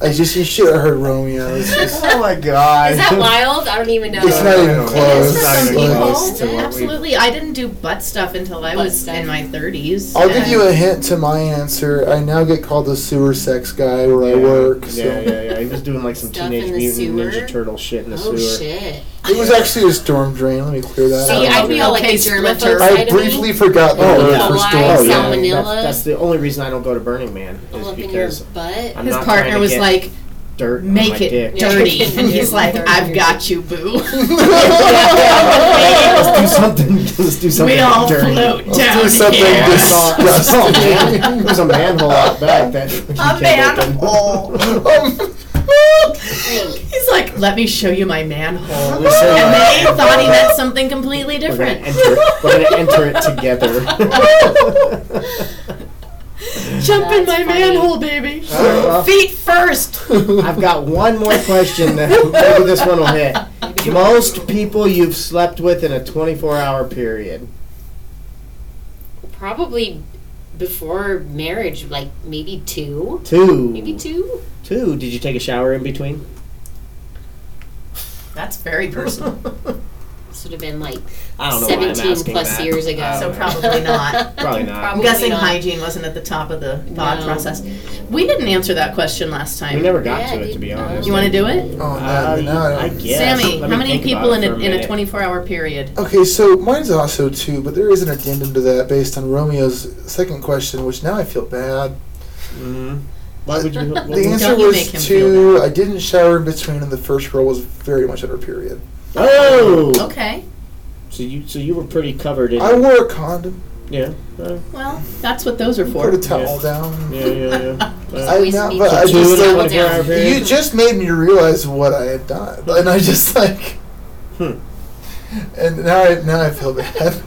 [SPEAKER 1] I just, you should have heard Romeo. It's, just,
[SPEAKER 10] Oh my god!
[SPEAKER 4] that wild? I don't even know.
[SPEAKER 1] Oh, it's not even
[SPEAKER 5] For
[SPEAKER 1] close.
[SPEAKER 5] some
[SPEAKER 1] But-
[SPEAKER 5] people, absolutely. I didn't do butt stuff until I
[SPEAKER 4] Butt
[SPEAKER 5] was
[SPEAKER 4] stuff.
[SPEAKER 5] in my 30s.
[SPEAKER 1] I'll give
[SPEAKER 5] and-
[SPEAKER 1] you a hint to my answer. I now get called the sewer sex guy where I work. So.
[SPEAKER 10] Yeah, yeah, yeah. He was doing like some
[SPEAKER 4] Stuff
[SPEAKER 10] teenage
[SPEAKER 4] in the
[SPEAKER 10] mutant
[SPEAKER 4] sewer?
[SPEAKER 10] ninja turtle shit in the
[SPEAKER 4] oh
[SPEAKER 10] sewer.
[SPEAKER 4] shit!
[SPEAKER 1] It was actually a storm drain. Let me clear that
[SPEAKER 4] See,
[SPEAKER 1] up.
[SPEAKER 4] I feel like
[SPEAKER 5] Okay,
[SPEAKER 4] a germaphobe
[SPEAKER 5] splinter.
[SPEAKER 1] I
[SPEAKER 4] side of me.
[SPEAKER 1] briefly forgot the
[SPEAKER 10] Oh,
[SPEAKER 1] word
[SPEAKER 10] yeah.
[SPEAKER 1] for
[SPEAKER 4] Why?
[SPEAKER 1] storm.
[SPEAKER 10] Oh yeah,
[SPEAKER 4] Salmonella?
[SPEAKER 10] that's, that's the only reason I don't go to Burning Man
[SPEAKER 4] all
[SPEAKER 10] is
[SPEAKER 4] up in your
[SPEAKER 10] because
[SPEAKER 4] butt.
[SPEAKER 10] I'm
[SPEAKER 5] His
[SPEAKER 10] not trying
[SPEAKER 5] partner
[SPEAKER 10] to
[SPEAKER 5] was
[SPEAKER 10] get
[SPEAKER 5] like,
[SPEAKER 10] dirt on my
[SPEAKER 5] make it
[SPEAKER 10] dick.
[SPEAKER 5] dirty.
[SPEAKER 4] Yeah.
[SPEAKER 5] And he's like,
[SPEAKER 4] Dirty.
[SPEAKER 5] I've got you, boo.
[SPEAKER 10] Let's do something. Let's do something
[SPEAKER 5] we all
[SPEAKER 10] dirty.
[SPEAKER 5] float
[SPEAKER 1] Do
[SPEAKER 5] down
[SPEAKER 1] something
[SPEAKER 5] here.
[SPEAKER 10] I saw, I saw a
[SPEAKER 1] disgusting.
[SPEAKER 10] man, there's a manhole out back that we
[SPEAKER 5] A
[SPEAKER 10] can't open.
[SPEAKER 5] manhole. He's like, let me show you my manhole.
[SPEAKER 10] We said,
[SPEAKER 5] And
[SPEAKER 10] uh,
[SPEAKER 5] they thought he meant something completely
[SPEAKER 10] We're gonna
[SPEAKER 5] different.
[SPEAKER 10] enter. We're gonna enter it together.
[SPEAKER 5] Jump in my
[SPEAKER 4] That's funny.
[SPEAKER 5] manhole, baby.
[SPEAKER 10] Uh-huh.
[SPEAKER 5] Feet first.
[SPEAKER 10] I've got one more question that maybe this one will hit. Most people you've slept with in a 24-hour period.
[SPEAKER 4] Probably before marriage, like maybe two,
[SPEAKER 10] Two.
[SPEAKER 4] maybe two.
[SPEAKER 10] Two. Did you take a shower in between?
[SPEAKER 5] That's very personal.
[SPEAKER 4] This would have been like
[SPEAKER 10] I don't know. why I'm
[SPEAKER 4] seventeen
[SPEAKER 10] asking
[SPEAKER 4] plus
[SPEAKER 10] that. Uh,
[SPEAKER 4] years ago.
[SPEAKER 5] So probably not.
[SPEAKER 10] Probably not.
[SPEAKER 5] I'm
[SPEAKER 4] Probably
[SPEAKER 5] guessing
[SPEAKER 4] not.
[SPEAKER 5] hygiene wasn't at the top of the thought
[SPEAKER 4] No.
[SPEAKER 5] process. We didn't answer that question last time.
[SPEAKER 10] We never got
[SPEAKER 4] Yeah,
[SPEAKER 10] to it, to be
[SPEAKER 4] dude.
[SPEAKER 10] honest.
[SPEAKER 5] you want to do it?
[SPEAKER 1] Oh,
[SPEAKER 10] Uh,
[SPEAKER 1] no, no, I don't.
[SPEAKER 10] I guess.
[SPEAKER 5] Sammy,
[SPEAKER 10] Let
[SPEAKER 5] how
[SPEAKER 10] me
[SPEAKER 5] many
[SPEAKER 10] think
[SPEAKER 5] people in
[SPEAKER 10] about it
[SPEAKER 5] a,
[SPEAKER 10] for
[SPEAKER 5] in a
[SPEAKER 10] minute.
[SPEAKER 5] 24 hour period?
[SPEAKER 1] Okay, so mine's also two, but there is an addendum to that based on Romeo's second question, which now I feel bad.
[SPEAKER 10] Mhm. Why would you? what
[SPEAKER 1] The
[SPEAKER 10] would-
[SPEAKER 1] answer
[SPEAKER 5] Don't you
[SPEAKER 1] was
[SPEAKER 5] make him feel
[SPEAKER 1] two. I didn't shower in between, and the first girl was very much at her period.
[SPEAKER 10] oh.
[SPEAKER 5] Okay.
[SPEAKER 10] So you so you were pretty covered in.
[SPEAKER 1] I wore a condom,
[SPEAKER 10] yeah. uh,
[SPEAKER 5] Well, that's what those are for.
[SPEAKER 1] put a towel down.
[SPEAKER 10] yeah. Yeah. Yeah. Uh,
[SPEAKER 1] I,
[SPEAKER 4] Always
[SPEAKER 1] not,
[SPEAKER 4] be
[SPEAKER 1] but I
[SPEAKER 4] two
[SPEAKER 1] just
[SPEAKER 4] and a
[SPEAKER 1] like,
[SPEAKER 4] half down.
[SPEAKER 10] hour period.
[SPEAKER 1] you just made me realize what I had done, and I just like,
[SPEAKER 10] Hmm.
[SPEAKER 1] and now I now I feel bad.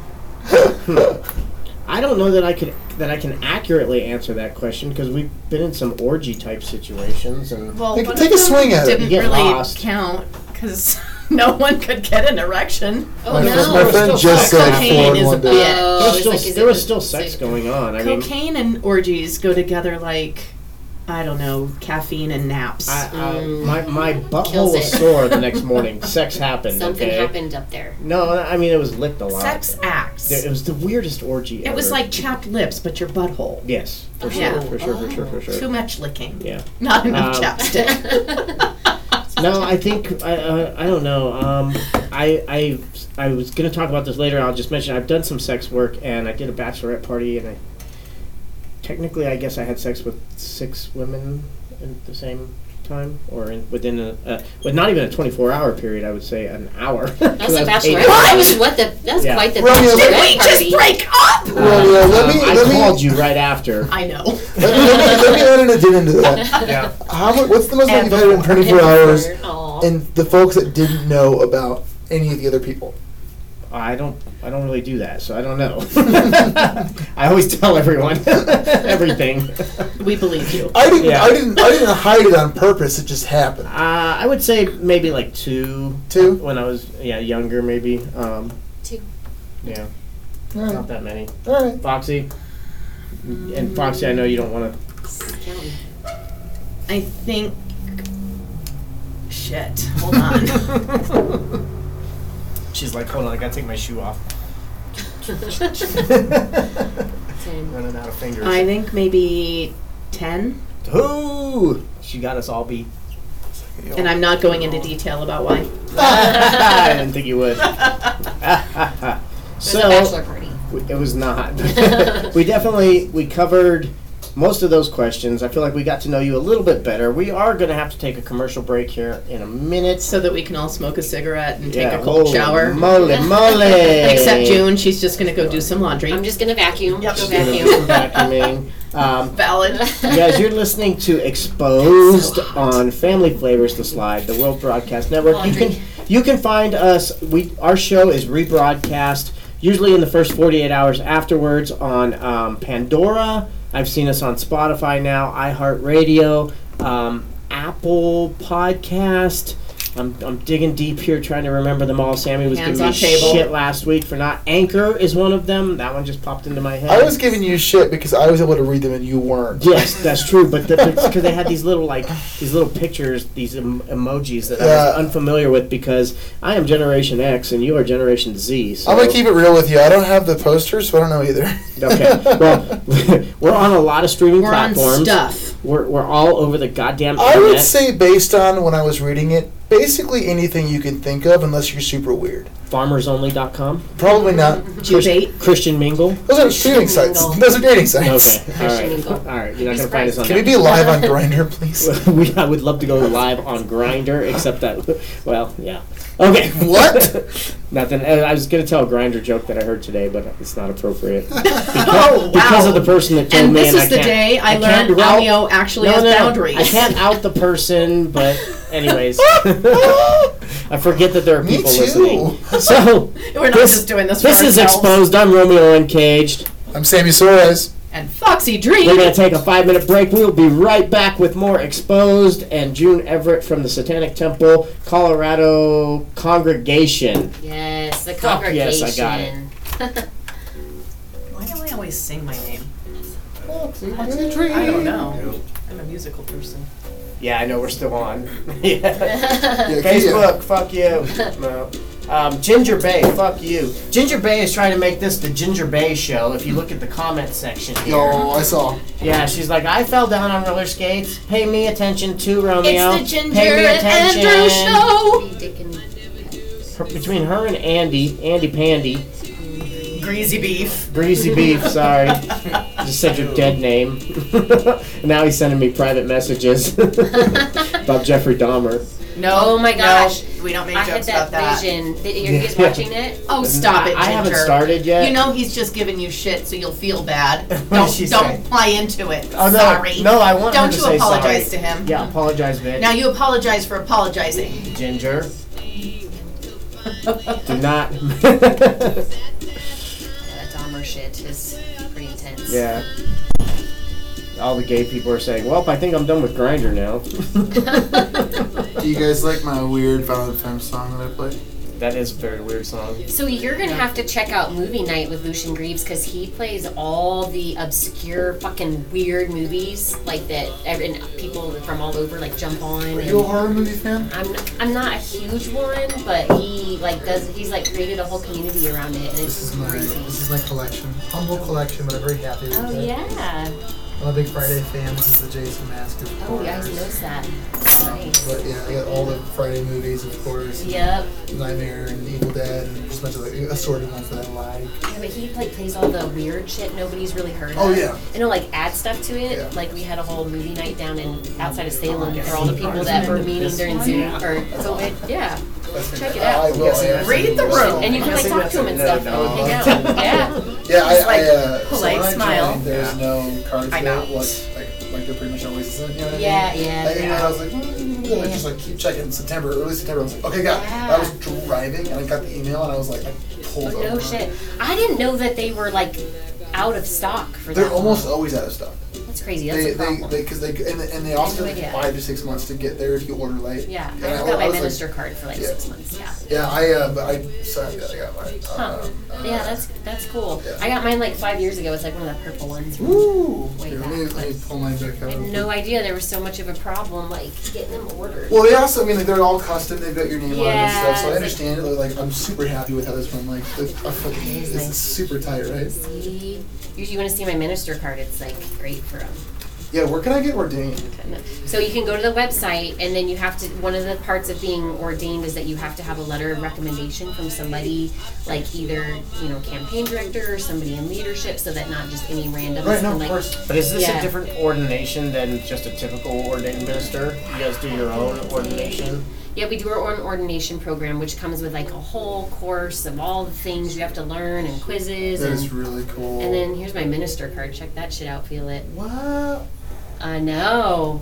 [SPEAKER 10] I don't know that I could that I can accurately answer that question because we've been in some orgy type situations and
[SPEAKER 5] Well,
[SPEAKER 1] Take-
[SPEAKER 5] one
[SPEAKER 1] take
[SPEAKER 5] of
[SPEAKER 1] a
[SPEAKER 5] them
[SPEAKER 1] swing at it.
[SPEAKER 5] Didn't
[SPEAKER 10] You get
[SPEAKER 5] really
[SPEAKER 10] lost.
[SPEAKER 5] count because no one could get an erection.
[SPEAKER 1] my,
[SPEAKER 4] Oh, no.
[SPEAKER 1] friend, my friend just said
[SPEAKER 5] Cocaine
[SPEAKER 1] four in
[SPEAKER 5] is
[SPEAKER 1] one
[SPEAKER 5] a
[SPEAKER 1] day.
[SPEAKER 5] bit-
[SPEAKER 4] Oh,
[SPEAKER 10] there was
[SPEAKER 4] it's
[SPEAKER 10] still
[SPEAKER 4] like, is
[SPEAKER 10] there
[SPEAKER 4] it
[SPEAKER 10] was
[SPEAKER 4] the
[SPEAKER 10] still sex
[SPEAKER 4] same-
[SPEAKER 10] going on. I mean,
[SPEAKER 5] Cocaine and orgies go together like
[SPEAKER 12] I don't know, caffeine and naps.
[SPEAKER 10] I, I, my my butthole
[SPEAKER 4] Kills
[SPEAKER 10] was
[SPEAKER 4] it.
[SPEAKER 10] sore the next morning. Sex happened.
[SPEAKER 4] Something
[SPEAKER 10] okay?
[SPEAKER 4] happened up there.
[SPEAKER 10] No, I mean it was licked a lot.
[SPEAKER 12] Sex acts.
[SPEAKER 10] It was the weirdest orgy.
[SPEAKER 12] It was
[SPEAKER 10] ever.
[SPEAKER 12] like chapped lips, but your butthole.
[SPEAKER 10] yes, for sure,
[SPEAKER 4] Oh.
[SPEAKER 5] Yeah.
[SPEAKER 10] for sure, for sure, for sure.
[SPEAKER 5] Too much licking.
[SPEAKER 10] Yeah.
[SPEAKER 5] Not enough
[SPEAKER 10] Um,
[SPEAKER 5] chapstick.
[SPEAKER 10] No, I think I, I, I don't know. Um, I I I was gonna talk about this later. I'll just mention I've done some sex work and I did a bachelorette party and I technically I guess I had sex with six women at the same time or in, within a uh, with not even a twenty four hour period. I would say an hour.
[SPEAKER 4] That's a
[SPEAKER 10] That was
[SPEAKER 4] bachelorette.
[SPEAKER 10] eight hours.
[SPEAKER 4] Party. What the? That's
[SPEAKER 10] Yeah.
[SPEAKER 4] quite the
[SPEAKER 1] Romeo,
[SPEAKER 4] bachelorette
[SPEAKER 1] Did
[SPEAKER 4] party.
[SPEAKER 12] up!
[SPEAKER 1] Romeo, let
[SPEAKER 10] Um,
[SPEAKER 1] me
[SPEAKER 10] I
[SPEAKER 1] let me,
[SPEAKER 10] called you right after.
[SPEAKER 5] I know.
[SPEAKER 1] let me let me let me add an addendum to that.
[SPEAKER 10] yeah.
[SPEAKER 1] How much? What's the most that
[SPEAKER 12] And
[SPEAKER 1] you've had in
[SPEAKER 12] before.
[SPEAKER 1] 24 hours?
[SPEAKER 4] Aw.
[SPEAKER 1] And the folks that didn't know about any of the other people.
[SPEAKER 10] I don't. I don't really do that, so I don't know. I always tell everyone everything.
[SPEAKER 5] We believe you.
[SPEAKER 1] I didn't.
[SPEAKER 10] Yeah.
[SPEAKER 1] I didn't. I didn't hide it on purpose. It just happened.
[SPEAKER 10] Uh, I would say maybe like two.
[SPEAKER 1] Two?
[SPEAKER 10] When I was yeah younger, maybe. Um,
[SPEAKER 4] Two.
[SPEAKER 10] Yeah,
[SPEAKER 1] All
[SPEAKER 10] not
[SPEAKER 1] right.
[SPEAKER 10] that many.
[SPEAKER 1] All right.
[SPEAKER 10] Foxy. And Foxy, I know you don't want to.
[SPEAKER 4] Counting.
[SPEAKER 5] I think. Shit. Hold on.
[SPEAKER 10] She's like, hold on, I gotta take my shoe off.
[SPEAKER 4] Ten.
[SPEAKER 10] Running out of fingers.
[SPEAKER 12] I think maybe 10,
[SPEAKER 10] Ooh, she got us all beat.
[SPEAKER 12] and I'm not going into detail about why.
[SPEAKER 10] I didn't think you would.
[SPEAKER 4] It was a bachelor
[SPEAKER 10] so
[SPEAKER 4] party.
[SPEAKER 10] we- it was not. we definitely we covered most of those questions. I feel like we got to know you a little bit better. We are going to have to take a commercial break here in a minute.
[SPEAKER 5] so that we can all smoke a cigarette and take
[SPEAKER 10] Yeah,
[SPEAKER 5] a cold
[SPEAKER 10] holy
[SPEAKER 5] shower.
[SPEAKER 10] Moly, moly.
[SPEAKER 5] Except June, she's just gonna go do some laundry.
[SPEAKER 4] I'm just gonna vacuum. Go
[SPEAKER 10] Doing
[SPEAKER 4] vacuum.
[SPEAKER 10] some vacuuming. Um,
[SPEAKER 5] valid.
[SPEAKER 10] you guys, you're listening to Exposed on Family Flavors, the Slide, the World Broadcast Network. You can you can find us. We our show is rebroadcast usually in the first 48 hours afterwards on um, Pandora. I've seen us on Spotify now, iHeartRadio, um, Apple Podcast. I'm, I'm digging deep here, trying to remember them all. Sammy was
[SPEAKER 5] Hands
[SPEAKER 10] giving me
[SPEAKER 5] on table.
[SPEAKER 10] shit last week for not. Anchor is one of them. That one just popped into my head.
[SPEAKER 1] I was giving you shit because I was able to read them and you weren't.
[SPEAKER 10] Yes, that's true. But because they had these little like these little pictures, these em- emojis that I
[SPEAKER 1] Yeah.
[SPEAKER 10] was unfamiliar with because I am Generation X and you are Generation Z. So,
[SPEAKER 1] I'm gonna keep it real with you. I don't have the posters, so I don't know either.
[SPEAKER 10] Okay. Well, we're on a lot of streaming
[SPEAKER 5] We're on
[SPEAKER 10] platforms.
[SPEAKER 5] stuff.
[SPEAKER 10] We're we're all over the goddamn
[SPEAKER 1] I would
[SPEAKER 10] internet.
[SPEAKER 1] say, based on when I was reading it, basically anything you can think of, unless you're super weird.
[SPEAKER 10] FarmersOnly.com,
[SPEAKER 1] Probably not.
[SPEAKER 12] Debate.
[SPEAKER 10] Christian Mingle.
[SPEAKER 1] Those are streaming sites. Those are dating sites.
[SPEAKER 10] Okay. All right. All right. You're not gonna find us on.
[SPEAKER 1] Can we be live on Grinder, please?
[SPEAKER 10] we, I would love to go live on Grinder, except that, well, yeah. Okay.
[SPEAKER 1] What?
[SPEAKER 10] Nothing. Uh, I was going to tell a Grinder joke that I heard today, but it's not appropriate. Because, because of the person that told
[SPEAKER 5] Oh, And
[SPEAKER 10] me,
[SPEAKER 5] this
[SPEAKER 10] and
[SPEAKER 5] is
[SPEAKER 10] I
[SPEAKER 5] the
[SPEAKER 10] can't.
[SPEAKER 5] day I,
[SPEAKER 10] can't
[SPEAKER 5] learned
[SPEAKER 10] out-
[SPEAKER 5] Romeo actually
[SPEAKER 10] no,
[SPEAKER 5] has
[SPEAKER 10] no, no.
[SPEAKER 5] boundaries.
[SPEAKER 10] I can't out the person, but anyways, I forget that there are
[SPEAKER 1] Me
[SPEAKER 10] people
[SPEAKER 1] too.
[SPEAKER 10] listening. So
[SPEAKER 5] We're not
[SPEAKER 10] This-
[SPEAKER 5] just doing this. For
[SPEAKER 10] this is
[SPEAKER 5] ourselves.
[SPEAKER 10] exposed. I'm Romeo Uncaged.
[SPEAKER 1] I'm Sammy Suarez.
[SPEAKER 5] And Foxy
[SPEAKER 10] We're
[SPEAKER 5] Dream.
[SPEAKER 10] going to take a five minute break. We'll be right back with more Exposed and June Everett from the Satanic Temple, Colorado Congregation.
[SPEAKER 4] Yes, the
[SPEAKER 10] Fuck yes,
[SPEAKER 4] congregation.
[SPEAKER 10] I got it.
[SPEAKER 5] Why do I always sing my name? I
[SPEAKER 1] Yeah,
[SPEAKER 5] don't know. I'm a musical person.
[SPEAKER 10] Yeah, I know we're still on. yeah.
[SPEAKER 1] yeah.
[SPEAKER 10] Facebook, fuck you. No. Um, Ginger Bay, fuck you. Ginger Bay is trying to make this the Ginger Bay show. If you look at the comment section here,
[SPEAKER 1] Yo, Oh, I saw.
[SPEAKER 10] yeah, she's like, I fell down on roller skates. Pay me attention to Romeo.
[SPEAKER 5] It's the Ginger
[SPEAKER 10] Pay me
[SPEAKER 5] and
[SPEAKER 10] attention.
[SPEAKER 5] Andrew show.
[SPEAKER 4] Dick and-
[SPEAKER 10] Her- between her and Andy, Andy Pandy,
[SPEAKER 5] Greasy beef.
[SPEAKER 10] Breezy Beef. Sorry, just said your dead name. now he's sending me private messages about Jeffrey Dahmer.
[SPEAKER 5] No.
[SPEAKER 4] Oh my
[SPEAKER 5] no,
[SPEAKER 4] gosh.
[SPEAKER 5] we don't make
[SPEAKER 4] I had
[SPEAKER 5] jokes about that.
[SPEAKER 4] that vision. Did- Are you guys
[SPEAKER 10] Yeah.
[SPEAKER 4] watching it?
[SPEAKER 5] Oh, stop it,
[SPEAKER 10] I haven't
[SPEAKER 5] Ginger.
[SPEAKER 10] started yet.
[SPEAKER 5] You know he's just giving you shit, so you'll feel bad. Don't
[SPEAKER 10] did she
[SPEAKER 5] don't
[SPEAKER 10] say?
[SPEAKER 5] buy into it.
[SPEAKER 10] Oh, no,
[SPEAKER 5] sorry.
[SPEAKER 10] no, I want her
[SPEAKER 5] Don't
[SPEAKER 10] to
[SPEAKER 5] you
[SPEAKER 10] say
[SPEAKER 5] apologize
[SPEAKER 10] sorry.
[SPEAKER 5] to him.
[SPEAKER 10] Yeah, apologize, bitch.
[SPEAKER 5] Now you apologize for apologizing.
[SPEAKER 10] Ginger. Do not.
[SPEAKER 4] That Dahmer shit is pretty intense.
[SPEAKER 10] yeah. All the gay people are saying, "Well, I think I'm done with Grinder now."
[SPEAKER 1] Do you guys like my weird Violent Femme song that I played?
[SPEAKER 10] That is a very weird song.
[SPEAKER 4] So you're gonna have to check out Movie Night with Lucian Greaves because he plays all the obscure, fucking weird movies like that. ev- And people from all over like jump on.
[SPEAKER 1] Are
[SPEAKER 4] and-
[SPEAKER 1] you a horror movie fan?
[SPEAKER 4] I'm I'm not a huge one, but he like does. He's like created a whole community around it, and
[SPEAKER 1] This
[SPEAKER 4] it's
[SPEAKER 1] is my
[SPEAKER 4] crazy.
[SPEAKER 1] this is my collection, humble collection, but I'm very happy with
[SPEAKER 4] Oh
[SPEAKER 1] it.
[SPEAKER 4] yeah.
[SPEAKER 1] I'm a big Friday fan. This is the Jason Mask, of
[SPEAKER 4] Oh,
[SPEAKER 1] course.
[SPEAKER 4] yeah, he knows that.
[SPEAKER 1] But
[SPEAKER 4] Nice.
[SPEAKER 1] yeah, I got all the Friday movies, of course. and
[SPEAKER 4] Yep.
[SPEAKER 1] Nightmare and Evil Dead and just a bunch of like, assorted ones that I like.
[SPEAKER 4] Yeah, but he like plays all the weird shit nobody's really heard of.
[SPEAKER 1] Oh, yeah.
[SPEAKER 4] And he'll like add stuff to it.
[SPEAKER 1] Yeah.
[SPEAKER 4] Like we had a whole movie night down in outside of Salem for all the people that were meeting during Zoom or COVID. Yeah. Check it out.
[SPEAKER 1] I will. I
[SPEAKER 5] Read
[SPEAKER 1] absolutely
[SPEAKER 5] the room.
[SPEAKER 1] will.
[SPEAKER 4] And you can like talk to him and stuff and hang out. Yeah.
[SPEAKER 1] Yeah, I,
[SPEAKER 5] Just, like,
[SPEAKER 1] I uh, so
[SPEAKER 5] polite
[SPEAKER 1] when I
[SPEAKER 5] smile.
[SPEAKER 1] Joined, there's no cards
[SPEAKER 5] I'm
[SPEAKER 1] that
[SPEAKER 5] out.
[SPEAKER 1] was like like they're pretty much always you know what I mean?
[SPEAKER 4] Yeah, yeah,
[SPEAKER 1] Like, You know,
[SPEAKER 4] yeah.
[SPEAKER 1] I was like, mm, yeah, like, just like keep checking in September, early September. I was like, okay, got. it. I was driving and I got the email and I was like, I pulled over.
[SPEAKER 4] No shit. I didn't know that they were like out of stock for
[SPEAKER 1] They're
[SPEAKER 4] that.
[SPEAKER 1] almost always out of stock.
[SPEAKER 4] That's crazy. That's
[SPEAKER 1] They,
[SPEAKER 4] a
[SPEAKER 1] they,
[SPEAKER 4] problem.
[SPEAKER 1] they, because they, and, they- and they also
[SPEAKER 4] no
[SPEAKER 1] take
[SPEAKER 4] idea.
[SPEAKER 1] five to six months to get there if you order late.
[SPEAKER 4] yeah.
[SPEAKER 1] And
[SPEAKER 4] I
[SPEAKER 1] I,
[SPEAKER 4] forgot my
[SPEAKER 1] was like-
[SPEAKER 4] minister card for like
[SPEAKER 1] Yeah.
[SPEAKER 4] six months. Yeah.
[SPEAKER 1] yeah, I, uh, but I, sorry, I got mine.
[SPEAKER 4] Huh.
[SPEAKER 1] Um, uh,
[SPEAKER 4] Yeah, that's that's cool.
[SPEAKER 1] Yeah.
[SPEAKER 4] I got mine like five years ago. It's like one of the purple ones.
[SPEAKER 1] Woo!
[SPEAKER 4] Way
[SPEAKER 1] Here, let
[SPEAKER 4] back
[SPEAKER 1] me, let me pull mine back out.
[SPEAKER 4] I
[SPEAKER 1] real
[SPEAKER 4] had
[SPEAKER 1] quick.
[SPEAKER 4] no idea there was so much of a problem like getting them ordered.
[SPEAKER 1] Well, they also, I mean, like, they're all custom. They've got your name on it and stuff, so I
[SPEAKER 4] Yeah.
[SPEAKER 1] understand it. but, Like, I'm super happy with how this one, like, the, I fucking, this
[SPEAKER 4] Amazing.
[SPEAKER 1] is super tight, right?
[SPEAKER 4] See, usually you want to see my minister card. It's like great for them.
[SPEAKER 1] Yeah, where can I get ordained?
[SPEAKER 4] So you can go to the website, and then you have to. One of the parts of being ordained is that you have to have a letter of recommendation from somebody, like either you know campaign director or somebody in leadership, so that not just any random.
[SPEAKER 1] Right, no, of
[SPEAKER 4] like,
[SPEAKER 1] course.
[SPEAKER 10] But is this
[SPEAKER 4] Yeah.
[SPEAKER 10] a different ordination than just a typical ordained minister? You guys do your own ordination?
[SPEAKER 4] Yeah, we do our own ordination program, which comes with like a whole course of all the things you have to learn and quizzes.
[SPEAKER 1] That
[SPEAKER 4] and,
[SPEAKER 1] is really cool.
[SPEAKER 4] and then here's my minister card. Check that shit out. Feel it.
[SPEAKER 1] What?
[SPEAKER 4] I know.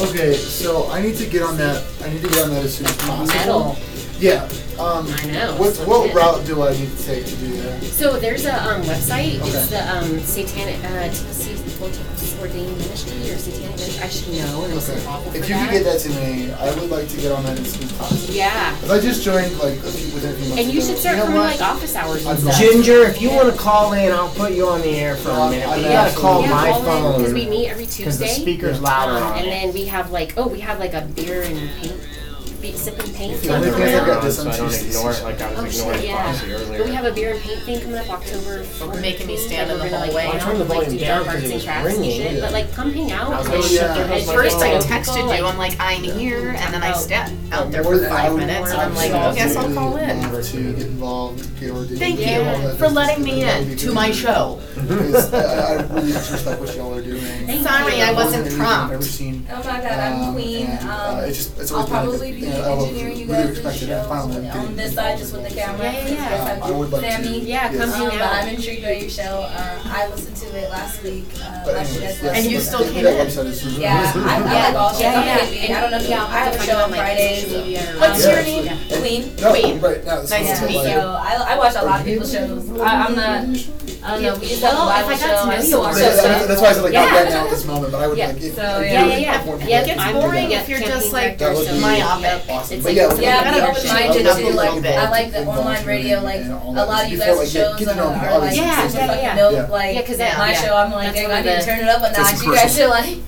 [SPEAKER 1] Okay, so I need to get on that. I need to get on that as soon as possible.
[SPEAKER 4] Metal.
[SPEAKER 1] Yeah. Um,
[SPEAKER 4] I know.
[SPEAKER 1] What,
[SPEAKER 4] so
[SPEAKER 1] what
[SPEAKER 4] shit.
[SPEAKER 1] route do I need to take to do that?
[SPEAKER 4] So there's a um, website.
[SPEAKER 1] Okay.
[SPEAKER 4] It's the um, Satanic uh, Tennessee Ordained- Ordained Ministry or Satanic Ministry. I should know. And I'm so awful
[SPEAKER 1] Okay. If
[SPEAKER 4] for
[SPEAKER 1] you could get that to me, I would like to get on that as soon as possible.
[SPEAKER 4] Yeah.
[SPEAKER 1] If I just joined, like, a few, within a few months
[SPEAKER 4] And you
[SPEAKER 1] ago,
[SPEAKER 4] should start
[SPEAKER 1] know
[SPEAKER 4] coming
[SPEAKER 1] what?
[SPEAKER 4] like office hours and
[SPEAKER 1] I'm
[SPEAKER 4] stuff.
[SPEAKER 1] not-
[SPEAKER 10] Ginger, if you want to call in, I'll put you on the air for
[SPEAKER 1] Yeah,
[SPEAKER 10] a minute.
[SPEAKER 1] I'm
[SPEAKER 10] But you gotta
[SPEAKER 1] absolutely-
[SPEAKER 10] call
[SPEAKER 4] yeah,
[SPEAKER 10] my
[SPEAKER 4] call because we
[SPEAKER 10] phone
[SPEAKER 4] meet every Tuesday.
[SPEAKER 10] because the speaker's
[SPEAKER 1] Yeah.
[SPEAKER 10] louder
[SPEAKER 4] Um,
[SPEAKER 10] on
[SPEAKER 4] and
[SPEAKER 10] it.
[SPEAKER 4] then we have like, oh, we have like a beer and paint, be, sip and paint.
[SPEAKER 1] The only
[SPEAKER 4] thing
[SPEAKER 1] thing I
[SPEAKER 4] coming
[SPEAKER 1] got
[SPEAKER 4] up.
[SPEAKER 1] this
[SPEAKER 2] so
[SPEAKER 1] on
[SPEAKER 2] I don't
[SPEAKER 1] Tuesdays.
[SPEAKER 2] ignore it like I
[SPEAKER 4] Oh,
[SPEAKER 2] was
[SPEAKER 4] sure,
[SPEAKER 2] ignoring
[SPEAKER 4] yeah.
[SPEAKER 2] Foxy earlier.
[SPEAKER 4] But we have a beer and paint thing coming up October. 14th,
[SPEAKER 5] making me stand
[SPEAKER 4] that
[SPEAKER 5] in the
[SPEAKER 4] we're gonna,
[SPEAKER 5] hallway.
[SPEAKER 4] Like,
[SPEAKER 10] I turned the
[SPEAKER 4] like, do
[SPEAKER 10] volume
[SPEAKER 4] dark
[SPEAKER 10] down 'cause
[SPEAKER 4] arts
[SPEAKER 10] it
[SPEAKER 4] and
[SPEAKER 10] was
[SPEAKER 4] crafts and
[SPEAKER 10] ringing.
[SPEAKER 4] shit. But like, come hang out.
[SPEAKER 10] I was
[SPEAKER 4] like,
[SPEAKER 10] like, shut the
[SPEAKER 1] Yeah.
[SPEAKER 10] hell's
[SPEAKER 5] At
[SPEAKER 10] my
[SPEAKER 5] first, I
[SPEAKER 3] Oh,
[SPEAKER 10] phone.
[SPEAKER 5] texted you. I'm like, I'm here, and then I sat out there
[SPEAKER 1] More
[SPEAKER 5] for
[SPEAKER 1] than
[SPEAKER 5] five
[SPEAKER 3] Oh,
[SPEAKER 1] hour.
[SPEAKER 5] minutes, and I'm like,
[SPEAKER 1] Absolutely
[SPEAKER 5] I guess I'll call in.
[SPEAKER 1] want To get involved, get ordained,
[SPEAKER 5] Thank
[SPEAKER 1] get all
[SPEAKER 5] you
[SPEAKER 1] that
[SPEAKER 5] for
[SPEAKER 1] business,
[SPEAKER 5] letting
[SPEAKER 1] because
[SPEAKER 5] me
[SPEAKER 1] that would
[SPEAKER 5] in
[SPEAKER 1] be
[SPEAKER 5] to
[SPEAKER 1] good.
[SPEAKER 5] my show.
[SPEAKER 1] Because I, I really respect what y'all are doing.
[SPEAKER 5] Sorry, I
[SPEAKER 1] I've
[SPEAKER 5] wasn't
[SPEAKER 1] never
[SPEAKER 5] prompt.
[SPEAKER 1] seen.
[SPEAKER 3] Oh my god, I'm
[SPEAKER 1] um,
[SPEAKER 3] queen.
[SPEAKER 1] and, uh,
[SPEAKER 3] um,
[SPEAKER 1] it's just, it's
[SPEAKER 3] I'll
[SPEAKER 1] always been like a-
[SPEAKER 3] um, probably be
[SPEAKER 1] you know, I love-
[SPEAKER 3] engineering you
[SPEAKER 1] really
[SPEAKER 3] guys
[SPEAKER 1] respect
[SPEAKER 3] this
[SPEAKER 1] it.
[SPEAKER 3] show
[SPEAKER 1] I'm finally
[SPEAKER 3] on
[SPEAKER 1] getting
[SPEAKER 3] this side, just with the camera.
[SPEAKER 4] Yeah, yeah, yeah.
[SPEAKER 1] Uh, I would like to-
[SPEAKER 3] Sammy.
[SPEAKER 4] Yeah, come
[SPEAKER 1] Yes.
[SPEAKER 3] Um,
[SPEAKER 4] hang
[SPEAKER 3] but
[SPEAKER 4] out.
[SPEAKER 3] I'm intrigued by your show. Uh, I listened to it last week. Uh,
[SPEAKER 1] But
[SPEAKER 3] last
[SPEAKER 1] anyways,
[SPEAKER 3] year's
[SPEAKER 1] yes,
[SPEAKER 3] last
[SPEAKER 5] And you
[SPEAKER 1] but
[SPEAKER 3] week.
[SPEAKER 5] still
[SPEAKER 1] that-
[SPEAKER 5] came
[SPEAKER 1] that
[SPEAKER 5] in.
[SPEAKER 1] website is really-
[SPEAKER 3] Yeah, I, I like all shows.
[SPEAKER 4] Yeah,
[SPEAKER 3] I'm
[SPEAKER 4] yeah.
[SPEAKER 3] a baby. I don't know if y'all. I have a show on Fridays.
[SPEAKER 1] Yeah,
[SPEAKER 5] What's your
[SPEAKER 1] absolutely.
[SPEAKER 5] name?
[SPEAKER 1] And-
[SPEAKER 3] Queen.
[SPEAKER 1] No,
[SPEAKER 5] Queen.
[SPEAKER 1] right now. This
[SPEAKER 5] Nice
[SPEAKER 1] is
[SPEAKER 5] to meet
[SPEAKER 1] like-
[SPEAKER 5] you.
[SPEAKER 3] So I, I watch a lot of people's shows. I, I'm not. I don't know. We just have
[SPEAKER 4] Well,
[SPEAKER 3] a
[SPEAKER 4] if I
[SPEAKER 3] Bible
[SPEAKER 4] got to know you
[SPEAKER 3] show.
[SPEAKER 4] all,
[SPEAKER 3] Our
[SPEAKER 1] Yeah,
[SPEAKER 3] show.
[SPEAKER 4] so-
[SPEAKER 1] that's, that's why I said like not
[SPEAKER 4] Yeah.
[SPEAKER 1] right now at this moment, but I would
[SPEAKER 4] Yeah.
[SPEAKER 1] like if
[SPEAKER 3] So,
[SPEAKER 1] I do
[SPEAKER 4] Yeah, yeah,
[SPEAKER 1] it
[SPEAKER 4] yeah.
[SPEAKER 1] before-
[SPEAKER 4] Yeah,
[SPEAKER 5] It gets
[SPEAKER 4] I'm
[SPEAKER 5] boring
[SPEAKER 4] the
[SPEAKER 5] if you're
[SPEAKER 4] campaign
[SPEAKER 5] just like
[SPEAKER 1] That would
[SPEAKER 4] director, so-
[SPEAKER 1] be
[SPEAKER 5] myopic.
[SPEAKER 1] awesome. But
[SPEAKER 4] It's like
[SPEAKER 1] yeah,
[SPEAKER 4] some
[SPEAKER 1] we- we
[SPEAKER 3] Yeah, be
[SPEAKER 1] gotta open
[SPEAKER 3] open-minded
[SPEAKER 1] up
[SPEAKER 3] too,
[SPEAKER 1] and
[SPEAKER 3] like,
[SPEAKER 1] involved
[SPEAKER 3] I like
[SPEAKER 1] in
[SPEAKER 3] the online
[SPEAKER 1] volunteering
[SPEAKER 3] radio,
[SPEAKER 1] and
[SPEAKER 3] like,
[SPEAKER 1] all
[SPEAKER 3] a
[SPEAKER 1] that.
[SPEAKER 3] lot of
[SPEAKER 1] You
[SPEAKER 3] you
[SPEAKER 1] feel
[SPEAKER 3] guys'
[SPEAKER 1] like get-
[SPEAKER 3] shows
[SPEAKER 1] get to know
[SPEAKER 3] are-
[SPEAKER 1] the
[SPEAKER 3] are, like,
[SPEAKER 1] audience.
[SPEAKER 4] Yeah,
[SPEAKER 3] just like
[SPEAKER 4] yeah,
[SPEAKER 3] milk,
[SPEAKER 1] yeah.
[SPEAKER 3] like,
[SPEAKER 4] Yeah, 'cause that-
[SPEAKER 3] my
[SPEAKER 4] yeah.
[SPEAKER 3] show, I'm like,
[SPEAKER 4] That's
[SPEAKER 3] dang,
[SPEAKER 4] one
[SPEAKER 3] I
[SPEAKER 4] of
[SPEAKER 3] need to
[SPEAKER 4] the-
[SPEAKER 3] turn it up a
[SPEAKER 1] That's
[SPEAKER 3] notch. You guys should like.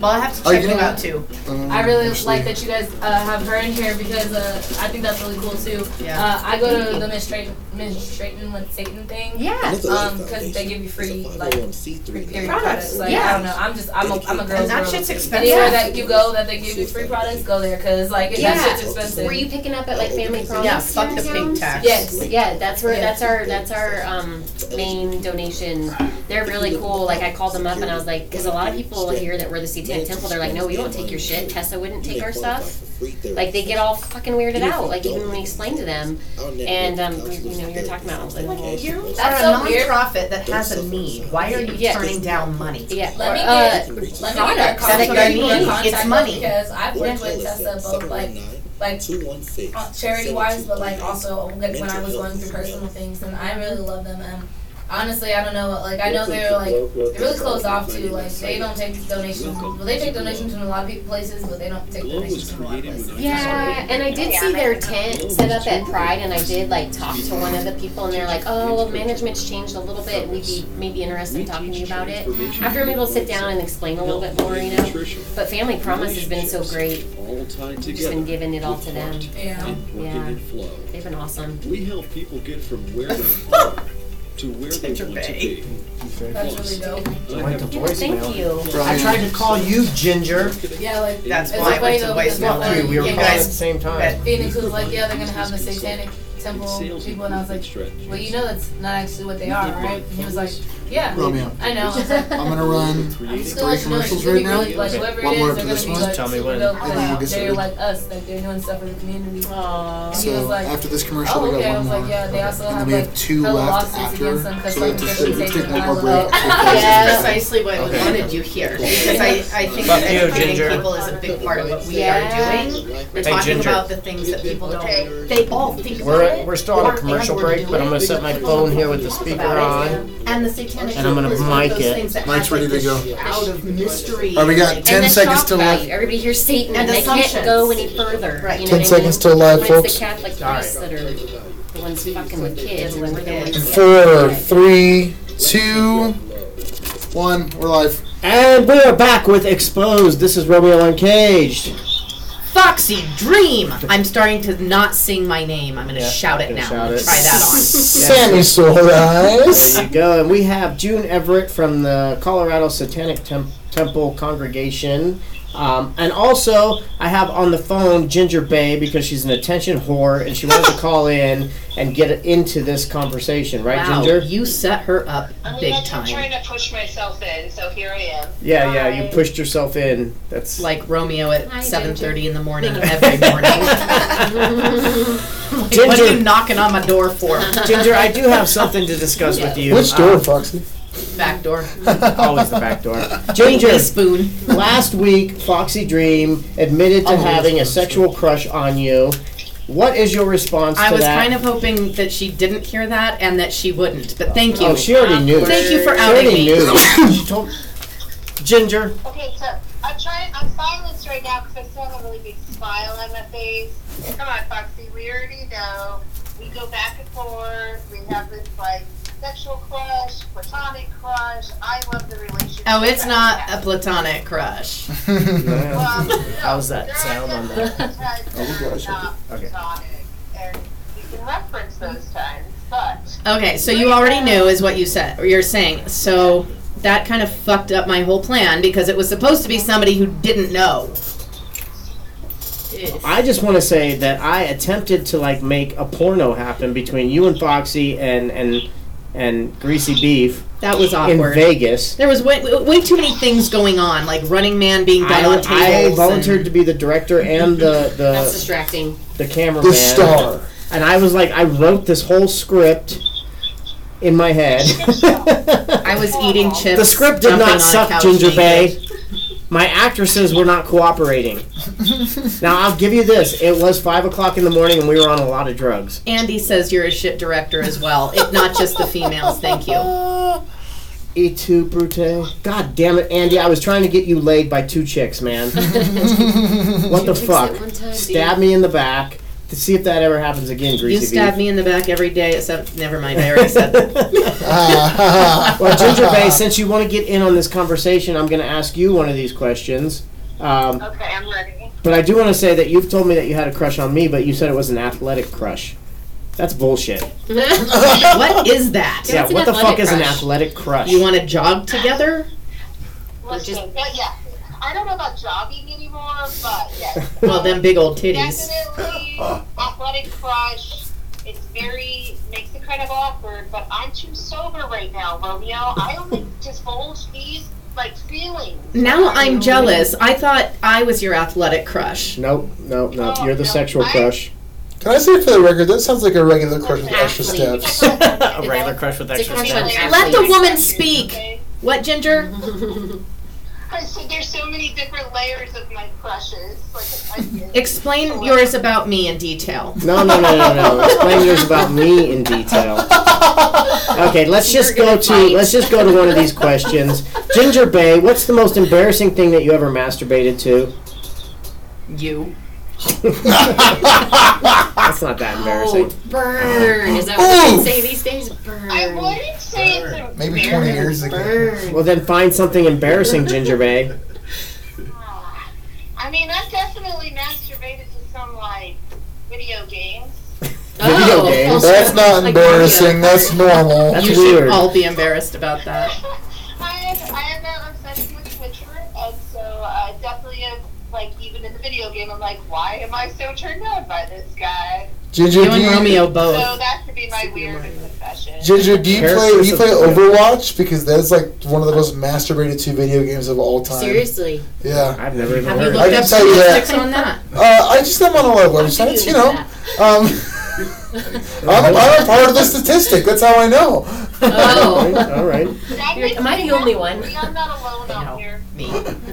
[SPEAKER 5] Well, I have to
[SPEAKER 1] Oh,
[SPEAKER 5] check
[SPEAKER 1] you
[SPEAKER 5] you
[SPEAKER 1] know
[SPEAKER 5] out
[SPEAKER 1] what?
[SPEAKER 5] too.
[SPEAKER 1] Um,
[SPEAKER 3] I really
[SPEAKER 1] actually,
[SPEAKER 3] like that you guys uh, have her in here because uh, I think that's really cool too.
[SPEAKER 5] Yeah.
[SPEAKER 3] Uh, I go to the menstruating, menstruating with Satan thing.
[SPEAKER 4] Yeah.
[SPEAKER 9] And it's a
[SPEAKER 3] Um,
[SPEAKER 9] foundation.
[SPEAKER 3] 'cause they give you free,
[SPEAKER 9] It's a
[SPEAKER 3] like,
[SPEAKER 9] 501c3
[SPEAKER 3] Period
[SPEAKER 9] now.
[SPEAKER 3] products. Like,
[SPEAKER 4] Yeah.
[SPEAKER 3] I don't know. I'm just I'm a I'm a girl's
[SPEAKER 5] And that
[SPEAKER 3] girl.
[SPEAKER 5] shit's expensive.
[SPEAKER 3] Anywhere that you go that they give you free products, go there because like it,
[SPEAKER 4] Yeah.
[SPEAKER 3] that shit's expensive.
[SPEAKER 4] Were you picking up at like family proms?
[SPEAKER 5] Yeah, fuck the
[SPEAKER 4] here in
[SPEAKER 5] pig
[SPEAKER 4] town?
[SPEAKER 5] tax.
[SPEAKER 3] Yes.
[SPEAKER 4] Yeah, that's where
[SPEAKER 3] Yeah.
[SPEAKER 4] that's our that's our um, main donation. They're really cool. Like I called them up and I was like, because a lot of people here that were the Satanic Temple, they're like, no, we don't take your shit. Tessa wouldn't take our stuff. Like they get all fucking weirded out. Like even when we explain to them, and um, you know, you're talking about I was like, well, you're
[SPEAKER 3] That's
[SPEAKER 5] Are a
[SPEAKER 3] so weird.
[SPEAKER 5] nonprofit that has a need. Why are you
[SPEAKER 4] Yeah.
[SPEAKER 5] turning down money?
[SPEAKER 4] yeah.
[SPEAKER 3] Let me
[SPEAKER 4] or,
[SPEAKER 3] get- Let
[SPEAKER 4] uh,
[SPEAKER 3] me get her
[SPEAKER 4] Products. That's
[SPEAKER 3] contact.
[SPEAKER 4] what I
[SPEAKER 3] people in
[SPEAKER 4] mean.
[SPEAKER 3] contact
[SPEAKER 5] It's money.
[SPEAKER 3] because I've worked with Tessa both like like
[SPEAKER 4] uh,
[SPEAKER 3] charity wise, but like also when I was going through personal things, and I really love them. And Honestly, I don't know. Like I know they're like they're really closed off to like they don't take donations. Well, they take donations from a lot of people places, but they don't take donations from a lot of places.
[SPEAKER 4] Yeah, and I did see their tent set up at Pride, and I did like talk to one of the people, and they're like, "Oh, well, management's changed a little bit. We'd be maybe interested in talking to you about it." After I'm able to sit down and explain a little bit more, you know. But Family Promise has been so great.
[SPEAKER 7] All
[SPEAKER 4] We've
[SPEAKER 7] tied
[SPEAKER 4] just
[SPEAKER 7] together.
[SPEAKER 4] been giving it all to them.
[SPEAKER 3] Yeah.
[SPEAKER 7] and working
[SPEAKER 4] Yeah.
[SPEAKER 7] in flow.
[SPEAKER 4] They've been awesome.
[SPEAKER 7] We help people get from where they are to where they
[SPEAKER 10] Ginger
[SPEAKER 7] want to
[SPEAKER 10] Bay.
[SPEAKER 7] be.
[SPEAKER 3] That's really dope.
[SPEAKER 7] I
[SPEAKER 10] Went
[SPEAKER 7] have-
[SPEAKER 10] to
[SPEAKER 4] Yeah, thank
[SPEAKER 10] voicemail.
[SPEAKER 4] you.
[SPEAKER 10] I tried to call you Ginger.
[SPEAKER 3] Yeah, like
[SPEAKER 8] That's
[SPEAKER 3] it's
[SPEAKER 8] why I
[SPEAKER 3] funny
[SPEAKER 8] went to
[SPEAKER 3] though, because
[SPEAKER 8] voicemail.
[SPEAKER 3] like,
[SPEAKER 10] Dude, we were
[SPEAKER 3] you
[SPEAKER 10] calling at the
[SPEAKER 3] guys,
[SPEAKER 10] same time.
[SPEAKER 3] Phoenix was like, yeah, they're gonna have the satanic temple people, and I was like, well, you know that's not actually what they are, right? And he was like, yeah,
[SPEAKER 1] Romeo.
[SPEAKER 3] I know. I was like,
[SPEAKER 1] I'm gonna run
[SPEAKER 3] I'm just
[SPEAKER 1] three
[SPEAKER 3] gonna let you know it's
[SPEAKER 1] commercials
[SPEAKER 3] gonna
[SPEAKER 1] right
[SPEAKER 3] be
[SPEAKER 1] now.
[SPEAKER 3] really like whoever
[SPEAKER 1] One
[SPEAKER 3] it
[SPEAKER 1] more
[SPEAKER 3] is,
[SPEAKER 1] after
[SPEAKER 3] they're
[SPEAKER 1] this
[SPEAKER 3] gonna be
[SPEAKER 1] one.
[SPEAKER 3] like
[SPEAKER 10] Tell me
[SPEAKER 3] super
[SPEAKER 10] when.
[SPEAKER 3] dope.
[SPEAKER 1] And then we'll
[SPEAKER 3] Like,
[SPEAKER 1] get
[SPEAKER 3] They're
[SPEAKER 1] started.
[SPEAKER 3] like us, like they're doing stuff for the community. he
[SPEAKER 4] Aw.
[SPEAKER 3] was
[SPEAKER 1] So
[SPEAKER 3] like,
[SPEAKER 1] after this commercial,
[SPEAKER 3] Oh,
[SPEAKER 1] we
[SPEAKER 3] okay. I
[SPEAKER 1] got
[SPEAKER 3] was
[SPEAKER 1] one
[SPEAKER 3] like,
[SPEAKER 1] more.
[SPEAKER 3] yeah, they also
[SPEAKER 1] And
[SPEAKER 3] have
[SPEAKER 1] then we have
[SPEAKER 3] like
[SPEAKER 1] two
[SPEAKER 3] hella
[SPEAKER 1] left
[SPEAKER 3] lawsuits
[SPEAKER 1] after.
[SPEAKER 3] against them because
[SPEAKER 1] So we have to
[SPEAKER 3] like,
[SPEAKER 1] sit- let's take
[SPEAKER 3] taken
[SPEAKER 1] one
[SPEAKER 3] them
[SPEAKER 1] more
[SPEAKER 3] out.
[SPEAKER 1] break.
[SPEAKER 5] Which
[SPEAKER 4] Yeah.
[SPEAKER 5] is precisely why we
[SPEAKER 2] Okay.
[SPEAKER 5] wanted you here. Because I, I think
[SPEAKER 10] Fuck
[SPEAKER 5] that
[SPEAKER 10] you,
[SPEAKER 5] educating
[SPEAKER 10] Ginger.
[SPEAKER 5] people is a big part of what we
[SPEAKER 4] Yeah.
[SPEAKER 5] are doing. We're
[SPEAKER 10] Hey,
[SPEAKER 5] talking
[SPEAKER 10] Ginger.
[SPEAKER 5] about the things that people don't, they all think about
[SPEAKER 10] We're,
[SPEAKER 5] it.
[SPEAKER 10] we're still on a
[SPEAKER 5] aren't
[SPEAKER 10] commercial
[SPEAKER 5] able to
[SPEAKER 10] break,
[SPEAKER 5] do
[SPEAKER 10] but I'm
[SPEAKER 5] it.
[SPEAKER 10] gonna set my phone here with the speaker on.
[SPEAKER 5] And the satanic
[SPEAKER 10] And I'm gonna
[SPEAKER 5] temple is one
[SPEAKER 10] mic
[SPEAKER 5] of those
[SPEAKER 10] it.
[SPEAKER 5] things that
[SPEAKER 1] Mic's
[SPEAKER 5] has like
[SPEAKER 1] ready to
[SPEAKER 5] this
[SPEAKER 1] go.
[SPEAKER 5] out of mystery.
[SPEAKER 1] All right, we got
[SPEAKER 5] like-
[SPEAKER 1] ten
[SPEAKER 4] and the
[SPEAKER 1] seconds
[SPEAKER 4] shock
[SPEAKER 1] till
[SPEAKER 4] value.
[SPEAKER 1] left.
[SPEAKER 4] Every hears Satan
[SPEAKER 5] And
[SPEAKER 4] and, they can't
[SPEAKER 5] assumptions.
[SPEAKER 4] go any further.
[SPEAKER 5] Right.
[SPEAKER 4] You
[SPEAKER 1] Ten
[SPEAKER 4] know what I mean?
[SPEAKER 1] seconds till live,
[SPEAKER 4] When
[SPEAKER 1] folks.
[SPEAKER 4] it's the Catholic priests that are the ones fucking with kids, and we're the ones
[SPEAKER 1] In
[SPEAKER 4] that-
[SPEAKER 1] four, three, two, one. We're live.
[SPEAKER 10] And we are back with Exposed. This is Romeo Uncaged.
[SPEAKER 5] Foxy Dream! I'm starting to not sing my name. I'm gonna
[SPEAKER 10] Yeah,
[SPEAKER 5] shout it
[SPEAKER 10] gonna
[SPEAKER 5] now.
[SPEAKER 10] shout it.
[SPEAKER 5] Try that on.
[SPEAKER 1] Sammy Soul Eyes.
[SPEAKER 10] There you go. And we have June Everett from the Colorado Satanic Tem- Temple Congregation. Um, and also, I have on the phone Ginger Bay because she's an attention whore and she wanted to call in and get into this conversation, right,
[SPEAKER 5] Wow,
[SPEAKER 10] Ginger?
[SPEAKER 5] you set her up big
[SPEAKER 8] I'm trying
[SPEAKER 5] time.
[SPEAKER 8] to push myself in, so here I am.
[SPEAKER 10] Yeah, yeah, you pushed yourself in. That's
[SPEAKER 5] Like Romeo at
[SPEAKER 4] Hi,
[SPEAKER 5] seven thirty in the morning
[SPEAKER 4] Ginger.
[SPEAKER 5] every morning. Like, what are
[SPEAKER 10] Ginger.
[SPEAKER 5] you knocking on my door for?
[SPEAKER 10] Ginger, I do have something to discuss with you.
[SPEAKER 1] Which
[SPEAKER 10] Uh,
[SPEAKER 1] door, Foxy?
[SPEAKER 5] Back door.
[SPEAKER 10] always the back door. Ginger,
[SPEAKER 5] Spoon.
[SPEAKER 10] last week, Foxy Dream admitted to
[SPEAKER 5] Oh,
[SPEAKER 10] having a sexual crush on you. What is your response
[SPEAKER 5] I
[SPEAKER 10] to
[SPEAKER 5] was
[SPEAKER 10] that?
[SPEAKER 5] kind of hoping that she didn't hear that and that she wouldn't, but thank you.
[SPEAKER 10] Oh, she already knew.
[SPEAKER 5] Thank you for
[SPEAKER 10] She
[SPEAKER 5] outing me.
[SPEAKER 10] already knew. She told- Ginger.
[SPEAKER 8] Okay, so I'm trying. I'm silenced right now because I still have a really big smile on my face. Come on, Foxy. We already know. We go back and forth. We have this like sexual crush, platonic crush. I love the relationship.
[SPEAKER 5] Oh, it's not a
[SPEAKER 8] A-
[SPEAKER 5] platonic crush.
[SPEAKER 8] well, no,
[SPEAKER 10] How's that
[SPEAKER 8] there are
[SPEAKER 10] sound on
[SPEAKER 8] definitely
[SPEAKER 10] that?
[SPEAKER 8] times
[SPEAKER 1] Oh, we gotta shut
[SPEAKER 8] not
[SPEAKER 10] it. Okay.
[SPEAKER 8] platonic, and we can reference those times, but
[SPEAKER 5] Okay, so you already knew is what you said, or you're saying. So that kind of fucked up my whole plan because it was supposed to be somebody who didn't know.
[SPEAKER 10] I just want to say that I attempted to like make a porno happen between you and Foxy and and and Greasy Beef
[SPEAKER 5] That was
[SPEAKER 10] in
[SPEAKER 5] awkward.
[SPEAKER 10] Vegas.
[SPEAKER 5] There was way, way too many things going on, like Running Man being done
[SPEAKER 10] I,
[SPEAKER 5] on
[SPEAKER 10] I
[SPEAKER 5] tables.
[SPEAKER 10] volunteered
[SPEAKER 5] and-
[SPEAKER 10] to be the director and the
[SPEAKER 4] That's
[SPEAKER 10] the,
[SPEAKER 4] distracting.
[SPEAKER 10] the cameraman.
[SPEAKER 1] The star.
[SPEAKER 10] And I was like, I wrote this whole script in my head.
[SPEAKER 5] I was eating chips.
[SPEAKER 10] the script did
[SPEAKER 5] jumping on
[SPEAKER 10] not
[SPEAKER 5] a
[SPEAKER 10] suck,
[SPEAKER 5] couch
[SPEAKER 10] Ginger
[SPEAKER 5] naked.
[SPEAKER 10] Bay. My actresses were not cooperating. now I'll give you this: it was five o'clock in the morning, and we were on a lot of drugs.
[SPEAKER 5] Andy says you're a shit director as well. It, not just the females. Thank you.
[SPEAKER 10] E two brute. God damn it, Andy! I was trying to get you laid by two chicks, man. what the
[SPEAKER 4] Fix it
[SPEAKER 10] fuck?
[SPEAKER 4] one time,
[SPEAKER 10] Stab me in the back to see if that ever happens again, Greasy
[SPEAKER 5] You stab me in the back every day, except never mind. I already said that.
[SPEAKER 1] Ah,
[SPEAKER 10] Well, Ginger Bay, since you want to get in on this conversation, I'm going to ask you one of these questions. Um,
[SPEAKER 8] okay, I'm ready.
[SPEAKER 10] but I do want to say that you've told me that you had a crush on me, but you said it was an athletic crush. That's bullshit.
[SPEAKER 4] dude.
[SPEAKER 5] what is that?
[SPEAKER 10] yeah,
[SPEAKER 4] what's an
[SPEAKER 10] what the fuck
[SPEAKER 4] athletic
[SPEAKER 10] is an
[SPEAKER 4] crush?
[SPEAKER 10] athletic crush?
[SPEAKER 5] You want to jog together?
[SPEAKER 8] Listen,
[SPEAKER 4] just-
[SPEAKER 8] but yeah, I don't know about jogging anymore, but yes.
[SPEAKER 5] Well, them big old titties.
[SPEAKER 8] Definitely athletic crush. It's very makes it kind of awkward, but I'm too sober right now, Romeo. I only divulge these like feelings.
[SPEAKER 5] Now I'm jealous. I thought I was your athletic crush.
[SPEAKER 10] nope, nope, nope.
[SPEAKER 8] Oh,
[SPEAKER 10] You're the
[SPEAKER 8] no,
[SPEAKER 10] sexual
[SPEAKER 8] I-
[SPEAKER 10] crush.
[SPEAKER 1] Can I say for the record, that sounds like a regular crush with extra
[SPEAKER 4] Athlete.
[SPEAKER 1] steps.
[SPEAKER 10] a regular crush with
[SPEAKER 4] It's a
[SPEAKER 10] extra
[SPEAKER 4] crush on
[SPEAKER 10] steps.
[SPEAKER 4] athlete.
[SPEAKER 5] Let the woman speak.
[SPEAKER 8] Okay.
[SPEAKER 5] What, Ginger?
[SPEAKER 8] I said there's so many different layers of my crushes. Like, I,
[SPEAKER 5] Explain yours about me in detail.
[SPEAKER 10] No, no, no, no, no. Explain yours about me in detail. Okay, let's just go to let's just go to one of these questions. Ginger Bay, what's the most embarrassing thing that you ever masturbated to?
[SPEAKER 13] You.
[SPEAKER 10] That's not that
[SPEAKER 1] Oh.
[SPEAKER 10] embarrassing.
[SPEAKER 5] Oh.
[SPEAKER 4] Burn. Is that what
[SPEAKER 10] Ooh.
[SPEAKER 4] they say these days? Burn. I wouldn't
[SPEAKER 8] say it's
[SPEAKER 1] Maybe 20 years ago.
[SPEAKER 10] Well, then find something embarrassing, Ginger Bay.
[SPEAKER 8] I mean, I've definitely masturbated to some like video games.
[SPEAKER 4] Oh,
[SPEAKER 10] Video games.
[SPEAKER 1] That's not
[SPEAKER 8] Like
[SPEAKER 1] embarrassing. That's normal.
[SPEAKER 5] Oh. you should all be embarrassed about that.
[SPEAKER 8] I have, I have that obsession with Witcher, and so I definitely am like even in the video game, I'm like, why am I so turned on by this guy?
[SPEAKER 1] Ginger, do you-
[SPEAKER 8] So that could be my weird confession.
[SPEAKER 1] Ginger, do you play do
[SPEAKER 10] Characters
[SPEAKER 1] you
[SPEAKER 10] of-
[SPEAKER 1] play Overwatch? Because that's like one of the most masturbated to video games of all time.
[SPEAKER 4] Seriously.
[SPEAKER 1] Yeah.
[SPEAKER 10] I've never even
[SPEAKER 1] I
[SPEAKER 10] heard
[SPEAKER 1] can
[SPEAKER 10] of
[SPEAKER 1] tell you
[SPEAKER 5] Statistics
[SPEAKER 1] that.
[SPEAKER 5] on that.
[SPEAKER 1] Uh, I just am on a lot of websites, you know. Um, I'm, I'm a part of the statistic. That's how I know.
[SPEAKER 4] Oh.
[SPEAKER 10] All right.
[SPEAKER 4] You're- am I the only one?
[SPEAKER 8] I'm not alone out here.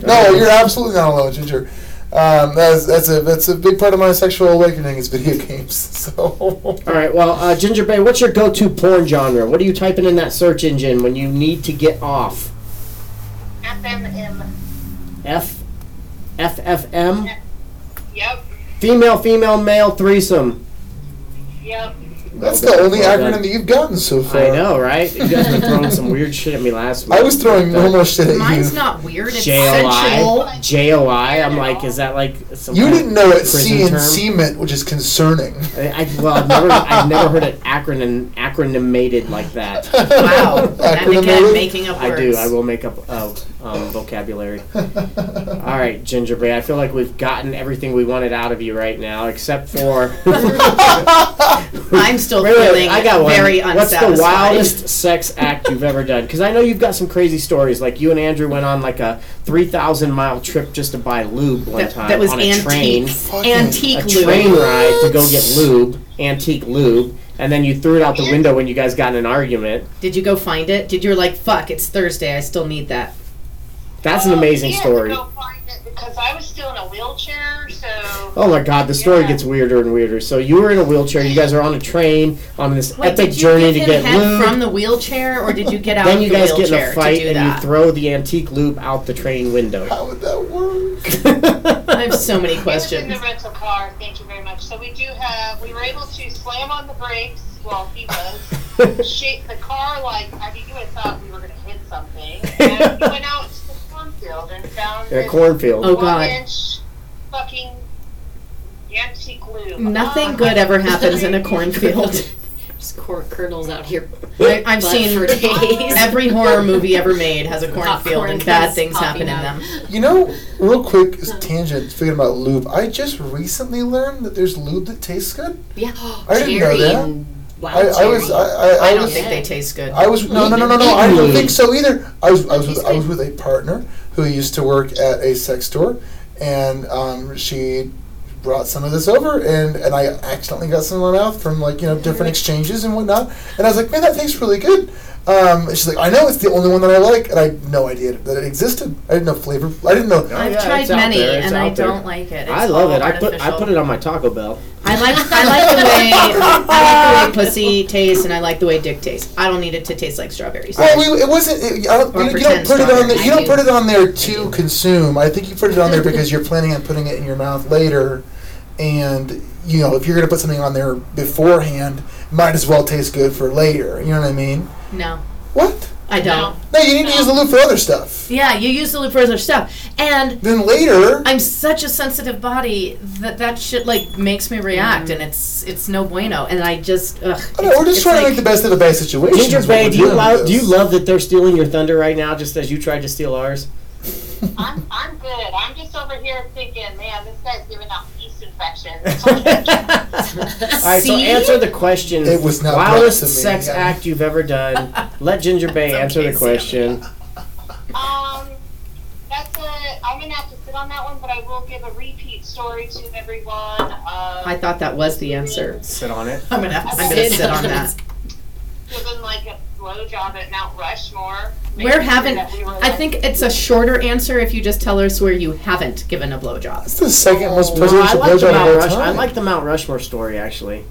[SPEAKER 1] No, you're absolutely not alone, Ginger. Um, that's, that's a that's a big part of my sexual awakening is video games. So
[SPEAKER 10] All right. Well, uh, Ginger Bay, what's your go-to porn genre? What are you typing in that search engine when you need to get off?
[SPEAKER 8] FMM.
[SPEAKER 10] F, F F M.
[SPEAKER 8] Yep.
[SPEAKER 10] Female, female, male threesome.
[SPEAKER 8] Yep.
[SPEAKER 1] that's the only acronym that you've gotten so far.
[SPEAKER 10] I know, right? You guys were throwing some weird shit at me last week.
[SPEAKER 1] I was throwing normal shit at
[SPEAKER 5] Mine's
[SPEAKER 1] you.
[SPEAKER 5] not weird. It's sensual.
[SPEAKER 10] JOI. JOI. I'm like, is that like some?
[SPEAKER 1] You
[SPEAKER 10] kind of
[SPEAKER 1] didn't know what
[SPEAKER 10] prison
[SPEAKER 1] C and
[SPEAKER 10] term?
[SPEAKER 1] C meant, which is concerning.
[SPEAKER 10] I, I, well, I've never, I've never heard it acronym acronymated like that.
[SPEAKER 5] Wow. And again, making up
[SPEAKER 10] I
[SPEAKER 5] words.
[SPEAKER 10] do. I will make up uh, um, vocabulary. All right, Gingerbread. I feel like we've gotten everything we wanted out of you right now, except for.
[SPEAKER 5] I'm still
[SPEAKER 10] Wait, wait,
[SPEAKER 5] feeling
[SPEAKER 10] I got one.
[SPEAKER 5] very
[SPEAKER 10] What's
[SPEAKER 5] unsatisfied.
[SPEAKER 10] the wildest sex act you've ever done? Because I know you've got some crazy stories. Like you and Andrew went on like a three thousand mile trip just to buy lube one
[SPEAKER 5] That,
[SPEAKER 10] time
[SPEAKER 5] that was
[SPEAKER 10] on a
[SPEAKER 5] antique.
[SPEAKER 10] train,
[SPEAKER 5] Antique
[SPEAKER 10] a
[SPEAKER 5] lube.
[SPEAKER 10] train ride to go get lube, antique lube, and then you threw it out the window when you guys got in an argument.
[SPEAKER 5] Did you go find it? Did you were like, fuck, it's Thursday. I still need that.
[SPEAKER 10] That's
[SPEAKER 5] Oh,
[SPEAKER 10] an amazing
[SPEAKER 8] Yeah,
[SPEAKER 10] story.
[SPEAKER 8] Go find it because I was still in a wheelchair, so
[SPEAKER 10] Oh my god, the story gets weirder and weirder. So you were in a wheelchair. You guys are on a train on this
[SPEAKER 5] Wait,
[SPEAKER 10] epic
[SPEAKER 5] did you give
[SPEAKER 10] journey to
[SPEAKER 5] him
[SPEAKER 10] get
[SPEAKER 5] head
[SPEAKER 10] lube.
[SPEAKER 5] from the wheelchair, or did you get out
[SPEAKER 10] then
[SPEAKER 5] of
[SPEAKER 10] you
[SPEAKER 5] the
[SPEAKER 10] guys get in
[SPEAKER 5] wheelchair
[SPEAKER 10] a fight
[SPEAKER 5] to do
[SPEAKER 10] and
[SPEAKER 5] that?
[SPEAKER 10] you throw the antique lube out the train window.
[SPEAKER 1] How would that work?
[SPEAKER 5] I have so many
[SPEAKER 8] in the
[SPEAKER 5] questions.
[SPEAKER 8] rental car. Thank you very much. So we do have. We were able to slam on the brakes while he was. Shake the car like I mean, you would have thought we were going to hit something. And we went out to the cornfield and found
[SPEAKER 10] In a
[SPEAKER 8] this
[SPEAKER 10] cornfield.
[SPEAKER 5] Oh, God.
[SPEAKER 8] one-inch fucking antique glue.
[SPEAKER 5] Nothing good ever happens in a cornfield.
[SPEAKER 4] Just cor- kernels out here.
[SPEAKER 5] I, I've
[SPEAKER 4] But
[SPEAKER 5] seen
[SPEAKER 4] for days.
[SPEAKER 5] every horror movie ever made has a cornfield,
[SPEAKER 4] Popcorn
[SPEAKER 5] and bad
[SPEAKER 4] is
[SPEAKER 5] things
[SPEAKER 4] popping
[SPEAKER 5] happen in
[SPEAKER 4] out.
[SPEAKER 5] them.
[SPEAKER 1] You know, real quick tangent. Speaking about lube, I just recently learned that there's lube that tastes good.
[SPEAKER 4] Yeah.
[SPEAKER 1] I didn't know
[SPEAKER 4] Cherry
[SPEAKER 1] that.
[SPEAKER 4] and wild
[SPEAKER 1] I, I was,
[SPEAKER 4] cherry.
[SPEAKER 1] I, I,
[SPEAKER 5] I
[SPEAKER 1] I
[SPEAKER 5] don't
[SPEAKER 1] was,
[SPEAKER 5] think they taste good.
[SPEAKER 1] I was no, no, no, no, no. I don't think so either. I was, I was with, I was with a partner who used to work at a sex store, and um, she brought some of this over, and and I accidentally got some in my mouth from like you know
[SPEAKER 5] Mm-hmm.
[SPEAKER 1] different exchanges and whatnot, and I was like, man, that tastes really good. Um, and she's like, I know it's the only one that I like, and I had no idea that it existed. I didn't know flavor. I didn't know.
[SPEAKER 5] I've
[SPEAKER 10] Yeah,
[SPEAKER 5] tried
[SPEAKER 10] it's out
[SPEAKER 5] many,
[SPEAKER 10] there, it's
[SPEAKER 5] and I
[SPEAKER 10] out there.
[SPEAKER 5] don't like it. It's
[SPEAKER 10] I love
[SPEAKER 5] all
[SPEAKER 10] it. I put I
[SPEAKER 5] artificial.
[SPEAKER 10] put it on my Taco Bell.
[SPEAKER 5] I like I like the way I like the way pussy tastes, and I like the way dick tastes. I don't need it to taste like strawberries.
[SPEAKER 1] Well, we, it wasn't. It, I don't,
[SPEAKER 5] Or
[SPEAKER 1] you, you don't
[SPEAKER 5] pretend
[SPEAKER 1] put it on. there
[SPEAKER 5] strawberry.
[SPEAKER 1] you
[SPEAKER 5] I
[SPEAKER 1] don't
[SPEAKER 5] do.
[SPEAKER 1] put it on there to consume. I think you put it on there because you're planning on putting it in your mouth later, and you know if you're gonna put something on there beforehand, might as well taste good for later. You know what I mean?
[SPEAKER 5] No,
[SPEAKER 1] What?
[SPEAKER 5] I don't.
[SPEAKER 1] No, you need to use the loop for other stuff.
[SPEAKER 5] Yeah, you use the lube for other stuff, and
[SPEAKER 1] Then later,
[SPEAKER 5] I'm such a sensitive body that that shit like makes me react, and it's it's no bueno. And I just ugh.
[SPEAKER 1] I don't know, we're just
[SPEAKER 5] it's
[SPEAKER 1] trying to
[SPEAKER 5] like-
[SPEAKER 1] make the best of a bad situation.
[SPEAKER 10] Ginger
[SPEAKER 1] is what
[SPEAKER 10] Bay,
[SPEAKER 1] we're
[SPEAKER 10] do you
[SPEAKER 1] doing
[SPEAKER 10] love
[SPEAKER 1] with
[SPEAKER 10] do you
[SPEAKER 1] this.
[SPEAKER 10] love that they're stealing your thunder right now, just as you tried to steal ours?
[SPEAKER 8] I'm, I'm good. I'm just over here thinking, man, this guy's giving out yeast infections.
[SPEAKER 10] All right, so
[SPEAKER 5] See?
[SPEAKER 10] answer the question.
[SPEAKER 1] It was not brought
[SPEAKER 10] wildest
[SPEAKER 1] to me,
[SPEAKER 10] sex
[SPEAKER 1] yeah.
[SPEAKER 10] act you've ever done. Let Ginger Bay answer
[SPEAKER 5] okay,
[SPEAKER 10] the
[SPEAKER 5] Sam.
[SPEAKER 10] question.
[SPEAKER 8] Um, that's a. I'm gonna have to sit on that one, but I will give a repeat story to everyone. Um,
[SPEAKER 5] I thought that was the answer.
[SPEAKER 10] Sit on it.
[SPEAKER 5] I'm gonna I'm gonna sit on that.
[SPEAKER 8] Given like a blowjob at Mount Rushmore. making
[SPEAKER 5] Where
[SPEAKER 8] sure
[SPEAKER 5] haven't?
[SPEAKER 8] that we were,
[SPEAKER 5] I think it's a shorter answer if you just tell us where you haven't given a blowjob.
[SPEAKER 1] It's the second most
[SPEAKER 10] Well, I
[SPEAKER 1] presidential
[SPEAKER 10] like the
[SPEAKER 1] blowjob of
[SPEAKER 10] Mount
[SPEAKER 1] all
[SPEAKER 10] Rush- I
[SPEAKER 1] time.
[SPEAKER 10] like the Mount Rushmore story actually.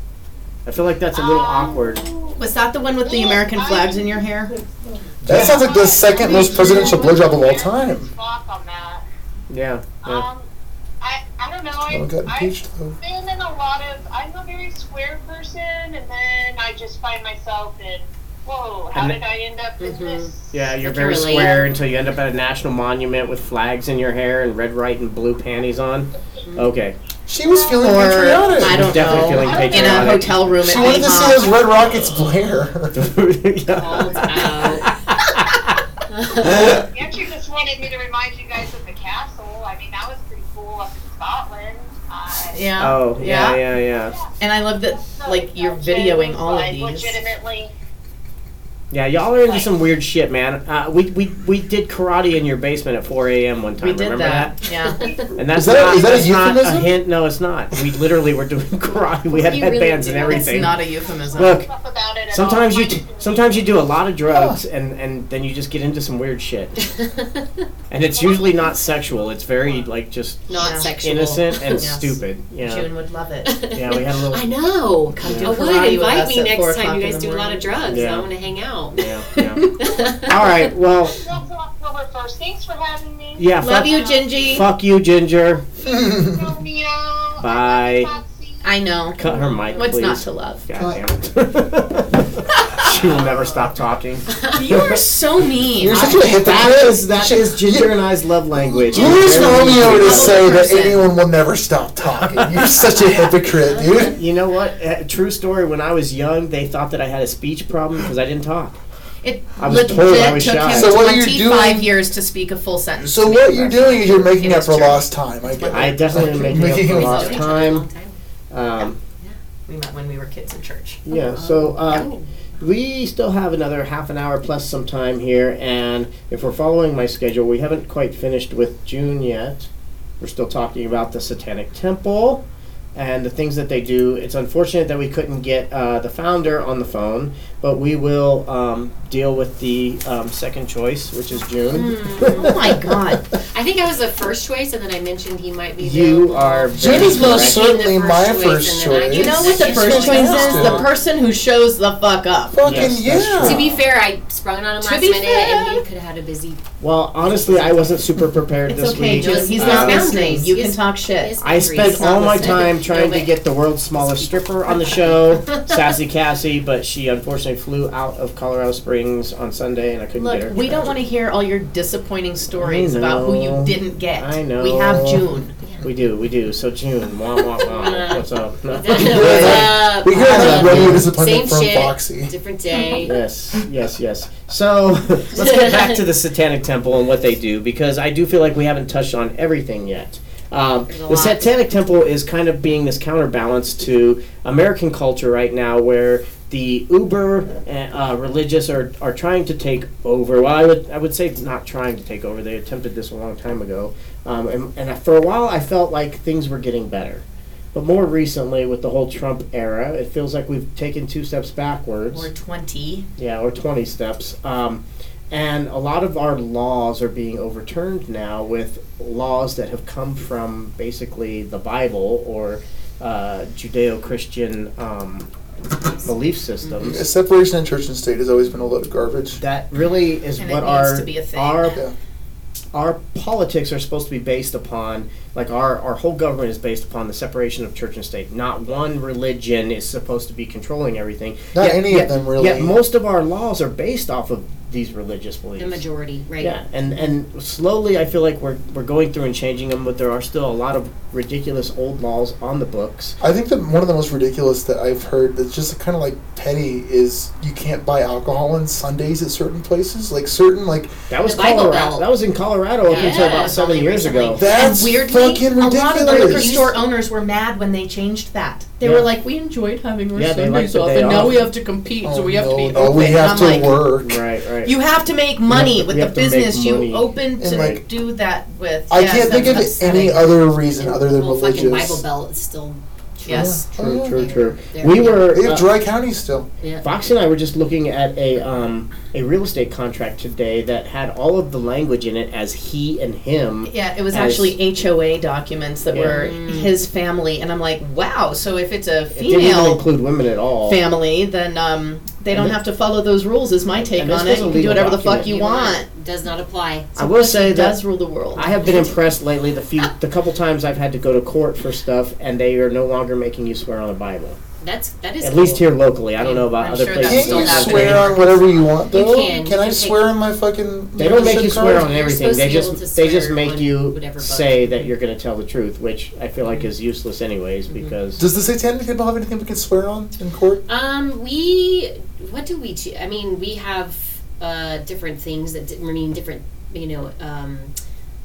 [SPEAKER 10] I feel like that's a little awkward.
[SPEAKER 5] Was that the one with the American flags in your hair?
[SPEAKER 1] That sounds like the second most presidential blowjob of all time.
[SPEAKER 10] Yeah.
[SPEAKER 8] Um, I, I don't know. I,
[SPEAKER 1] Well, it got impeached, though.
[SPEAKER 8] I've been in a lot of. I'm a very square person, and then I just find myself in. Whoa! How
[SPEAKER 10] And
[SPEAKER 8] did I end up in
[SPEAKER 4] Mm-hmm.
[SPEAKER 8] this?
[SPEAKER 10] Yeah, you're very
[SPEAKER 8] relate.
[SPEAKER 10] square until you end up at a national monument with flags in your hair and red, white, and blue panties on.
[SPEAKER 8] Mm-hmm.
[SPEAKER 10] Okay.
[SPEAKER 1] She was feeling
[SPEAKER 5] Or,
[SPEAKER 1] patriotic.
[SPEAKER 5] I don't
[SPEAKER 10] Definitely
[SPEAKER 5] know,
[SPEAKER 10] feeling
[SPEAKER 5] in a
[SPEAKER 10] patriotic.
[SPEAKER 5] hotel room
[SPEAKER 1] She
[SPEAKER 5] at
[SPEAKER 1] wanted to see those
[SPEAKER 5] Minnehaha.
[SPEAKER 1] red rockets blare.
[SPEAKER 8] You actually just wanted me to remind you guys of the castle. I mean, that was pretty cool up in Scotland. Uh,
[SPEAKER 5] Yeah.
[SPEAKER 10] Oh, yeah, yeah, yeah.
[SPEAKER 5] And I love that, like, you're videoing all of
[SPEAKER 8] like,
[SPEAKER 5] these.
[SPEAKER 8] legitimately.
[SPEAKER 10] Yeah, y'all are into some weird shit, man. Uh, we, we, we did karate in your basement at 4 a.m. one time.
[SPEAKER 5] We did
[SPEAKER 10] Remember that?
[SPEAKER 5] that. Yeah.
[SPEAKER 10] And
[SPEAKER 1] Is
[SPEAKER 10] that's
[SPEAKER 1] that a-
[SPEAKER 10] not,
[SPEAKER 1] is that a
[SPEAKER 10] that's not a
[SPEAKER 1] euphemism?
[SPEAKER 10] hint. No, it's not. We literally were doing karate. We had
[SPEAKER 4] You really
[SPEAKER 10] headbands and
[SPEAKER 4] did.
[SPEAKER 10] everything.
[SPEAKER 5] It's not a euphemism.
[SPEAKER 10] Look, sometimes you t- sometimes you do a lot of
[SPEAKER 1] Oh.
[SPEAKER 10] drugs and and then you just get into some weird shit, and it's usually not sexual. It's very like just
[SPEAKER 4] Not
[SPEAKER 5] Yeah.
[SPEAKER 4] sexual.
[SPEAKER 10] innocent and
[SPEAKER 5] Yes.
[SPEAKER 10] stupid. Yeah,
[SPEAKER 5] June would love it.
[SPEAKER 10] yeah. We had a
[SPEAKER 4] I
[SPEAKER 10] little.
[SPEAKER 4] know. Come
[SPEAKER 10] do
[SPEAKER 4] I would
[SPEAKER 5] karate with
[SPEAKER 4] invite
[SPEAKER 5] us
[SPEAKER 4] me
[SPEAKER 5] at four
[SPEAKER 4] next time you
[SPEAKER 5] o'clock in
[SPEAKER 4] guys
[SPEAKER 5] the
[SPEAKER 4] do a lot
[SPEAKER 5] morning.
[SPEAKER 4] of drugs.
[SPEAKER 10] Yeah.
[SPEAKER 4] I want to hang out.
[SPEAKER 10] Yeah, yeah. All right. Well,
[SPEAKER 8] That's October 1st. Thanks for having me.
[SPEAKER 10] yeah.
[SPEAKER 5] Love
[SPEAKER 10] Fuck,
[SPEAKER 5] you, Gingy.
[SPEAKER 10] fuck you, Ginger.
[SPEAKER 8] Romeo. I love
[SPEAKER 10] Bye.
[SPEAKER 8] Foxy.
[SPEAKER 5] I know.
[SPEAKER 10] Cut her mic,
[SPEAKER 5] What's
[SPEAKER 10] please.
[SPEAKER 5] not to love?
[SPEAKER 10] God damn it. she will never stop talking.
[SPEAKER 5] You are so mean.
[SPEAKER 1] You're such a hypocrite. She- you-
[SPEAKER 10] and I's love language.
[SPEAKER 1] Louis Romeo to say that
[SPEAKER 5] person.
[SPEAKER 1] anyone will never stop talking. You're such a hypocrite, dude.
[SPEAKER 10] You know what? Uh, true story. When I was young, they thought that I had a speech problem because I didn't talk.
[SPEAKER 5] It
[SPEAKER 10] I was
[SPEAKER 5] legit
[SPEAKER 10] told I was
[SPEAKER 5] took
[SPEAKER 10] shy.
[SPEAKER 5] him
[SPEAKER 1] So what you're
[SPEAKER 5] 25
[SPEAKER 1] doing-
[SPEAKER 5] years to speak a full sentence.
[SPEAKER 1] So
[SPEAKER 5] to
[SPEAKER 1] what
[SPEAKER 5] me.
[SPEAKER 1] you're doing is you're making
[SPEAKER 5] It
[SPEAKER 1] up
[SPEAKER 5] is
[SPEAKER 1] for
[SPEAKER 5] true.
[SPEAKER 1] lost time. I get
[SPEAKER 10] I
[SPEAKER 1] it.
[SPEAKER 10] definitely am making up for
[SPEAKER 1] Making-
[SPEAKER 10] lost
[SPEAKER 4] We've known each other a long
[SPEAKER 10] time.
[SPEAKER 4] time.
[SPEAKER 10] Um,
[SPEAKER 14] We met when we were kids in church.
[SPEAKER 10] yeah. So uh, we still have another half an hour plus some time here, and if we're following my schedule, we haven't quite finished with June yet. We're still talking about the Satanic Temple and the things that they do. It's unfortunate that we couldn't get uh, the founder on the phone, but we will um, deal with the um, second choice, which is June.
[SPEAKER 5] Oh my god.
[SPEAKER 4] I think I was the first choice, and then I mentioned he might be.
[SPEAKER 10] You
[SPEAKER 4] available.
[SPEAKER 10] are
[SPEAKER 1] June
[SPEAKER 10] very
[SPEAKER 1] is most
[SPEAKER 10] correct.
[SPEAKER 1] certainly my first
[SPEAKER 4] and then I
[SPEAKER 1] choice.
[SPEAKER 4] did
[SPEAKER 5] You know what the
[SPEAKER 4] second
[SPEAKER 5] first choice is? The
[SPEAKER 1] Yeah.
[SPEAKER 5] person who shows the fuck up.
[SPEAKER 1] Fucking
[SPEAKER 10] Yes, that's
[SPEAKER 1] yeah.
[SPEAKER 4] To be fair, I sprung it on him
[SPEAKER 5] To
[SPEAKER 4] last
[SPEAKER 5] be
[SPEAKER 4] minute,
[SPEAKER 5] fair.
[SPEAKER 4] and you could have had a busy.
[SPEAKER 10] Well, honestly, I wasn't super prepared
[SPEAKER 5] It's
[SPEAKER 10] this
[SPEAKER 5] okay,
[SPEAKER 10] week.
[SPEAKER 5] June. He's
[SPEAKER 10] Uh,
[SPEAKER 5] not
[SPEAKER 4] His
[SPEAKER 5] listening.
[SPEAKER 4] boundaries.
[SPEAKER 5] You can
[SPEAKER 4] His-
[SPEAKER 5] talk shit.
[SPEAKER 4] his
[SPEAKER 10] I spent
[SPEAKER 4] boundaries.
[SPEAKER 10] all my
[SPEAKER 5] listening.
[SPEAKER 10] time trying
[SPEAKER 5] No
[SPEAKER 10] to
[SPEAKER 5] way.
[SPEAKER 10] get the world's smallest stripper on the show, Sassy Cassie, but she unfortunately flew out of Colorado Springs on Sunday, and I couldn't get her.
[SPEAKER 5] Look, we don't want to hear all your disappointing stories about who
[SPEAKER 10] know.
[SPEAKER 5] you didn't get.
[SPEAKER 10] I know.
[SPEAKER 5] We have June.
[SPEAKER 10] We do, we do. So June, wah wah wah. What's up? No.
[SPEAKER 4] What's up?
[SPEAKER 1] We could have
[SPEAKER 4] What's
[SPEAKER 1] had
[SPEAKER 4] up?
[SPEAKER 1] Romeo disappointment
[SPEAKER 4] Same
[SPEAKER 1] from
[SPEAKER 4] shit.
[SPEAKER 1] Foxy.
[SPEAKER 4] Different day.
[SPEAKER 10] Yes, yes, yes. So let's get back to the Satanic Temple and what they do because I do feel like we haven't touched on everything yet. Um,
[SPEAKER 4] There's a
[SPEAKER 10] the
[SPEAKER 4] lot.
[SPEAKER 10] Satanic Temple is kind of being this counterbalance to American culture right now, where the uber uh, uh, religious are, are trying to take over. Well, I would I would say not trying to take over. They attempted this a long time ago, um, and, and for a while I felt like things were getting better. But more recently, with the whole Trump era, it feels like we've taken two steps backwards
[SPEAKER 5] We're 20.
[SPEAKER 10] yeah, or 20 steps. Um, and a lot of our laws are being overturned now with laws that have come from basically the Bible or uh, Judeo Christian um, belief systems.
[SPEAKER 1] Separation in church and state has always been a load of garbage.
[SPEAKER 10] That really is
[SPEAKER 5] And it
[SPEAKER 10] what
[SPEAKER 5] needs
[SPEAKER 10] our
[SPEAKER 5] to be a thing.
[SPEAKER 10] our
[SPEAKER 1] Yeah.
[SPEAKER 10] our politics are supposed to be based upon like our, our whole government is based upon the separation of church and state not one religion is supposed to be controlling everything
[SPEAKER 1] Not any of them, really.
[SPEAKER 10] yet most of our laws are based off of these religious beliefs
[SPEAKER 4] The majority, right?
[SPEAKER 10] yeah and and slowly i feel like we're, we're going through and changing them but there are still a lot of ridiculous old laws on the books
[SPEAKER 1] I think that one of the most ridiculous that I've heard that's just kind of like petty is you can't buy alcohol on Sundays at certain places. Like certain like
[SPEAKER 10] that was
[SPEAKER 4] The Bible
[SPEAKER 10] colorado
[SPEAKER 4] Belt.
[SPEAKER 10] that was in colorado up until
[SPEAKER 4] Yeah,
[SPEAKER 10] about
[SPEAKER 4] it's
[SPEAKER 10] seven
[SPEAKER 4] only
[SPEAKER 10] years ago
[SPEAKER 4] recently.
[SPEAKER 1] that's
[SPEAKER 5] and weirdly,
[SPEAKER 1] fucking ridiculous.
[SPEAKER 5] a lot of the liquor store owners were mad when they changed that. They
[SPEAKER 10] Yeah.
[SPEAKER 5] were like, "We enjoyed having our
[SPEAKER 10] Yeah, they
[SPEAKER 5] Sundays
[SPEAKER 10] liked the
[SPEAKER 5] off,
[SPEAKER 10] day
[SPEAKER 5] and now
[SPEAKER 10] off.
[SPEAKER 5] we have to compete,
[SPEAKER 1] Oh,
[SPEAKER 5] so we have
[SPEAKER 1] no,
[SPEAKER 5] to be
[SPEAKER 1] no,
[SPEAKER 5] open."
[SPEAKER 1] we have
[SPEAKER 5] I'm
[SPEAKER 1] to
[SPEAKER 5] like,
[SPEAKER 1] work.
[SPEAKER 10] right right
[SPEAKER 5] You have to make money
[SPEAKER 10] to-
[SPEAKER 5] with
[SPEAKER 10] we
[SPEAKER 5] the
[SPEAKER 10] have to make
[SPEAKER 5] business
[SPEAKER 10] money.
[SPEAKER 5] you open to
[SPEAKER 1] And, like,
[SPEAKER 5] do that with.
[SPEAKER 1] I
[SPEAKER 5] Yes,
[SPEAKER 1] can't think
[SPEAKER 5] that's
[SPEAKER 1] of
[SPEAKER 5] upsetting.
[SPEAKER 1] any other reason other than
[SPEAKER 4] Well, fucking Bible
[SPEAKER 1] religious.
[SPEAKER 4] Belt is still
[SPEAKER 5] Yes.
[SPEAKER 10] True,
[SPEAKER 5] Oh,
[SPEAKER 10] true,
[SPEAKER 5] yeah.
[SPEAKER 10] true.
[SPEAKER 5] There
[SPEAKER 10] We
[SPEAKER 5] we go.
[SPEAKER 10] were. uh,
[SPEAKER 5] They have
[SPEAKER 1] dry counties still.
[SPEAKER 4] Yeah.
[SPEAKER 10] Foxy and I were just looking at a um, a real estate contract today that had all of the language in it as he and him.
[SPEAKER 12] Yeah, it was
[SPEAKER 10] as-
[SPEAKER 12] actually HOA documents that
[SPEAKER 10] Yeah. Mm.
[SPEAKER 12] were his family, and I'm like, wow. So if it's a
[SPEAKER 10] It didn't even
[SPEAKER 12] female
[SPEAKER 10] include women at all.
[SPEAKER 12] family, then um, they
[SPEAKER 10] And
[SPEAKER 12] don't
[SPEAKER 10] it-
[SPEAKER 12] have to follow those rules. Is my take
[SPEAKER 10] And this
[SPEAKER 12] on it.
[SPEAKER 10] was a
[SPEAKER 12] You can do
[SPEAKER 10] legal
[SPEAKER 12] whatever the fuck
[SPEAKER 10] document.
[SPEAKER 12] you want.
[SPEAKER 4] Does not apply.
[SPEAKER 10] I will say that
[SPEAKER 12] does rule the world.
[SPEAKER 10] I have been impressed lately. The few, the couple times I've had to go to court for stuff, and they are no longer making you swear on a Bible.
[SPEAKER 4] That's that is.
[SPEAKER 10] At
[SPEAKER 4] cool.
[SPEAKER 10] least here locally. I don't know about
[SPEAKER 4] I'm
[SPEAKER 10] other
[SPEAKER 4] sure that's
[SPEAKER 10] places.
[SPEAKER 1] Can't
[SPEAKER 4] still
[SPEAKER 1] you
[SPEAKER 4] happening.
[SPEAKER 1] swear on whatever you want
[SPEAKER 4] You
[SPEAKER 1] though?
[SPEAKER 4] can. You
[SPEAKER 1] I
[SPEAKER 4] can
[SPEAKER 1] swear on my fucking?
[SPEAKER 10] They don't make
[SPEAKER 1] membership
[SPEAKER 10] you swear
[SPEAKER 1] card?
[SPEAKER 10] on everything.
[SPEAKER 4] supposed
[SPEAKER 10] They
[SPEAKER 4] to be able to
[SPEAKER 10] just they just
[SPEAKER 4] swear
[SPEAKER 10] make
[SPEAKER 4] on
[SPEAKER 10] you
[SPEAKER 4] whatever Mm-hmm. book.
[SPEAKER 10] say that you're going to tell the truth, which I feel like is useless anyways
[SPEAKER 4] Mm-hmm.
[SPEAKER 10] because
[SPEAKER 1] Does the Satanic Temple have anything we can swear on in court?
[SPEAKER 4] Um, we what do we? Cho- I mean, we have uh, different things that di- I mean different. You know, um,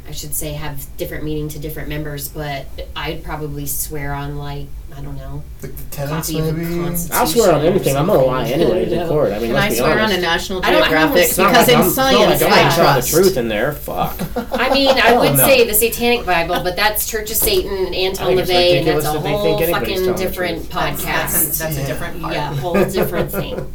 [SPEAKER 4] I should say have different meaning to different members, but I'd probably swear on like I don't know.
[SPEAKER 1] Like the tenants,
[SPEAKER 4] copy of the
[SPEAKER 1] maybe?
[SPEAKER 4] Constitution
[SPEAKER 10] I'll swear on
[SPEAKER 4] or
[SPEAKER 10] anything. I'm gonna lie
[SPEAKER 4] something.
[SPEAKER 10] anyways in court. I mean,
[SPEAKER 12] Can
[SPEAKER 10] let's
[SPEAKER 12] I
[SPEAKER 10] be
[SPEAKER 12] swear
[SPEAKER 10] honest.
[SPEAKER 12] on a National
[SPEAKER 4] I don't- I don't
[SPEAKER 12] Geographic?
[SPEAKER 4] see-
[SPEAKER 12] Because in
[SPEAKER 10] it's not like
[SPEAKER 12] science,
[SPEAKER 10] I'm,
[SPEAKER 12] I
[SPEAKER 10] it's not like I'm
[SPEAKER 12] trust.
[SPEAKER 10] telling the truth in there. Fuck.
[SPEAKER 4] I mean, I
[SPEAKER 10] Hell
[SPEAKER 4] would
[SPEAKER 10] Oh, no.
[SPEAKER 4] say the Satanic Bible, but that's Church of Satan and Anton
[SPEAKER 10] I think it's
[SPEAKER 4] LaVey, and that's
[SPEAKER 10] ridiculous
[SPEAKER 4] a
[SPEAKER 10] that they
[SPEAKER 4] whole
[SPEAKER 10] think anybody's telling
[SPEAKER 4] fucking
[SPEAKER 10] the
[SPEAKER 4] different
[SPEAKER 10] truth.
[SPEAKER 4] podcast.
[SPEAKER 5] That's- that's a different part.
[SPEAKER 4] Yeah, whole different thing.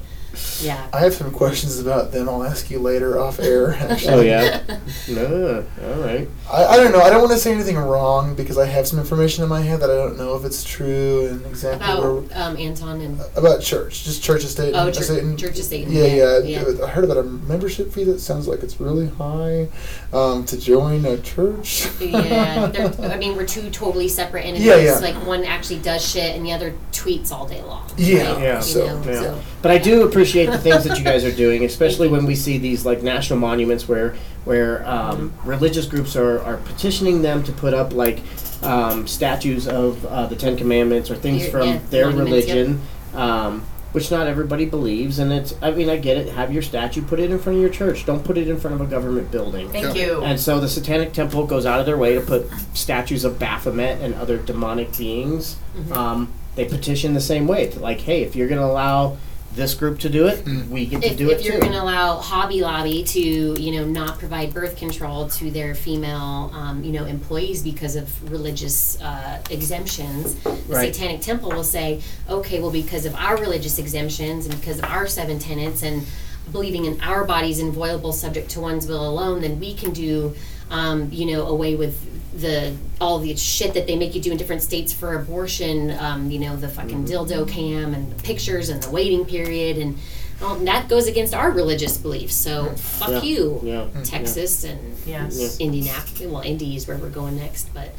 [SPEAKER 4] Yeah.
[SPEAKER 1] I have some questions about them. I'll ask you later off air. Actually.
[SPEAKER 10] Oh yeah. no. All right.
[SPEAKER 1] I, I don't know. I don't want to say anything wrong because I have some information in my head that I don't know if it's true and exactly
[SPEAKER 4] About
[SPEAKER 1] where
[SPEAKER 4] um, Anton and
[SPEAKER 1] about church, just church of state.
[SPEAKER 4] oh,
[SPEAKER 1] of
[SPEAKER 4] Church,
[SPEAKER 1] Satan.
[SPEAKER 4] Church of Satan.
[SPEAKER 1] Yeah, yeah,
[SPEAKER 4] yeah.
[SPEAKER 1] I heard about a membership fee that sounds like it's really high um, to join a church.
[SPEAKER 4] Yeah, they're, I mean, we're two totally separate entities.
[SPEAKER 1] Yeah, yeah.
[SPEAKER 4] Like one actually does shit, and the other tweets all day long.
[SPEAKER 1] Yeah,
[SPEAKER 4] Like,
[SPEAKER 10] Yeah.
[SPEAKER 4] you
[SPEAKER 1] so,
[SPEAKER 4] know,
[SPEAKER 10] yeah.
[SPEAKER 4] so-
[SPEAKER 10] But I do appreciate the things that you guys are doing, especially when we see these like national monuments where where um, religious groups are, are petitioning them to put up like um, statues of uh, the Ten Commandments or things
[SPEAKER 4] Your-
[SPEAKER 10] from
[SPEAKER 4] yeah,
[SPEAKER 10] their
[SPEAKER 4] monuments, yep.
[SPEAKER 10] religion, um, which not everybody believes. And it's I mean I get it. Have your statue put it in front of your church. Don't put it in front of a government building.
[SPEAKER 5] Thank you.
[SPEAKER 10] And so the Satanic Temple goes out of their way to put statues of Baphomet and other demonic beings.
[SPEAKER 4] Mm-hmm.
[SPEAKER 10] Um, they petition the same way, to like, hey, if you're going to allow this group to do it, we get to
[SPEAKER 4] If,
[SPEAKER 10] do
[SPEAKER 4] if
[SPEAKER 10] it
[SPEAKER 4] you're
[SPEAKER 10] too.
[SPEAKER 4] going to allow Hobby Lobby to, you know, not provide birth control to their female, um, you know, employees because of religious uh, exemptions, the
[SPEAKER 10] Right.
[SPEAKER 4] Satanic Temple will say, okay, well, because of our religious exemptions and because of our seven tenets and believing in our bodies inviolable, subject to one's will alone, then we can do, um, you know, away with the all the shit that they make you do in different states for abortion. Um, you know, the fucking
[SPEAKER 10] Mm-hmm.
[SPEAKER 4] dildo cam and the pictures and the waiting period and. Well, that goes against our religious beliefs, so fuck
[SPEAKER 10] Yeah,
[SPEAKER 4] you,
[SPEAKER 10] yeah,
[SPEAKER 4] Texas and
[SPEAKER 5] Yes.
[SPEAKER 4] Indianapolis. Well, Indy is where we're going next, but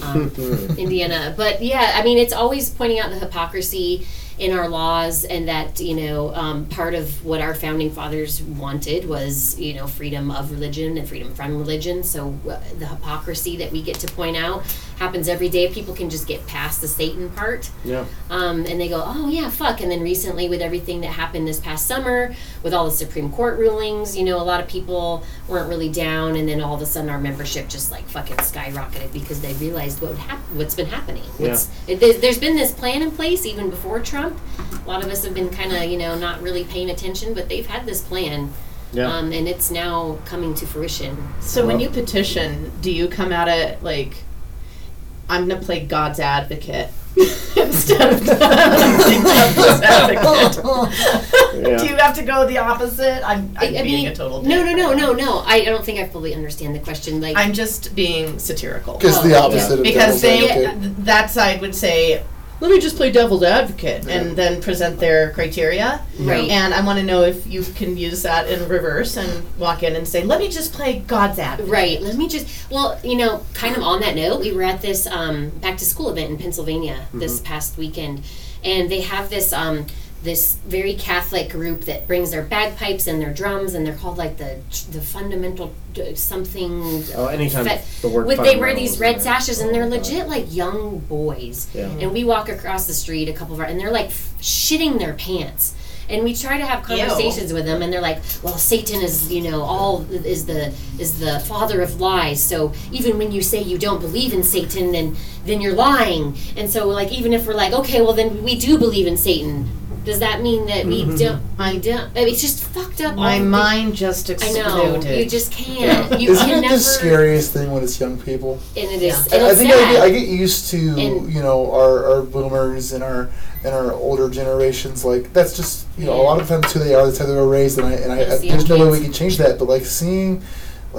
[SPEAKER 4] um, Indiana. But yeah, I mean, it's always pointing out the hypocrisy in our laws, and that you know, um, part of what our founding fathers wanted was you know freedom of religion and freedom from religion. So uh, the hypocrisy that we get to point out happens every day. People can just get past the Satan part
[SPEAKER 10] yeah.
[SPEAKER 4] um, and they go, oh yeah, fuck. And then recently, with everything that happened this past summer, with all the Supreme Court rulings, you know, a lot of people weren't really down, and then all of a sudden, our membership just like fucking skyrocketed because they realized what would hap- what's been happening. What's, it, there- there's been this plan in place even before Trump. A lot of us have been kind of you know not really paying attention, but they've had this plan,
[SPEAKER 10] Yeah.
[SPEAKER 4] um, and it's now coming to fruition.
[SPEAKER 12] So when you petition, do you come at it like, I'm gonna play God's advocate instead of the devil's advocate?
[SPEAKER 10] Yeah.
[SPEAKER 5] Do you have to go the opposite? I'm, I'm
[SPEAKER 4] I
[SPEAKER 5] being
[SPEAKER 4] mean,
[SPEAKER 5] a total dick.
[SPEAKER 4] no, no, no, no, no. I don't think I fully understand the question. Like,
[SPEAKER 5] I'm just being satirical.
[SPEAKER 1] Because the
[SPEAKER 4] Well,
[SPEAKER 1] opposite of
[SPEAKER 5] because
[SPEAKER 1] devil's
[SPEAKER 5] they
[SPEAKER 1] advocate.
[SPEAKER 5] that side would say let me just play devil's advocate and then present their criteria
[SPEAKER 4] Right.
[SPEAKER 5] and i want to know if you can use that in reverse and walk in and say let me just play god's advocate
[SPEAKER 4] Right. Let me just. Well, you know, kind of on that note, we were at this um, back to school event in Pennsylvania this past weekend, and they have this um, this very Catholic group that brings their bagpipes and their drums, and they're called like the the fundamental d- something.
[SPEAKER 10] Oh, anytime
[SPEAKER 4] fe-
[SPEAKER 10] the word
[SPEAKER 4] with, they wear
[SPEAKER 10] fundamental
[SPEAKER 4] these
[SPEAKER 10] is
[SPEAKER 4] red
[SPEAKER 10] in there.
[SPEAKER 4] sashes, and
[SPEAKER 10] Oh
[SPEAKER 4] they're
[SPEAKER 10] my God.
[SPEAKER 4] legit like young boys.
[SPEAKER 10] Yeah.
[SPEAKER 4] And we walk across the street, a couple of our, and they're like f- shitting their pants. And we try to have conversations with them, and they're like, "Well, Satan is, you know, all is the is the father of lies. So even when you say you don't believe in Satan, then then you're lying. And so like even if we're like, okay, well then we do believe in Satan, Does that mean that we
[SPEAKER 10] Mm-hmm.
[SPEAKER 12] Mhm.
[SPEAKER 4] don't? I don't. I mean, it's just fucked up.
[SPEAKER 12] My
[SPEAKER 4] all the-
[SPEAKER 12] mind just exploded.
[SPEAKER 4] Um, I know. You just can't. You
[SPEAKER 1] Isn't
[SPEAKER 4] can
[SPEAKER 1] it
[SPEAKER 4] never.
[SPEAKER 1] the scariest thing when it's young people?
[SPEAKER 4] And it is.
[SPEAKER 1] I,
[SPEAKER 4] And
[SPEAKER 1] I
[SPEAKER 4] it's
[SPEAKER 1] think
[SPEAKER 4] sad.
[SPEAKER 1] I, get, I get used to
[SPEAKER 4] And-
[SPEAKER 1] you know our, our boomers and our and our older generations like that's just you know a lot of times who they are that's how they were raised and I and I, I
[SPEAKER 4] Those young
[SPEAKER 1] there's no way
[SPEAKER 4] kids.
[SPEAKER 1] we can change that but like seeing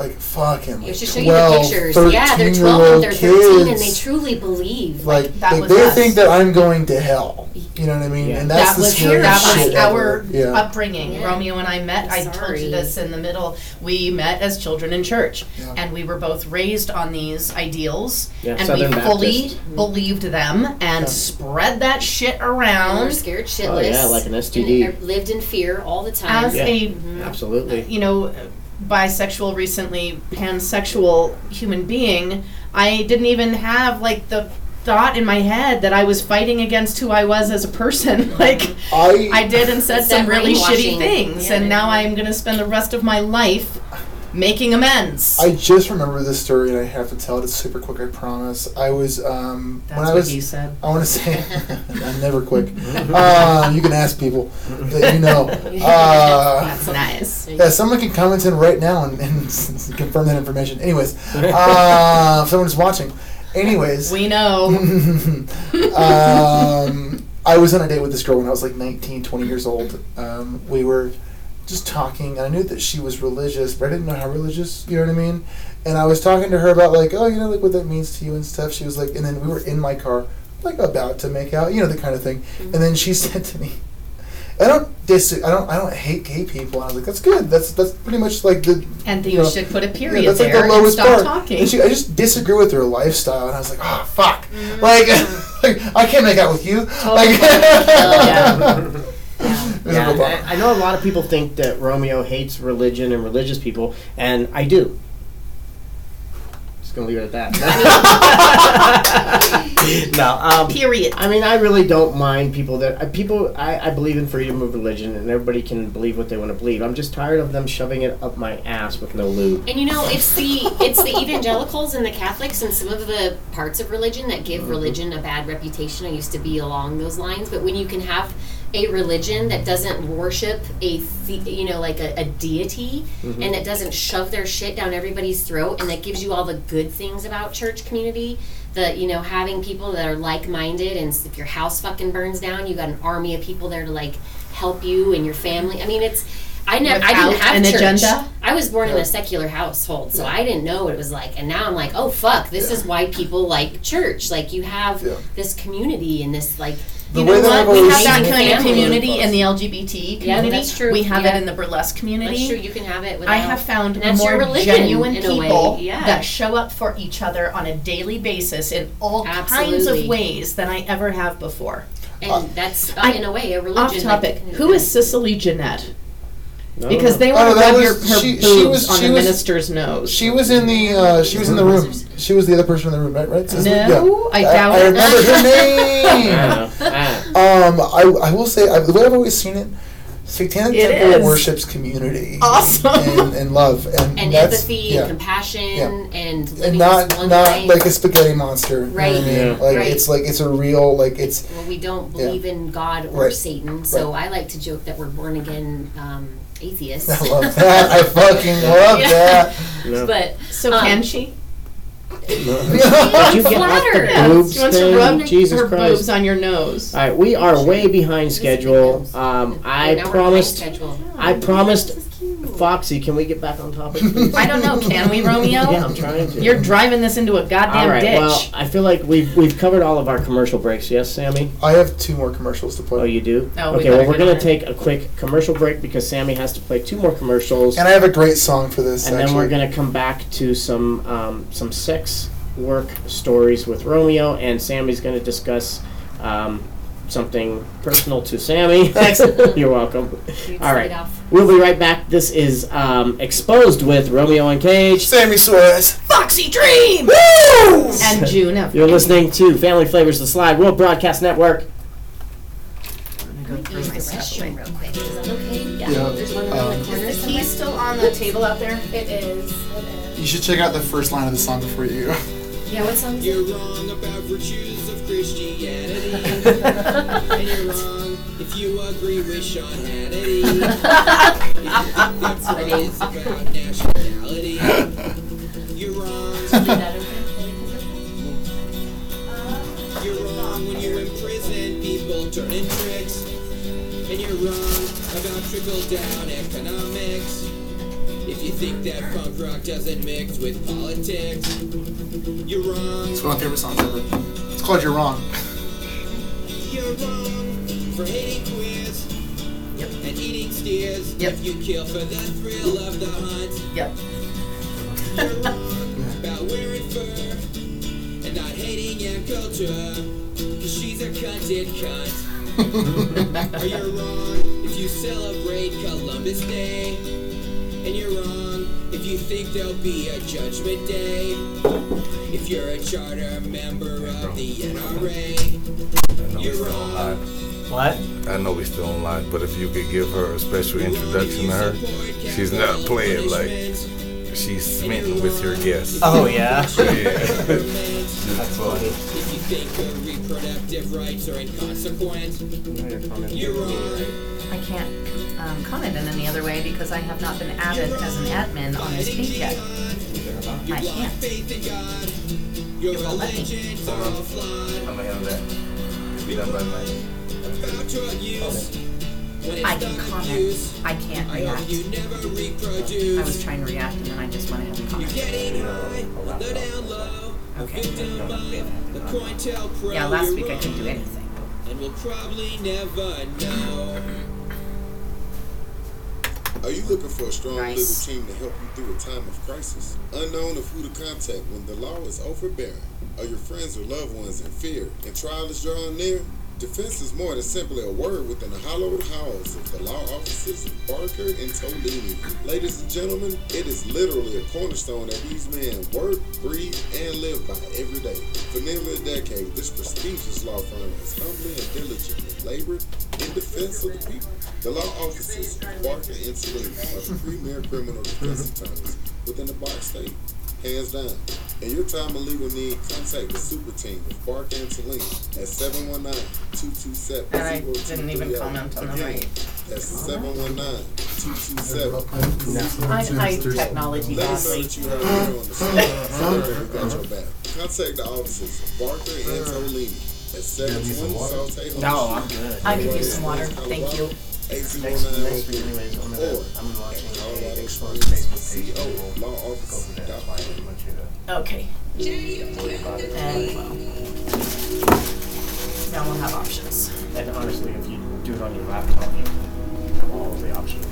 [SPEAKER 1] like fucking like
[SPEAKER 4] should show you the
[SPEAKER 1] 12,
[SPEAKER 4] pictures.
[SPEAKER 1] 13
[SPEAKER 4] Yeah, they're
[SPEAKER 1] year
[SPEAKER 4] 12 and
[SPEAKER 1] old
[SPEAKER 4] they're 13 and they
[SPEAKER 1] kids
[SPEAKER 4] truly believe.
[SPEAKER 1] like
[SPEAKER 5] that
[SPEAKER 1] they,
[SPEAKER 5] was
[SPEAKER 1] they
[SPEAKER 5] us.
[SPEAKER 1] think that I'm going to hell you know what I mean and that's
[SPEAKER 5] that
[SPEAKER 1] the
[SPEAKER 5] was
[SPEAKER 1] scariest
[SPEAKER 5] that was
[SPEAKER 1] shit
[SPEAKER 5] our
[SPEAKER 1] ever. yeah.
[SPEAKER 5] upbringing.
[SPEAKER 4] Yeah.
[SPEAKER 5] Romeo and I met. I told
[SPEAKER 4] Sorry.
[SPEAKER 5] you this in the middle. We met as children in church,
[SPEAKER 1] Yeah.
[SPEAKER 5] and we were both raised on these ideals,
[SPEAKER 10] Yeah,
[SPEAKER 5] and
[SPEAKER 10] Southern
[SPEAKER 5] we
[SPEAKER 10] Baptist.
[SPEAKER 5] fully believed them and spread that shit
[SPEAKER 4] And we're
[SPEAKER 5] around
[SPEAKER 4] scared shitless.
[SPEAKER 10] Oh, yeah, like an
[SPEAKER 4] and
[SPEAKER 10] STD.
[SPEAKER 4] they're lived in fear all the time.
[SPEAKER 5] as
[SPEAKER 10] Yeah.
[SPEAKER 5] a
[SPEAKER 10] Absolutely.
[SPEAKER 5] you know bisexual recently pansexual human being i didn't even have like the thought in my head that i was fighting against who i was as a person like
[SPEAKER 1] I
[SPEAKER 5] I did and said
[SPEAKER 4] It's that
[SPEAKER 5] some really shitty
[SPEAKER 4] brainwashing.
[SPEAKER 5] things,
[SPEAKER 4] Yeah.
[SPEAKER 5] and now I'm going to spend the rest of my life making amends.
[SPEAKER 1] I just remember this story and I have to tell it. It's super quick, I promise. I was um
[SPEAKER 5] That's
[SPEAKER 1] when I
[SPEAKER 5] what
[SPEAKER 1] was
[SPEAKER 5] he said.
[SPEAKER 1] I want to say I'm never quick. Uh, you can ask people that you know. Uh,
[SPEAKER 5] That's nice.
[SPEAKER 1] yeah, someone can comment in right now and, and confirm that information. Anyways, uh, if someone's watching. Anyways,
[SPEAKER 5] We know.
[SPEAKER 1] um, I was on a date with this girl when I was like 19, 20 years old. Um, we were just talking, and I knew that she was religious, but I didn't know how religious, you know what I mean? And I was talking to her about, like, oh, you know, like what that means to you and stuff. She was like, and then we were in my car, like about to make out, you know, the kind of thing. And then she said to me, I don't dis- I don't I don't hate gay people. And I was like, that's good. That's that's pretty much like the
[SPEAKER 5] And
[SPEAKER 1] you
[SPEAKER 5] you
[SPEAKER 1] know,
[SPEAKER 5] should put a
[SPEAKER 1] yeah,
[SPEAKER 5] period
[SPEAKER 1] that's like
[SPEAKER 5] there
[SPEAKER 1] the lowest
[SPEAKER 5] and stop
[SPEAKER 1] part.
[SPEAKER 5] talking.
[SPEAKER 1] And she, I just disagree with her lifestyle, and I was like, oh fuck,
[SPEAKER 5] Mm-hmm.
[SPEAKER 1] like, like I can't make out with you. Like,
[SPEAKER 10] Yeah.
[SPEAKER 1] It was a
[SPEAKER 10] Yeah,
[SPEAKER 1] bummer.
[SPEAKER 10] I, I know a lot of people think that Romeo hates religion and religious people, and I do. Just gonna leave it at that. no, um,
[SPEAKER 5] Period.
[SPEAKER 10] I mean, I really don't mind people that uh, people. I, I believe in freedom of religion, and everybody can believe what they want to believe. I'm just tired of them shoving it up my ass with no lube.
[SPEAKER 4] And you know, it's the it's the evangelicals and the Catholics and some of the parts of religion that give religion a bad reputation. I used to be along those lines, but when you can have a religion that doesn't worship a the, you know like a, a deity and that doesn't shove their shit down everybody's throat and that gives you all the good things about church community the you know having people that are like-minded and if your house fucking burns down you got an army of people there to like help you and your family i mean it's i never i didn't
[SPEAKER 5] Without
[SPEAKER 4] have
[SPEAKER 5] an
[SPEAKER 4] church.
[SPEAKER 5] agenda?
[SPEAKER 4] I was born in
[SPEAKER 1] Oh.
[SPEAKER 4] a secular household, so I didn't know what it was like. And now I'm like, oh fuck, this is why people like church. Like you have
[SPEAKER 1] Yeah.
[SPEAKER 4] this community and this like
[SPEAKER 1] The
[SPEAKER 5] you
[SPEAKER 1] way
[SPEAKER 5] know
[SPEAKER 1] that I've
[SPEAKER 5] what? We
[SPEAKER 1] always
[SPEAKER 5] have that
[SPEAKER 1] seen it
[SPEAKER 5] kind of
[SPEAKER 1] was
[SPEAKER 5] community
[SPEAKER 1] really
[SPEAKER 5] in the LGBT community.
[SPEAKER 4] Yeah, that's true.
[SPEAKER 5] We have
[SPEAKER 4] Yeah.
[SPEAKER 5] it in the burlesque community.
[SPEAKER 4] that's true. You can have it. Without,
[SPEAKER 5] I have found
[SPEAKER 4] and that's your
[SPEAKER 5] more
[SPEAKER 4] religion,
[SPEAKER 5] genuine
[SPEAKER 4] in a way,
[SPEAKER 5] people
[SPEAKER 4] yeah.
[SPEAKER 5] that show up for each other on a daily basis in all kinds
[SPEAKER 4] Absolutely.
[SPEAKER 5] of ways than I ever have before.
[SPEAKER 4] and that's uh,
[SPEAKER 5] I-
[SPEAKER 4] in a way a religion.
[SPEAKER 5] Off topic.
[SPEAKER 4] like-
[SPEAKER 5] Who is Cicely Jeanette?
[SPEAKER 10] No,
[SPEAKER 5] Because
[SPEAKER 10] no.
[SPEAKER 5] they want
[SPEAKER 1] Oh,
[SPEAKER 5] to
[SPEAKER 1] that
[SPEAKER 5] rub
[SPEAKER 1] was-
[SPEAKER 5] your, her
[SPEAKER 1] she- she
[SPEAKER 5] boobs
[SPEAKER 1] was-
[SPEAKER 5] on
[SPEAKER 1] she
[SPEAKER 5] the
[SPEAKER 1] was-
[SPEAKER 5] minister's nose.
[SPEAKER 1] She was in the uh, she was in the room. She was the other person in the room, right? Right? Cicely?
[SPEAKER 5] No, I doubt
[SPEAKER 1] I,
[SPEAKER 5] it.
[SPEAKER 1] remember her
[SPEAKER 10] I
[SPEAKER 1] name.
[SPEAKER 10] don't know. I-
[SPEAKER 1] Um, I, I will say I, the way I've always seen it, Satanic
[SPEAKER 5] It
[SPEAKER 1] Temple
[SPEAKER 5] is.
[SPEAKER 1] worships community,
[SPEAKER 5] awesome.
[SPEAKER 1] and, and love, and,
[SPEAKER 4] and
[SPEAKER 1] that's,
[SPEAKER 4] empathy
[SPEAKER 1] yeah.
[SPEAKER 4] and compassion
[SPEAKER 1] Yeah.
[SPEAKER 4] and living
[SPEAKER 1] and
[SPEAKER 4] as
[SPEAKER 1] not
[SPEAKER 4] one
[SPEAKER 1] not
[SPEAKER 4] life.
[SPEAKER 1] like a spaghetti monster. You know
[SPEAKER 4] Right.
[SPEAKER 1] what I mean?
[SPEAKER 4] Yeah.
[SPEAKER 1] Like
[SPEAKER 4] Right.
[SPEAKER 1] it's like it's a real like it's
[SPEAKER 4] well, we don't believe in God or
[SPEAKER 1] Right.
[SPEAKER 4] Satan, so I like to joke that we're born again um, atheists.
[SPEAKER 1] I love that. I fucking love
[SPEAKER 4] Yeah.
[SPEAKER 1] that.
[SPEAKER 10] no.
[SPEAKER 4] but
[SPEAKER 5] So
[SPEAKER 4] Um,
[SPEAKER 5] can she?
[SPEAKER 10] Did you get off
[SPEAKER 4] flattered.
[SPEAKER 10] the boobs
[SPEAKER 12] She wants to
[SPEAKER 10] thing?
[SPEAKER 12] rub
[SPEAKER 10] Jesus
[SPEAKER 12] her
[SPEAKER 10] Christ.
[SPEAKER 12] boobs on your nose.
[SPEAKER 10] All right, we are way behind schedule.
[SPEAKER 4] becomes-
[SPEAKER 10] Um,
[SPEAKER 4] Now
[SPEAKER 10] I
[SPEAKER 4] we're on
[SPEAKER 10] promised.
[SPEAKER 4] schedule.
[SPEAKER 10] I promised
[SPEAKER 4] This is cute.
[SPEAKER 10] Foxy. Can we get back on topic? please?
[SPEAKER 5] I don't know. Can we, Romeo?
[SPEAKER 10] yeah, I'm trying to.
[SPEAKER 5] You're driving this into a goddamn
[SPEAKER 10] All right.
[SPEAKER 5] ditch.
[SPEAKER 10] Well, I feel like we've we've covered all of our commercial breaks. Yes, Sammy.
[SPEAKER 1] I have two more commercials to
[SPEAKER 10] Oh,
[SPEAKER 1] play.
[SPEAKER 10] you do.
[SPEAKER 5] Oh, we
[SPEAKER 10] okay. Well,
[SPEAKER 5] better
[SPEAKER 10] we're
[SPEAKER 5] get
[SPEAKER 10] gonna
[SPEAKER 5] on it.
[SPEAKER 10] take a quick commercial break because Sammy has to play two more commercials,
[SPEAKER 1] and I have a great song for this.
[SPEAKER 10] and then
[SPEAKER 1] actually.
[SPEAKER 10] we're gonna come back to some um, some sex work stories with Romeo, and Sammy's gonna discuss. Um, Something personal to Sammy. Thanks. You're welcome.
[SPEAKER 4] You'd
[SPEAKER 10] All right.
[SPEAKER 4] slide off.
[SPEAKER 10] We'll be right back. This is um, Exposed with Romeo and Cage.
[SPEAKER 1] Sammy Suarez.
[SPEAKER 5] Foxy Dream! And June F.
[SPEAKER 10] You're listening to Family Flavors The Slide World Broadcast Network.
[SPEAKER 4] Use the restroom real quick. Is that okay?
[SPEAKER 1] Yeah.
[SPEAKER 4] There's one around
[SPEAKER 1] Um,
[SPEAKER 4] the corner
[SPEAKER 12] Is
[SPEAKER 4] somewhere.
[SPEAKER 12] he still on the table out there?
[SPEAKER 3] It is. It
[SPEAKER 1] You should check out the first line of the song before you.
[SPEAKER 4] Yeah, what song is it?
[SPEAKER 9] You're wrong about virtues of Christianity. and you're wrong
[SPEAKER 10] If you agree with Sean Hannity, if you think that's what it's about nationality, you're wrong. You're wrong when you imprison people turning tricks, and you're wrong about trickle down economics. If you think that punk rock doesn't mix with politics, you're wrong.
[SPEAKER 1] It's one of my favorite songs ever. It's called You're Wrong.
[SPEAKER 10] You're wrong for hating queers and eating steers. If you kill for the thrill of the hunt. Yep. You're wrong about wearing fur and not hating Yam culture. 'cause she's a cunted cunt. Are you wrong if you celebrate Columbus Day? And you're wrong if you think there'll be a judgment day. If you're a charter member of the NRA, you're wrong.
[SPEAKER 3] What?
[SPEAKER 2] I know we still online, but if you could give her a special introduction to her, she's not playing like she's smitten with your guests.
[SPEAKER 10] Uh,
[SPEAKER 3] Oh, yeah?
[SPEAKER 2] That's funny.
[SPEAKER 10] If you think the reproductive rights are inconsequent, you're wrong.
[SPEAKER 5] I can't um, comment in any other way because I have not been added as an admin on this page yet. I can't.
[SPEAKER 10] Your religions are all flawed.
[SPEAKER 2] I'm gonna handle that. Be done by Mike.
[SPEAKER 10] About drug use. When it's
[SPEAKER 5] I can
[SPEAKER 10] not
[SPEAKER 5] comment.
[SPEAKER 10] abused,
[SPEAKER 5] I can't
[SPEAKER 10] I hope you
[SPEAKER 5] react.
[SPEAKER 10] never
[SPEAKER 5] I
[SPEAKER 10] reproduce.
[SPEAKER 5] was trying to react and then I just went ahead and
[SPEAKER 10] You're
[SPEAKER 5] commented.
[SPEAKER 10] getting high on the down low.
[SPEAKER 5] Okay.
[SPEAKER 10] Victim of the COINTELPRO.
[SPEAKER 5] Yeah, last
[SPEAKER 10] you're
[SPEAKER 5] week I couldn't do
[SPEAKER 10] wrong,
[SPEAKER 5] anything.
[SPEAKER 10] And we'll probably never know.
[SPEAKER 7] Are you looking for a strong
[SPEAKER 5] Nice.
[SPEAKER 7] legal team to help you through a time of crisis? Unknown of who to contact when the law is overbearing? Are your friends or loved ones in fear and trial is drawing near? Defense is more than simply a word within the hollowed halls of the law offices of Barker and Tolini. Ladies and gentlemen, it is literally a cornerstone that these men work, breathe, and live by every day. For nearly a decade, this prestigious law firm has humbly and diligently labored in defense of the people. The law offices of Barker and Tolini are the premier criminal defense attorneys within the Bark State, hands down. In your time of legal need, contact the super team of Bark and Tolini at 719 227
[SPEAKER 15] And I didn't even comment on the right.
[SPEAKER 7] That's 719 227
[SPEAKER 5] hide technology
[SPEAKER 7] Let us know
[SPEAKER 5] badly.
[SPEAKER 7] that you heard here on the show. So that we got your back. Contact the offices of Barker and Tolini at 720 South Tahoe.
[SPEAKER 3] No, I'm good.
[SPEAKER 5] I could use some water. Thank you.
[SPEAKER 3] Next, next week, anyways, I'm gonna, I'm watching a explode Facebook page. Oh,
[SPEAKER 7] Law office.
[SPEAKER 5] Okay. And well. Now we'll have options.
[SPEAKER 3] And honestly, if you do it on your laptop, you have all of the options.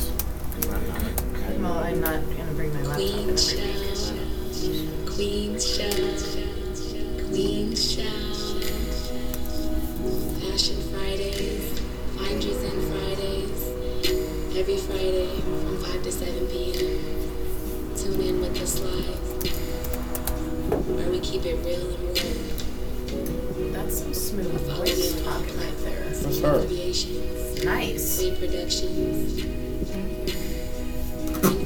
[SPEAKER 5] Well, I'm not gonna bring my laptop in every week.
[SPEAKER 8] Queen's Show. Queen's Show. Passion Fridays. Find Your Zen Fridays. Every Friday from 5 to 7 p.m. Tune in with the slides where we keep it real and real.
[SPEAKER 5] That's some smooth voice talk right there.
[SPEAKER 8] That's
[SPEAKER 3] her.
[SPEAKER 8] Creations.
[SPEAKER 5] Nice.
[SPEAKER 8] Sweet Productions.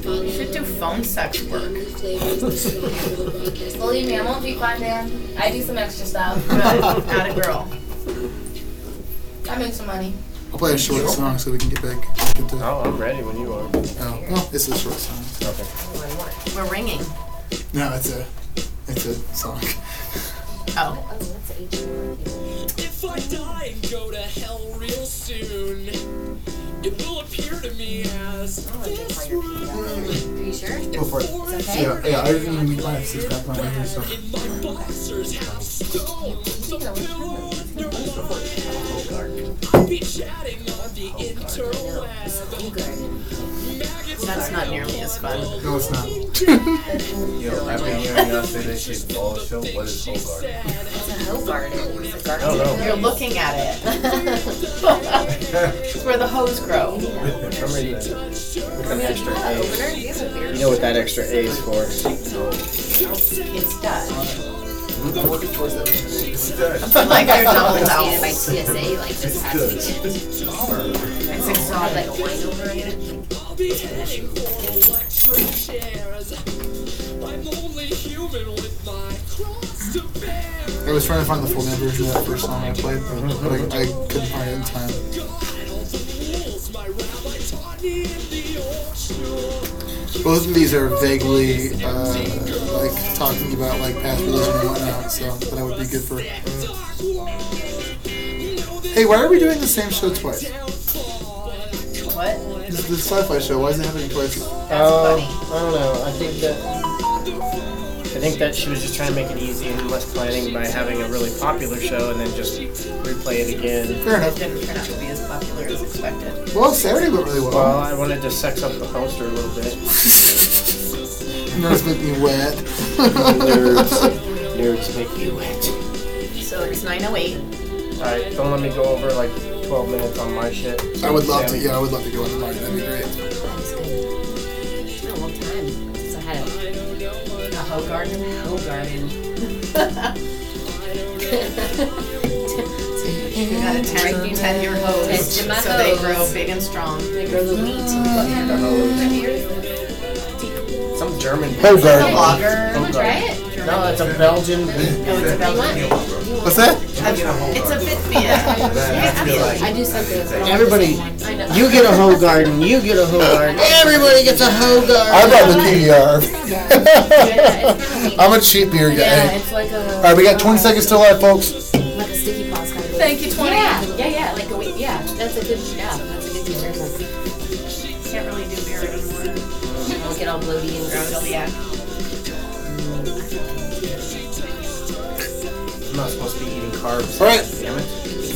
[SPEAKER 15] You should do phone sex work.
[SPEAKER 16] Believe me, I won't be quiet, man. I do some extra stuff.
[SPEAKER 15] Not a girl.
[SPEAKER 16] I make some money.
[SPEAKER 1] I'll play a short song so we can get back. Into,
[SPEAKER 3] Oh, I'm ready when you are.
[SPEAKER 1] oh, well, this is a short song.
[SPEAKER 3] Okay.
[SPEAKER 5] We're ringing.
[SPEAKER 1] No, it's a, it's a song.
[SPEAKER 5] Oh.
[SPEAKER 10] If I die and go to hell real soon, it will appear to me as this room.
[SPEAKER 4] Are you sure?
[SPEAKER 1] Go for it.
[SPEAKER 4] It's okay.
[SPEAKER 1] Yeah, yeah, I didn't even need my assist back on my ear, so.
[SPEAKER 10] My boxers have stones, a pillow under my head. I'll be chatting on the interweb.
[SPEAKER 5] That's not nearly as fun.
[SPEAKER 1] No, it's not.
[SPEAKER 2] Yo, I've been hearing y'all say this shit all show. What is Hogart?
[SPEAKER 5] No, no. You're looking at it. it's where the hose grow.
[SPEAKER 3] For some reason, with that extra A, you
[SPEAKER 5] It's
[SPEAKER 3] know what that extra A is for.
[SPEAKER 5] Dutch.
[SPEAKER 1] I'm working towards that. It's
[SPEAKER 5] I like your double
[SPEAKER 4] Investigated by TSA
[SPEAKER 5] vowels.
[SPEAKER 4] like this past weekend. Had
[SPEAKER 5] It's exotic.
[SPEAKER 4] like wine over it.
[SPEAKER 10] I'll be heading for electric chairs. I'm only human with my cross to bear.
[SPEAKER 1] I was trying to find the full name version of that first song I played, but I, I couldn't find it in time.
[SPEAKER 10] God
[SPEAKER 1] Both of these are vaguely uh, like talking about like past religion and whatnot, so that would be good for. uh, Hey, why are we doing the same show twice?
[SPEAKER 5] What?
[SPEAKER 1] This is the sci-fi show. Why is it happening twice?
[SPEAKER 10] Oh, I don't know. I think that. I think that she was just trying to make it easy and less planning by having a really popular show and then just replay it again.
[SPEAKER 1] Fair enough.
[SPEAKER 5] It didn't turn out to be as popular as expected.
[SPEAKER 1] Well, Saturday went really well.
[SPEAKER 10] Well, I wanted to sex up the poster a little bit.
[SPEAKER 1] Nerds make me wet.
[SPEAKER 10] nerds, nerds make me wet.
[SPEAKER 12] So it's 908.
[SPEAKER 10] Alright, don't let me go over like 12 minutes on my shit.
[SPEAKER 1] I would love to. Yeah, I would love to go on the market. That'd be great.
[SPEAKER 4] It's been a long time since I had a, a hoe garden. Hoe garden.
[SPEAKER 5] You got a 10, 10 year hose,
[SPEAKER 4] Test
[SPEAKER 5] so
[SPEAKER 4] my
[SPEAKER 5] they
[SPEAKER 4] hose.
[SPEAKER 5] grow big and strong.
[SPEAKER 4] They grow the wheat.
[SPEAKER 10] Some German.
[SPEAKER 1] Hoe garden.
[SPEAKER 5] Lager.
[SPEAKER 4] Try
[SPEAKER 10] Hoe garden.
[SPEAKER 4] it.
[SPEAKER 10] No, that's a Belgian.
[SPEAKER 5] No, it's a Belgian.
[SPEAKER 1] What's that?
[SPEAKER 5] It's a Bitmia.
[SPEAKER 4] I do something.
[SPEAKER 10] Everybody, you get a hoe garden. You get a hoe garden. Everybody gets a hoe garden.
[SPEAKER 1] I got the PBR. I'm a cheap beer guy.
[SPEAKER 4] it's like a.
[SPEAKER 1] All right, we got 20 seconds to live, folks.
[SPEAKER 4] Like a sticky paws kind of. thing.
[SPEAKER 5] Thank you, 20.
[SPEAKER 4] Yeah, yeah, yeah. Like a wheat. Yeah, that's a good. Yeah, that's a good t-shirt.
[SPEAKER 5] Can't really do beer anymore.
[SPEAKER 4] I'll get all bloaty and gross.
[SPEAKER 5] Yeah.
[SPEAKER 10] I'm not supposed to be eating carbs.
[SPEAKER 1] All right.
[SPEAKER 10] Damn it.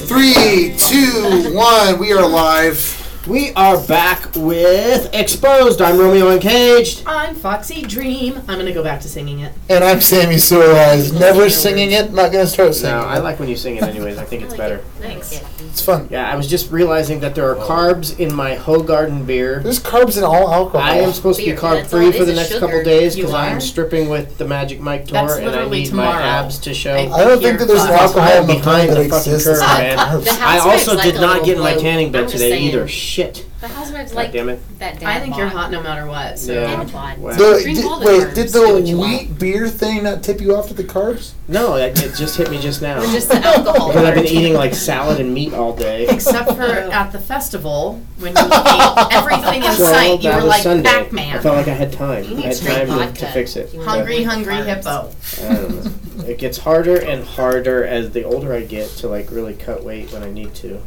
[SPEAKER 1] Three, two, one. We are live.
[SPEAKER 10] We are back with Exposed. I'm Romeo Encaged.
[SPEAKER 12] I'm Foxy Dream. I'm gonna go back to singing it.
[SPEAKER 1] And I'm Sammy Sore Eyes. Never singing it. Not gonna start
[SPEAKER 10] No,
[SPEAKER 1] singing.
[SPEAKER 10] I
[SPEAKER 1] it.
[SPEAKER 10] like when you sing it anyways. I think it's better.
[SPEAKER 4] Thanks.
[SPEAKER 1] It's fun.
[SPEAKER 10] Yeah, I was just realizing that there are carbs in my Ho Garden beer.
[SPEAKER 1] There's carbs in all alcohol.
[SPEAKER 10] I am supposed to
[SPEAKER 4] Beer,
[SPEAKER 10] be carb
[SPEAKER 4] that's all
[SPEAKER 10] free
[SPEAKER 4] it
[SPEAKER 10] for
[SPEAKER 4] is,
[SPEAKER 10] the
[SPEAKER 4] is
[SPEAKER 10] next
[SPEAKER 4] sugar.
[SPEAKER 10] couple days because
[SPEAKER 4] You
[SPEAKER 10] I'm
[SPEAKER 4] are?
[SPEAKER 10] stripping with the Magic Mike tour
[SPEAKER 12] That's
[SPEAKER 10] and I
[SPEAKER 12] literally
[SPEAKER 10] need my
[SPEAKER 12] tomorrow.
[SPEAKER 10] abs to show.
[SPEAKER 12] I-
[SPEAKER 1] I don't think that there's an
[SPEAKER 12] Fuck.
[SPEAKER 1] alcohol in the
[SPEAKER 10] behind
[SPEAKER 1] pine that
[SPEAKER 10] the fucking
[SPEAKER 1] exists.
[SPEAKER 10] curve,
[SPEAKER 1] that's
[SPEAKER 10] man.
[SPEAKER 1] not carbs.
[SPEAKER 4] The
[SPEAKER 10] I
[SPEAKER 4] house
[SPEAKER 10] also
[SPEAKER 4] wife's like
[SPEAKER 10] did
[SPEAKER 4] a
[SPEAKER 10] not
[SPEAKER 4] little
[SPEAKER 10] get in my
[SPEAKER 4] bloke.
[SPEAKER 10] tanning
[SPEAKER 4] I'm
[SPEAKER 10] bed
[SPEAKER 4] just
[SPEAKER 10] today
[SPEAKER 4] saying.
[SPEAKER 10] either. Shit.
[SPEAKER 4] The housewives
[SPEAKER 10] God
[SPEAKER 4] like
[SPEAKER 10] damn it.
[SPEAKER 4] that damn
[SPEAKER 12] I think you're
[SPEAKER 4] bod.
[SPEAKER 12] hot no matter what. So
[SPEAKER 10] Yeah.
[SPEAKER 4] Damn bod.
[SPEAKER 10] Wow.
[SPEAKER 1] The,
[SPEAKER 4] Drink
[SPEAKER 1] did,
[SPEAKER 4] all the
[SPEAKER 1] wait, did
[SPEAKER 4] carbs. Do what
[SPEAKER 1] the
[SPEAKER 4] you want.
[SPEAKER 1] wheat beer thing not tip you off to the carbs?
[SPEAKER 10] No, it, it just hit me just now.
[SPEAKER 4] Or just the alcohol.
[SPEAKER 10] Because I've been eating like salad and meat all day.
[SPEAKER 12] Except for
[SPEAKER 5] At the festival, when you ate everything in sight, you
[SPEAKER 10] that
[SPEAKER 5] were
[SPEAKER 10] was
[SPEAKER 5] like
[SPEAKER 10] Sunday. I
[SPEAKER 5] Pac-Man.
[SPEAKER 10] felt like I had time.
[SPEAKER 4] You
[SPEAKER 10] I
[SPEAKER 4] need
[SPEAKER 10] had
[SPEAKER 4] straight
[SPEAKER 10] time to,
[SPEAKER 4] vodka.
[SPEAKER 10] to fix it.
[SPEAKER 4] You want
[SPEAKER 5] Hungry,
[SPEAKER 4] With
[SPEAKER 5] hungry
[SPEAKER 4] carbs.
[SPEAKER 5] hippo.
[SPEAKER 10] I don't know. Um, It gets harder and harder as the older I get to like really cut weight when I need to.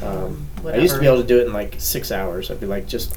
[SPEAKER 10] Um, I used to
[SPEAKER 5] Whatever.
[SPEAKER 10] be able to do it in like six hours. I'd be like, just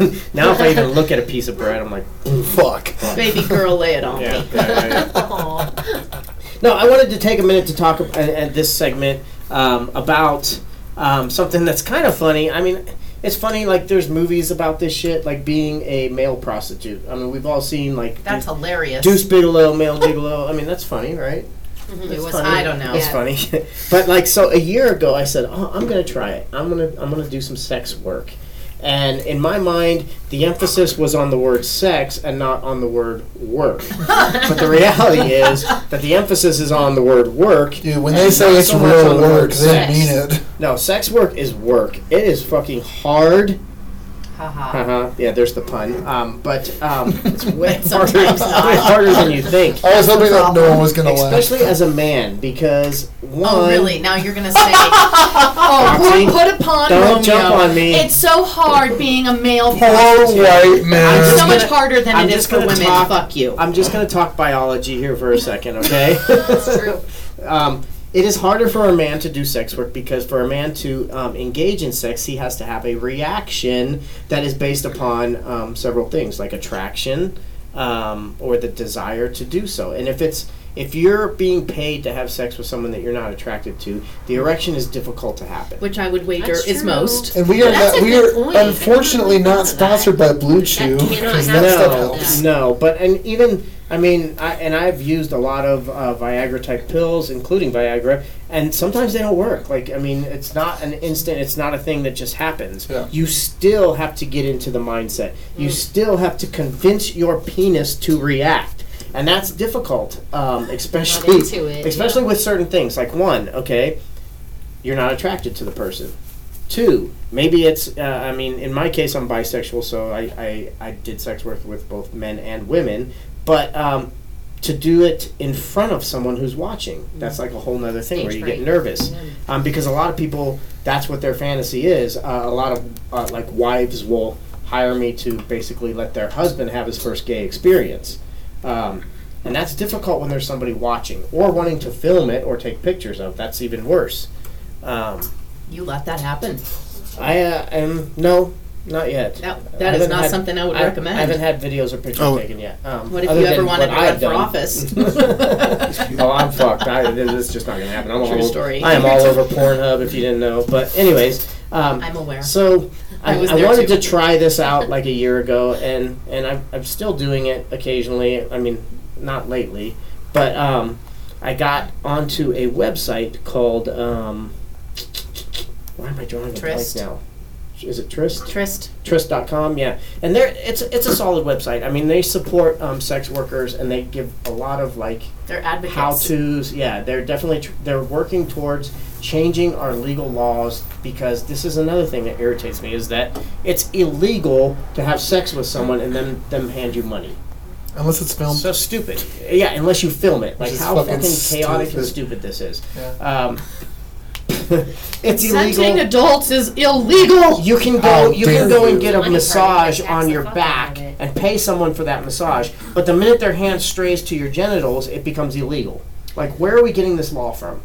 [SPEAKER 10] now if I even look at a piece of bread, I'm like,
[SPEAKER 1] Fuck.
[SPEAKER 12] baby girl, lay it on
[SPEAKER 10] yeah.
[SPEAKER 12] me.
[SPEAKER 10] yeah, yeah.
[SPEAKER 4] Aw.
[SPEAKER 10] No, I wanted to take a minute to talk ab- at, at this segment um, about um, something that's kind of funny. I mean, it's funny. Like, there's movies about this shit, like being a male prostitute. I mean, we've all seen like
[SPEAKER 5] That's hilarious.
[SPEAKER 10] Deuce Bigelow, male Bigelow. I mean, that's funny, right?
[SPEAKER 4] Mhm,
[SPEAKER 10] It's
[SPEAKER 4] It was
[SPEAKER 10] funny.
[SPEAKER 5] Mm-hmm. I don't know.
[SPEAKER 10] It's
[SPEAKER 4] Yeah.
[SPEAKER 10] funny, but like so a year ago, I said, "Oh, I'm gonna try it. I'm gonna I'm gonna do some sex work," and in my mind, the emphasis was on the word sex and not on the word work. but the reality is that the emphasis is on the word work.
[SPEAKER 1] Dude, when
[SPEAKER 10] and
[SPEAKER 1] they say
[SPEAKER 10] not
[SPEAKER 1] it's
[SPEAKER 10] so much on
[SPEAKER 1] real
[SPEAKER 10] the word
[SPEAKER 1] work, they
[SPEAKER 10] sex.
[SPEAKER 1] mean it.
[SPEAKER 10] No, sex work is work. It is fucking hard.
[SPEAKER 5] Haha.
[SPEAKER 10] Uh-huh. Yeah, there's the pun. Um, but um, it's way harder,
[SPEAKER 5] Sometimes not.
[SPEAKER 10] way harder than you think.
[SPEAKER 1] I was hoping that no one was gonna laugh.
[SPEAKER 10] Especially as a man, because one.
[SPEAKER 5] Oh, really? Now you're gonna say,
[SPEAKER 12] Oh,
[SPEAKER 10] Foxy,
[SPEAKER 12] put, put upon
[SPEAKER 10] don't
[SPEAKER 12] Romeo.
[SPEAKER 10] jump on me. Oh.
[SPEAKER 12] It's so hard being a male.
[SPEAKER 1] Poor white man.
[SPEAKER 12] It's so much
[SPEAKER 10] gonna-
[SPEAKER 12] harder than
[SPEAKER 10] I'm
[SPEAKER 12] it is
[SPEAKER 10] just
[SPEAKER 12] for
[SPEAKER 10] gonna
[SPEAKER 12] women.
[SPEAKER 10] talk-
[SPEAKER 12] Fuck you.
[SPEAKER 10] I'm just going to talk biology here for a second, okay? That's
[SPEAKER 4] true.
[SPEAKER 10] Um, it is harder for a man to do sex work because for a man to um, engage in sex, he has to have a reaction that is based upon um, several things, like attraction um, or the desire to do so. And if it's if you're being paid to have sex with someone that you're not attracted to, the erection is difficult to happen.
[SPEAKER 12] Which I would wager
[SPEAKER 4] That's
[SPEAKER 12] is
[SPEAKER 4] true.
[SPEAKER 12] most.
[SPEAKER 1] And we are
[SPEAKER 4] That's
[SPEAKER 1] not,
[SPEAKER 4] a
[SPEAKER 1] we
[SPEAKER 4] good
[SPEAKER 1] are
[SPEAKER 4] point.
[SPEAKER 1] unfortunately
[SPEAKER 4] I
[SPEAKER 1] not
[SPEAKER 4] didn't think of
[SPEAKER 1] sponsored by Blue Chew
[SPEAKER 4] That cannot
[SPEAKER 1] because that
[SPEAKER 4] happen.
[SPEAKER 1] stuff
[SPEAKER 10] no,
[SPEAKER 1] helps.
[SPEAKER 10] no, but and even I mean, I, and I've used a lot of uh, Viagra type pills, including Viagra, and sometimes they don't work. Like I mean, it's not an instant; it's not a thing that just happens.
[SPEAKER 1] Yeah.
[SPEAKER 10] You still have to get into the mindset. You
[SPEAKER 4] Mm.
[SPEAKER 10] still have to convince your penis to react, and that's difficult, um, especially
[SPEAKER 4] into it,
[SPEAKER 10] especially with certain things. Like one, okay, you're not attracted to the person. Two, maybe it's, uh, I mean, in my case, I'm bisexual, so I, I, I did sex work with both men and women, but um, to do it in front of someone who's watching, that's like a whole nother thing where
[SPEAKER 4] Mm-hmm. Stage
[SPEAKER 10] you get
[SPEAKER 4] fright.
[SPEAKER 10] nervous.
[SPEAKER 4] Yeah.
[SPEAKER 10] Um, because a lot of people that's what their fantasy is. Uh, a lot of uh, like wives will hire me to basically let their husband have his first gay experience. Um, and that's difficult when there's somebody watching or wanting to film it or take pictures of. That's even worse. Um,
[SPEAKER 12] You let that happen.
[SPEAKER 10] I uh, am no, not yet.
[SPEAKER 12] That-
[SPEAKER 10] I
[SPEAKER 12] that is
[SPEAKER 10] haven't
[SPEAKER 12] not something I would recommend.
[SPEAKER 10] I haven't had videos or pictures
[SPEAKER 12] Oh.
[SPEAKER 10] taken yet. Um,
[SPEAKER 12] What if
[SPEAKER 10] other
[SPEAKER 12] you ever
[SPEAKER 10] than
[SPEAKER 12] wanted
[SPEAKER 10] what
[SPEAKER 12] to run
[SPEAKER 10] I've
[SPEAKER 12] for
[SPEAKER 10] done.
[SPEAKER 12] office?
[SPEAKER 10] oh, I'm fucked. I, this is just not gonna happen. I'm
[SPEAKER 12] True
[SPEAKER 10] all,
[SPEAKER 12] story.
[SPEAKER 10] I am all over Pornhub if you didn't know. But anyways, um,
[SPEAKER 12] I'm aware.
[SPEAKER 10] So I,
[SPEAKER 12] I was
[SPEAKER 10] I
[SPEAKER 12] there
[SPEAKER 10] wanted
[SPEAKER 12] too.
[SPEAKER 10] to try this out like a year ago, and and I'm, I'm still doing it occasionally. I mean, not lately, but um, I got onto a website called. Um, why am I drawing a blank
[SPEAKER 12] Trist.
[SPEAKER 10] now? Is it Trist?
[SPEAKER 12] Trist.
[SPEAKER 10] Trist.com, yeah. And they're, it's, it's a solid website. I mean, they support um, sex workers and they give a lot of like
[SPEAKER 12] They're advocates.
[SPEAKER 10] how to's. Yeah, they're definitely tr- they're working towards changing our legal laws because this is another thing that irritates me is that it's illegal to have sex with someone and then them hand you money.
[SPEAKER 1] Unless it's filmed.
[SPEAKER 10] So stupid. Yeah, unless you film it. Like
[SPEAKER 1] Which is
[SPEAKER 10] how
[SPEAKER 1] fucking
[SPEAKER 10] fucking, chaotic
[SPEAKER 1] stupid.
[SPEAKER 10] and stupid this is.
[SPEAKER 1] Yeah.
[SPEAKER 10] Um, it's
[SPEAKER 12] Consenting
[SPEAKER 10] illegal.
[SPEAKER 12] adults is illegal.
[SPEAKER 10] You can
[SPEAKER 12] How
[SPEAKER 10] go. You
[SPEAKER 12] dare
[SPEAKER 10] can go
[SPEAKER 12] you.
[SPEAKER 10] and get a
[SPEAKER 12] Money part,
[SPEAKER 10] massage
[SPEAKER 12] they tax
[SPEAKER 10] on
[SPEAKER 12] the
[SPEAKER 10] your
[SPEAKER 12] fuck out
[SPEAKER 10] back
[SPEAKER 12] of it.
[SPEAKER 10] and pay someone for that massage. But the minute their hand strays to your genitals, it becomes illegal. Like, where are we getting this law from?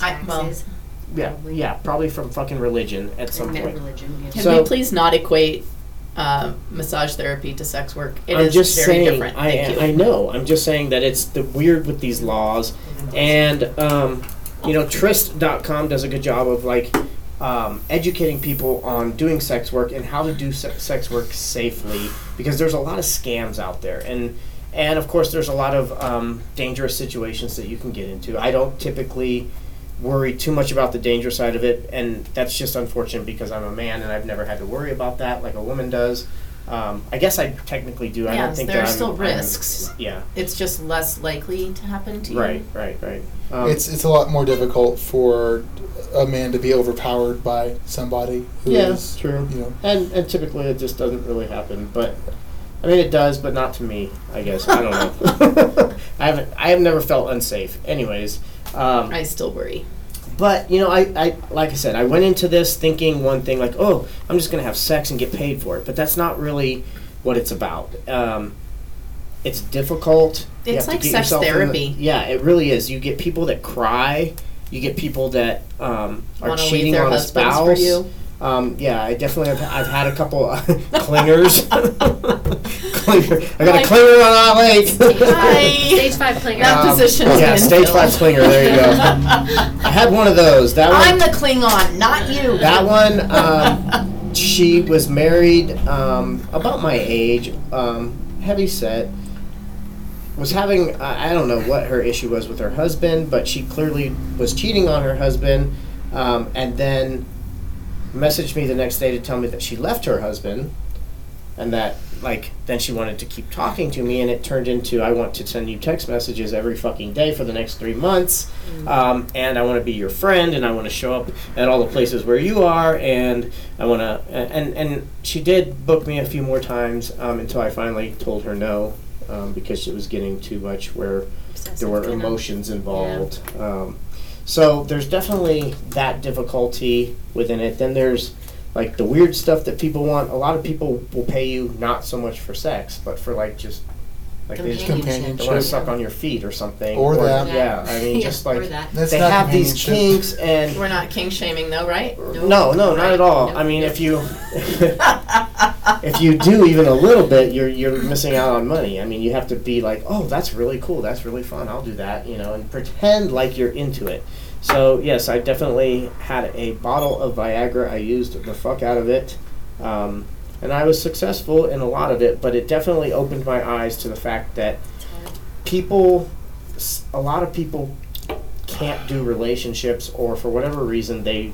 [SPEAKER 12] I, well,
[SPEAKER 10] Yeah, yeah, probably from fucking religion at some
[SPEAKER 12] Admit
[SPEAKER 10] point.
[SPEAKER 4] religion,
[SPEAKER 12] can
[SPEAKER 10] So-
[SPEAKER 12] we please not equate uh, massage therapy to sex work? It is
[SPEAKER 10] I'm just
[SPEAKER 12] very
[SPEAKER 10] saying.
[SPEAKER 12] different.
[SPEAKER 10] I,
[SPEAKER 12] Thank you.
[SPEAKER 10] I know. I'm just saying that it's the weird with these laws,
[SPEAKER 12] Mm-hmm.
[SPEAKER 10] and um, you know, Trist.com does a good job of like um, educating people on doing sex work and how to do se- sex work safely because there's a lot of scams out there and. And of course, there's a lot of um, dangerous situations that you can get into. I don't typically worry too much about the danger side of it, and that's just unfortunate because I'm a man and I've never had to worry about that like a woman does. Um, I guess I technically do. I don't
[SPEAKER 12] Yes,
[SPEAKER 10] think
[SPEAKER 12] there
[SPEAKER 10] that
[SPEAKER 12] are
[SPEAKER 10] I'm-
[SPEAKER 12] still
[SPEAKER 10] I'm-
[SPEAKER 12] risks.
[SPEAKER 10] yeah.
[SPEAKER 12] It's just less likely to happen to you.
[SPEAKER 10] Right. Right. Right. Um,
[SPEAKER 1] it's it's a lot more difficult for a man to be overpowered by somebody who is
[SPEAKER 10] Yeah, true.
[SPEAKER 1] you know
[SPEAKER 10] and and typically it just doesn't really happen, but I mean it does, but not to me. I guess I don't know. I haven't. I have never felt unsafe. Anyways. Um,
[SPEAKER 12] I still worry.
[SPEAKER 10] But you know, I, I like I said, I went into this thinking one thing, like, oh, I'm just gonna have sex and get paid for it. But that's not really what it's about. Um, it's difficult. You
[SPEAKER 12] It's
[SPEAKER 10] have to
[SPEAKER 12] like
[SPEAKER 10] get
[SPEAKER 12] sex
[SPEAKER 10] yourself in the-
[SPEAKER 12] therapy.
[SPEAKER 10] yeah, it really is. You get people that cry. You get people that um, are
[SPEAKER 12] Wanna leave
[SPEAKER 10] cheating
[SPEAKER 12] their
[SPEAKER 10] on a
[SPEAKER 12] husbands
[SPEAKER 10] spouse.
[SPEAKER 12] for you.
[SPEAKER 10] Um, yeah, I definitely have. I've had a couple uh, clingers. Clinger. I got a clinger on Isle Lake.
[SPEAKER 4] Stage five clinger.
[SPEAKER 10] Um, Yeah, stage five clinger. There you go. I had one of those. That one.
[SPEAKER 12] I'm the Klingon, not you.
[SPEAKER 10] That one, um, she was married um, about my age, um, heavy set. Was having, I I don't know what her issue was with her husband, but she clearly was cheating on her husband um, and then messaged me the next day to tell me that she left her husband and that, like, then she wanted to keep talking to me and it turned into I want to send you text messages every fucking day for the next three months um, and I want to be your friend, and I want to show up at all the places where you are, and I want to. And and she did book me a few more times um, until I finally told her no um, because it was getting too much where there were
[SPEAKER 4] kind of.
[SPEAKER 10] emotions involved. Um, so there's definitely that difficulty within it. Then there's like the weird stuff that people want. A lot of people will pay you not so much for sex, but for like just like they just
[SPEAKER 1] Companionship.
[SPEAKER 10] they want to suck on your feet or something.
[SPEAKER 1] Or that.
[SPEAKER 10] Yeah, I mean,
[SPEAKER 1] Yeah,
[SPEAKER 10] just
[SPEAKER 1] or
[SPEAKER 10] like
[SPEAKER 1] that. That's
[SPEAKER 10] they
[SPEAKER 1] not
[SPEAKER 10] have these
[SPEAKER 1] companionship.
[SPEAKER 10] kinks and
[SPEAKER 12] We're not king shaming though, right?
[SPEAKER 10] no, no, not at all. I mean, if you if you do even a little bit, you're you're missing out on money. I mean, you have to be like, oh, that's really cool, that's really fun. I'll do that, you know, and pretend like you're into it. So yes, I definitely had a bottle of Viagra. I used the fuck out of it, um, and I was successful in a lot of it. But it definitely opened my eyes to the fact that people, s- a lot of people can't do relationships or for whatever reason they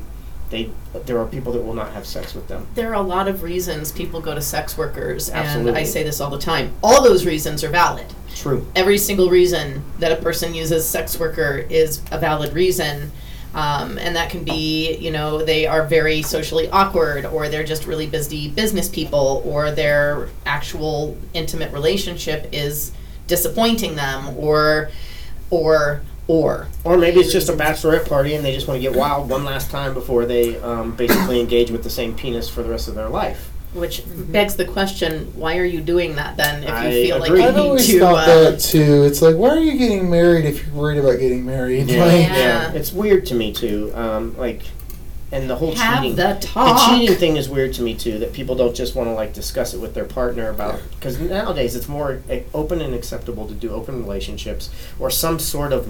[SPEAKER 10] they there are people that will not have sex with them
[SPEAKER 12] There are a lot of reasons people go to sex workers, and I
[SPEAKER 10] Absolutely.
[SPEAKER 12] say this all the time. All those reasons are valid.
[SPEAKER 10] true
[SPEAKER 12] Every single reason that a person uses sex worker is a valid reason. Um, and that can be, you know, they are very socially awkward, or they're just really busy business people, or their actual intimate relationship is disappointing them, or or
[SPEAKER 10] or or maybe it's just a bachelorette party and they just want to get wild one last time before they um, basically engage with the same penis for the rest of their life.
[SPEAKER 5] Which
[SPEAKER 4] Mm-hmm.
[SPEAKER 5] begs the question: Why are you doing that then? If you
[SPEAKER 10] I
[SPEAKER 5] feel like
[SPEAKER 10] agree.
[SPEAKER 5] you
[SPEAKER 1] I've always
[SPEAKER 5] need to,
[SPEAKER 1] thought
[SPEAKER 5] uh,
[SPEAKER 1] that too. It's like, why are you getting married if you're worried about getting married?
[SPEAKER 10] Yeah.
[SPEAKER 1] Like,
[SPEAKER 10] yeah. it's weird to me too. Um, like, and the whole
[SPEAKER 5] Have
[SPEAKER 10] cheating,
[SPEAKER 5] the talk.
[SPEAKER 10] cheating thing is weird to me too. That people don't just want to like discuss it with their partner about because nowadays it's more eh, open and acceptable to do open relationships or some sort of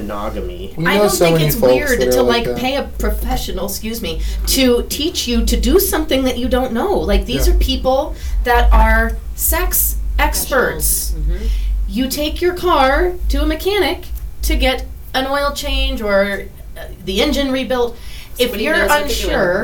[SPEAKER 10] non-monogamy.
[SPEAKER 5] I don't think it's weird to like, pay a professional, excuse me, to teach you to do something that you don't know. Like these
[SPEAKER 10] Yeah.
[SPEAKER 5] are people that are sex experts.
[SPEAKER 4] Mm-hmm.
[SPEAKER 5] You take your car to a mechanic to get an oil change or uh, the engine rebuilt. If
[SPEAKER 4] Somebody
[SPEAKER 5] you're
[SPEAKER 4] knows what they're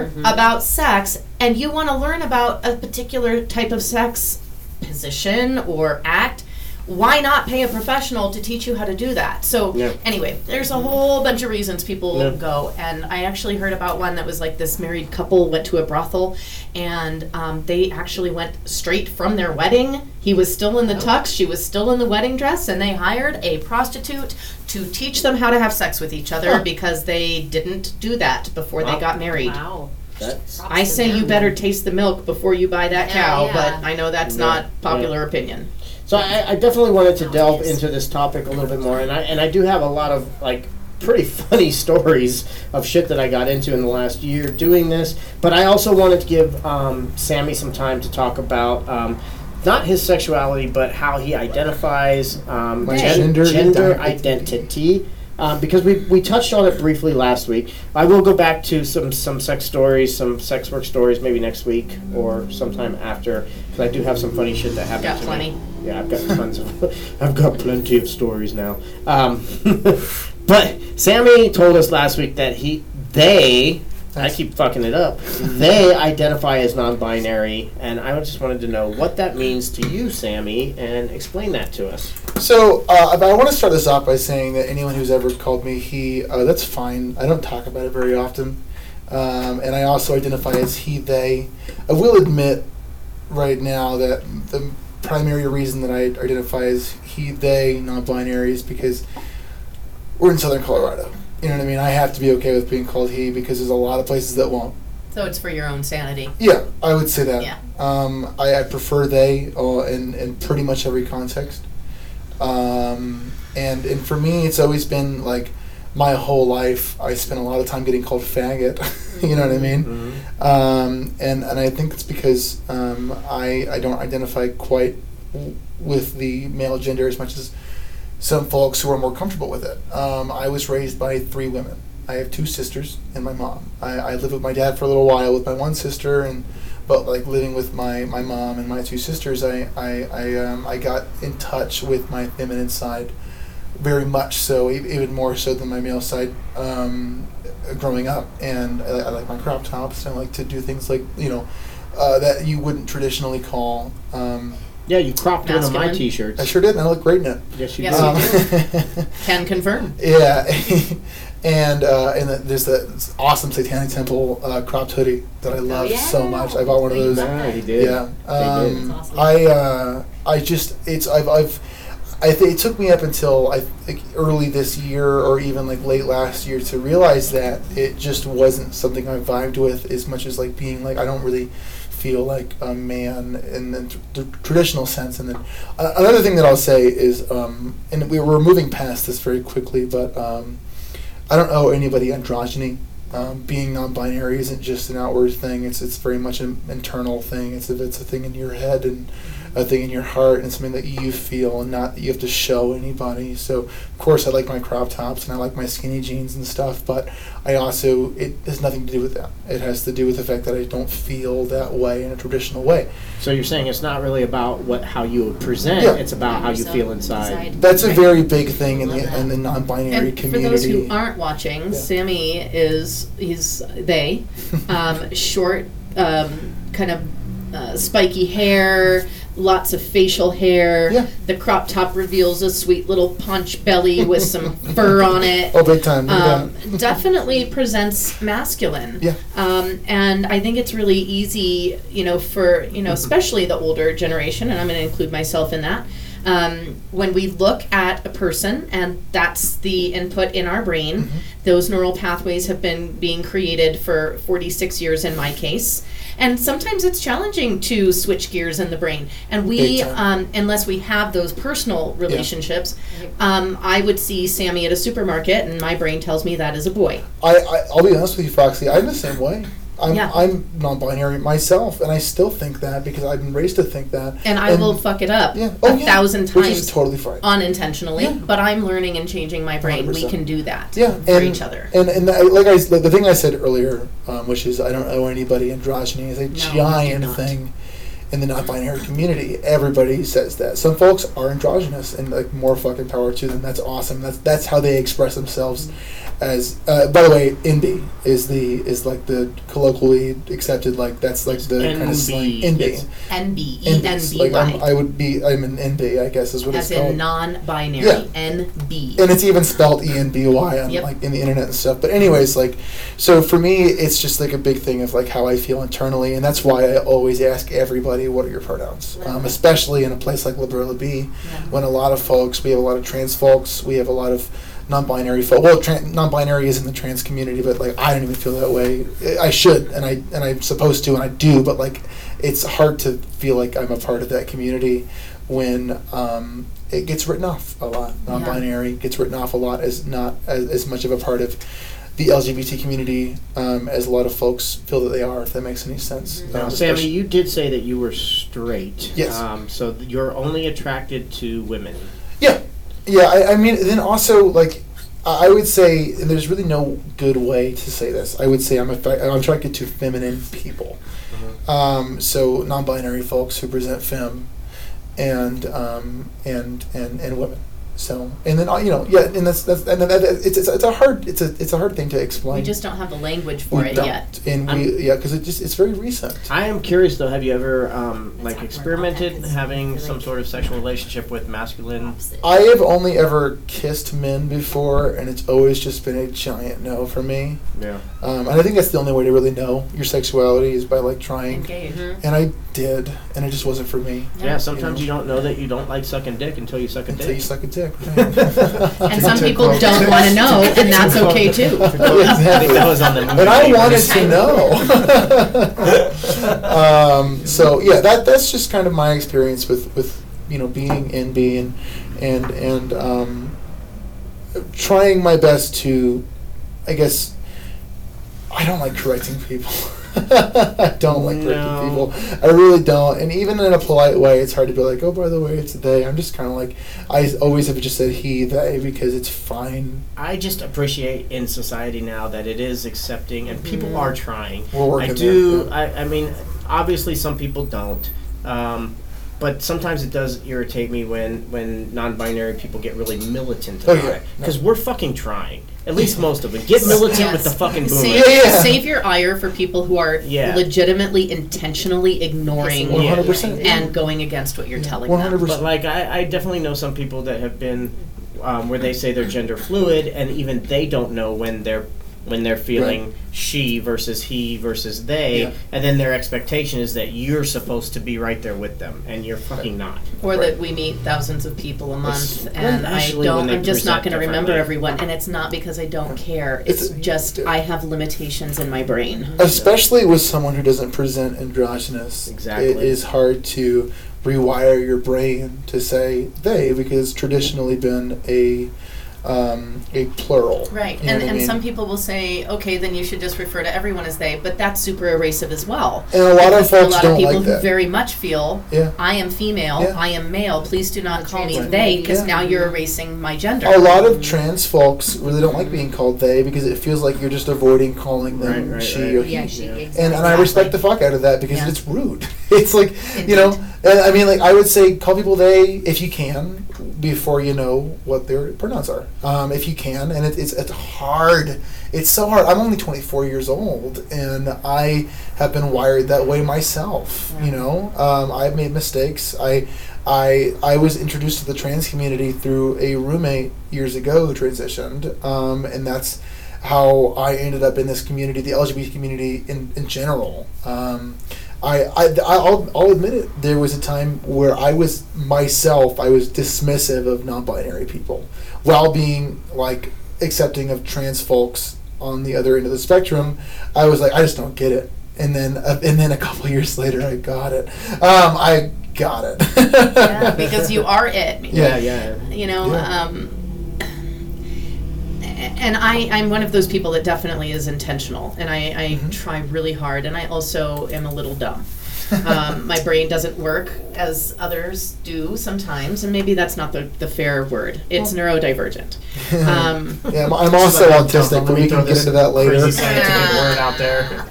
[SPEAKER 5] unsure
[SPEAKER 4] doing. Mhm.
[SPEAKER 5] about sex and you want to learn about a particular type of sex position or act, why not pay a professional to teach you how to do that? So
[SPEAKER 10] Yeah.
[SPEAKER 5] anyway, there's a whole bunch of reasons people
[SPEAKER 10] Yeah.
[SPEAKER 5] go, and I actually heard about one that was like this married couple went to a brothel, and um, they actually went straight from their wedding. He was still in the tux, she was still in the wedding dress, and they hired a prostitute to teach them how to have sex with each other
[SPEAKER 10] Huh.
[SPEAKER 5] because they didn't do that before
[SPEAKER 10] Wow.
[SPEAKER 5] they got married.
[SPEAKER 4] Wow.
[SPEAKER 17] That's
[SPEAKER 5] I say you better taste the milk before you buy that cow,
[SPEAKER 4] yeah.
[SPEAKER 5] but I know that's
[SPEAKER 10] Yeah.
[SPEAKER 5] not
[SPEAKER 10] Yeah.
[SPEAKER 5] popular opinion.
[SPEAKER 10] So I, I definitely wanted to delve into this topic a little bit more, and I and I do have a lot of like pretty funny stories of shit that I got into in the last year doing this. But I also wanted to give um, Sammy some time to talk about. Um, not his sexuality, but how he identifies, um,
[SPEAKER 1] My
[SPEAKER 10] gen-
[SPEAKER 1] gender
[SPEAKER 10] gender
[SPEAKER 1] identity.
[SPEAKER 10] identity. Um, because we, we touched on it briefly last week. I will go back to some, some sex stories, some sex work stories, maybe next week or sometime after. Because I do have some funny shit that happened
[SPEAKER 5] Got
[SPEAKER 10] to
[SPEAKER 5] plenty.
[SPEAKER 10] me. Yeah, I've got tons of. I've got plenty of stories now. Um, but Sammy told us last week that he, they, I keep fucking it up. They identify as non-binary, and I just wanted to know what that means to you, Sammy, and explain that to us.
[SPEAKER 1] So, uh, but I want to start this off by saying that anyone who's ever called me he, uh, that's fine. I don't talk about it very often. Um, and I also identify as he, they. I will admit right now that the primary reason that I identify as he, they, non binary is because we're in Southern Colorado. You know what I mean? I have to be okay with being called he because there's a lot of places that won't.
[SPEAKER 5] So it's for your own sanity.
[SPEAKER 1] Yeah, I would say that.
[SPEAKER 5] Yeah.
[SPEAKER 1] Um, I, I prefer they uh, in, in pretty much every context. Um, and, and for me, it's always been like my whole life, I spent a lot of time getting called faggot. you know what I mean? Um, and, and I think it's because um, I, I don't identify quite w- with the male gender as much as some folks who are more comfortable with it. Um, I was raised by three women. I have two sisters and my mom. I, I lived with my dad for a little while with my one sister, and but like living with my, my mom and my two sisters, I I I, um, I got in touch with my feminine side very much so, e- even more so than my male side um, growing up. And I, I like my crop tops. I like to do things like you know uh, that you wouldn't traditionally call. Um,
[SPEAKER 10] Yeah, you cropped one of my
[SPEAKER 5] Masculine.
[SPEAKER 10] t-shirts.
[SPEAKER 1] I sure did, and I look great in it.
[SPEAKER 10] Yes, you
[SPEAKER 5] Yes,
[SPEAKER 10] did.
[SPEAKER 5] you
[SPEAKER 1] Um,
[SPEAKER 5] Can confirm.
[SPEAKER 1] Yeah, and uh, and the, there's that awesome Satanic Temple uh, cropped hoodie that I love so much. I bought one of those.
[SPEAKER 10] Nah, he did.
[SPEAKER 1] Yeah,
[SPEAKER 10] They did.
[SPEAKER 1] um, I uh, I just it's I've I've I th- it took me up until I think early this year or even like late last year to realize that it just wasn't something I vibed with as much as like being like I don't really feel like a man in the tr- tr- traditional sense. And then uh, another thing that I'll say is, um, and we we're moving past this very quickly, but um, I don't owe anybody androgyny. Um, being non-binary isn't just an outward thing; it's it's very much an internal thing. It's a, it's a thing in your head and a thing in your heart, and something that you feel, and not that you have to show anybody. So, of course, I like my crop tops and I like my skinny jeans and stuff, but I also it has nothing to do with that. It has to do with the fact that I don't feel that way in a traditional way.
[SPEAKER 10] So you're saying it's not really about what how you present;
[SPEAKER 1] Yeah.
[SPEAKER 10] it's about how you feel inside.
[SPEAKER 1] That's a very big thing in the in the non-binary
[SPEAKER 5] And
[SPEAKER 1] community.
[SPEAKER 5] for those who aren't watching, Sammy is he's they, um, short, um, kind of uh, spiky hair, lots of facial hair.
[SPEAKER 1] Yeah.
[SPEAKER 5] The crop top reveals a sweet little punch belly with some fur on it.
[SPEAKER 1] oh, big time! look at
[SPEAKER 5] Um,
[SPEAKER 1] that.
[SPEAKER 5] definitely presents masculine.
[SPEAKER 1] Yeah.
[SPEAKER 5] Um, and I think it's really easy, you know, for, you know, especially the older generation, and I'm going to include myself in that, Um, when we look at a person, and that's the input in our brain,
[SPEAKER 18] Mm-hmm.
[SPEAKER 5] those neural pathways have been being created for 46 years in my case. And sometimes it's challenging to switch gears in the brain. And we,
[SPEAKER 18] Big time.
[SPEAKER 5] um, unless we have those personal relationships, um, I would see Sammy at a supermarket, and my brain tells me that is a boy.
[SPEAKER 1] I, I I'll be honest with you, Foxy. I'm the same way. I'm
[SPEAKER 5] Yeah.
[SPEAKER 1] I'm non-binary myself, and I still think that because I've been raised to think that.
[SPEAKER 5] and I will fuck it up
[SPEAKER 1] Oh,
[SPEAKER 5] a
[SPEAKER 1] yeah.
[SPEAKER 5] thousand
[SPEAKER 1] Which
[SPEAKER 5] times
[SPEAKER 1] is totally fine.
[SPEAKER 5] unintentionally. But I'm learning and changing my brain. We
[SPEAKER 1] 100%.
[SPEAKER 5] can do that
[SPEAKER 1] yeah,
[SPEAKER 5] for
[SPEAKER 1] and,
[SPEAKER 5] each other.
[SPEAKER 1] And and I- like I s- like the thing I said earlier, um, which is I don't owe anybody androgyny is a giant thing in the non-binary community. Everybody says that. Some folks are androgynous, and like more fucking power to them. That's awesome. That's that's how they express themselves. As uh, by the way, indie is the is like the colloquially accepted like that's like the kind of slang
[SPEAKER 5] NB,
[SPEAKER 1] indie.
[SPEAKER 5] yes. NB,
[SPEAKER 1] Indies. Like I'm,
[SPEAKER 5] E-N-B-Y.
[SPEAKER 1] I would be I'm an NB I guess is what
[SPEAKER 5] E. As
[SPEAKER 1] it's called.
[SPEAKER 5] in non-binary.
[SPEAKER 1] Yeah.
[SPEAKER 5] NB.
[SPEAKER 1] and it's even spelled E N B Y on
[SPEAKER 5] E. Yep.
[SPEAKER 1] like in the internet and stuff. But anyways, like so for me, it's just like a big thing of like how I feel internally, and that's why I always ask everybody, "What are your pronouns?" Um, especially in a place like Liberal B, when a lot of folks, we have a lot of trans folks, we have a lot of non-binary folk. Well, tran non-binary is in the trans community, but like I don't even feel that way. I- I should, and I and I'm supposed to, and I do, but like it's hard to feel like I'm a part of that community when um, it gets written off a lot. Non-binary gets written off a lot as not as, as much of a part of the LGBT community um, as a lot of folks feel that they are. If that makes any sense.
[SPEAKER 10] Now,
[SPEAKER 1] Um,
[SPEAKER 10] Sammy,
[SPEAKER 1] especially-
[SPEAKER 10] you did say that you were straight.
[SPEAKER 1] Yes.
[SPEAKER 10] Um, so th- you're only attracted to women.
[SPEAKER 1] Yeah, yeah. I, I mean, then also like, I I would say and there's really no good way to say this. I would say I'm affe- I'm attracted to feminine people, um, so non-binary folks who present femme, and um, and and and women. So and then uh, you know yeah, and that's that's and that, that, it's, it's it's a hard it's a it's a hard thing to explain.
[SPEAKER 5] We just don't have the language
[SPEAKER 1] We
[SPEAKER 5] for it
[SPEAKER 1] don't.
[SPEAKER 5] yet.
[SPEAKER 1] and
[SPEAKER 10] I'm-
[SPEAKER 1] we yeah because it just it's very recent.
[SPEAKER 10] I am curious though. Have you ever um, like experimented having some sort of sexual relationship with masculine?
[SPEAKER 1] I have only ever kissed men before, and it's always just been a giant no for me.
[SPEAKER 10] Yeah.
[SPEAKER 1] Um, and I think that's the only way to really know your sexuality is by like trying.
[SPEAKER 5] Engage.
[SPEAKER 1] And I did, and it just wasn't for me.
[SPEAKER 10] Yeah. sometimes you, don't know that you don't like sucking dick until you suck a
[SPEAKER 1] Until
[SPEAKER 10] dick.
[SPEAKER 1] you suck a dick.
[SPEAKER 5] And some people don't want to know, and that's okay too.
[SPEAKER 10] I think that was on the movie.
[SPEAKER 1] But I wanted to know. um, so yeah, that that's just kind of my experience with with you know being in being and and um, trying my best to, I guess, I don't like correcting people. I don't like
[SPEAKER 10] No.
[SPEAKER 1] correcting people. I really don't. And even in a polite way, it's hard to be like, oh, by the way, it's they. I'm just kind of like, I always have just said he, they, because it's fine.
[SPEAKER 10] I just appreciate in society now that it is accepting and people
[SPEAKER 1] Mhm.
[SPEAKER 10] are trying.
[SPEAKER 1] We're working
[SPEAKER 10] I do. I, I mean, obviously, some people don't, um, but sometimes it does irritate me when when non-binary people get really militant
[SPEAKER 1] Oh,
[SPEAKER 10] about
[SPEAKER 1] yeah.
[SPEAKER 10] it because we're fucking trying. At least most of them get militant with the
[SPEAKER 5] Yes.
[SPEAKER 10] fucking boomer.
[SPEAKER 5] Save, save your ire for people who are
[SPEAKER 10] Yeah.
[SPEAKER 5] legitimately intentionally ignoring
[SPEAKER 10] One hundred percent.
[SPEAKER 5] and going against what you're telling them.
[SPEAKER 10] But like, I, I definitely know some people that have been um, where they say they're gender fluid, and even they don't know when they're when they're feeling she versus he versus they,
[SPEAKER 5] Yeah.
[SPEAKER 10] and then their expectation is that you're supposed to be right there with them, and you're fucking not.
[SPEAKER 5] or that we meet thousands of people a month
[SPEAKER 10] It's-
[SPEAKER 5] and I
[SPEAKER 10] Usually when
[SPEAKER 5] don't
[SPEAKER 10] they
[SPEAKER 5] I'm just not
[SPEAKER 10] present
[SPEAKER 5] going to remember
[SPEAKER 10] differently.
[SPEAKER 5] everyone and it's not because I don't care it's just I have limitations in my brain
[SPEAKER 1] Uh-huh. Especially with someone who doesn't present androgynous.
[SPEAKER 10] Exactly.
[SPEAKER 1] It is hard to rewire your brain to say they because it's traditionally been a um, a plural.
[SPEAKER 5] right
[SPEAKER 1] You know
[SPEAKER 5] and,
[SPEAKER 1] what I
[SPEAKER 5] and
[SPEAKER 1] mean?
[SPEAKER 5] some people will say okay then you should just refer to everyone as they but that's super erasive as well
[SPEAKER 1] And a lot of
[SPEAKER 5] Because there are
[SPEAKER 1] folks
[SPEAKER 5] a lot
[SPEAKER 1] don't
[SPEAKER 5] of people
[SPEAKER 1] like
[SPEAKER 5] who
[SPEAKER 1] that.
[SPEAKER 5] very much feel
[SPEAKER 1] Yeah.
[SPEAKER 5] I am female
[SPEAKER 1] Yeah.
[SPEAKER 5] I am male please do not call me they because
[SPEAKER 1] Yeah. Mm-hmm.
[SPEAKER 5] now you're erasing my gender
[SPEAKER 1] A lot of trans folks really don't like being called they because it feels like you're just avoiding calling them
[SPEAKER 10] Right, right,
[SPEAKER 1] she
[SPEAKER 10] right.
[SPEAKER 1] or
[SPEAKER 10] Yeah,
[SPEAKER 1] he.
[SPEAKER 10] she,
[SPEAKER 1] and, and I
[SPEAKER 10] exactly.
[SPEAKER 1] respect the fuck out of that because it's rude. It's like, you know, and I mean, like, I would say call people they if you can before you know what their pronouns are. Um, if you can, and it, it's, it's hard. It's so hard. I'm only 24 years old and I have been wired that way myself, you know. Um, I've made mistakes. I I I was introduced to the trans community through a roommate years ago who transitioned, um, and that's how I ended up in this community, the LGBT community in, in general. Um, I, I I'll, I'll admit it. There was a time where I was myself. I was dismissive of non-binary people, while being like accepting of trans folks on the other end of the spectrum. I was like, I just don't get it. And then uh, and then a couple years later, I got it. Um, I got it.
[SPEAKER 5] yeah, because you are it.
[SPEAKER 1] Yeah, yeah.
[SPEAKER 5] You know,
[SPEAKER 1] Yeah.
[SPEAKER 5] um, and I, I'm one of those people that definitely is intentional, and I, I try really hard, and I also am a little dumb. um, my brain doesn't work as others do sometimes, and maybe that's not the, the fair word. It's neurodivergent.
[SPEAKER 1] Hmm.
[SPEAKER 5] Um,
[SPEAKER 1] yeah, I'm, I'm also autistic, but
[SPEAKER 10] Let me
[SPEAKER 1] we
[SPEAKER 10] throw
[SPEAKER 1] can get
[SPEAKER 10] this
[SPEAKER 1] into that later.
[SPEAKER 10] Crazy scientific word out there.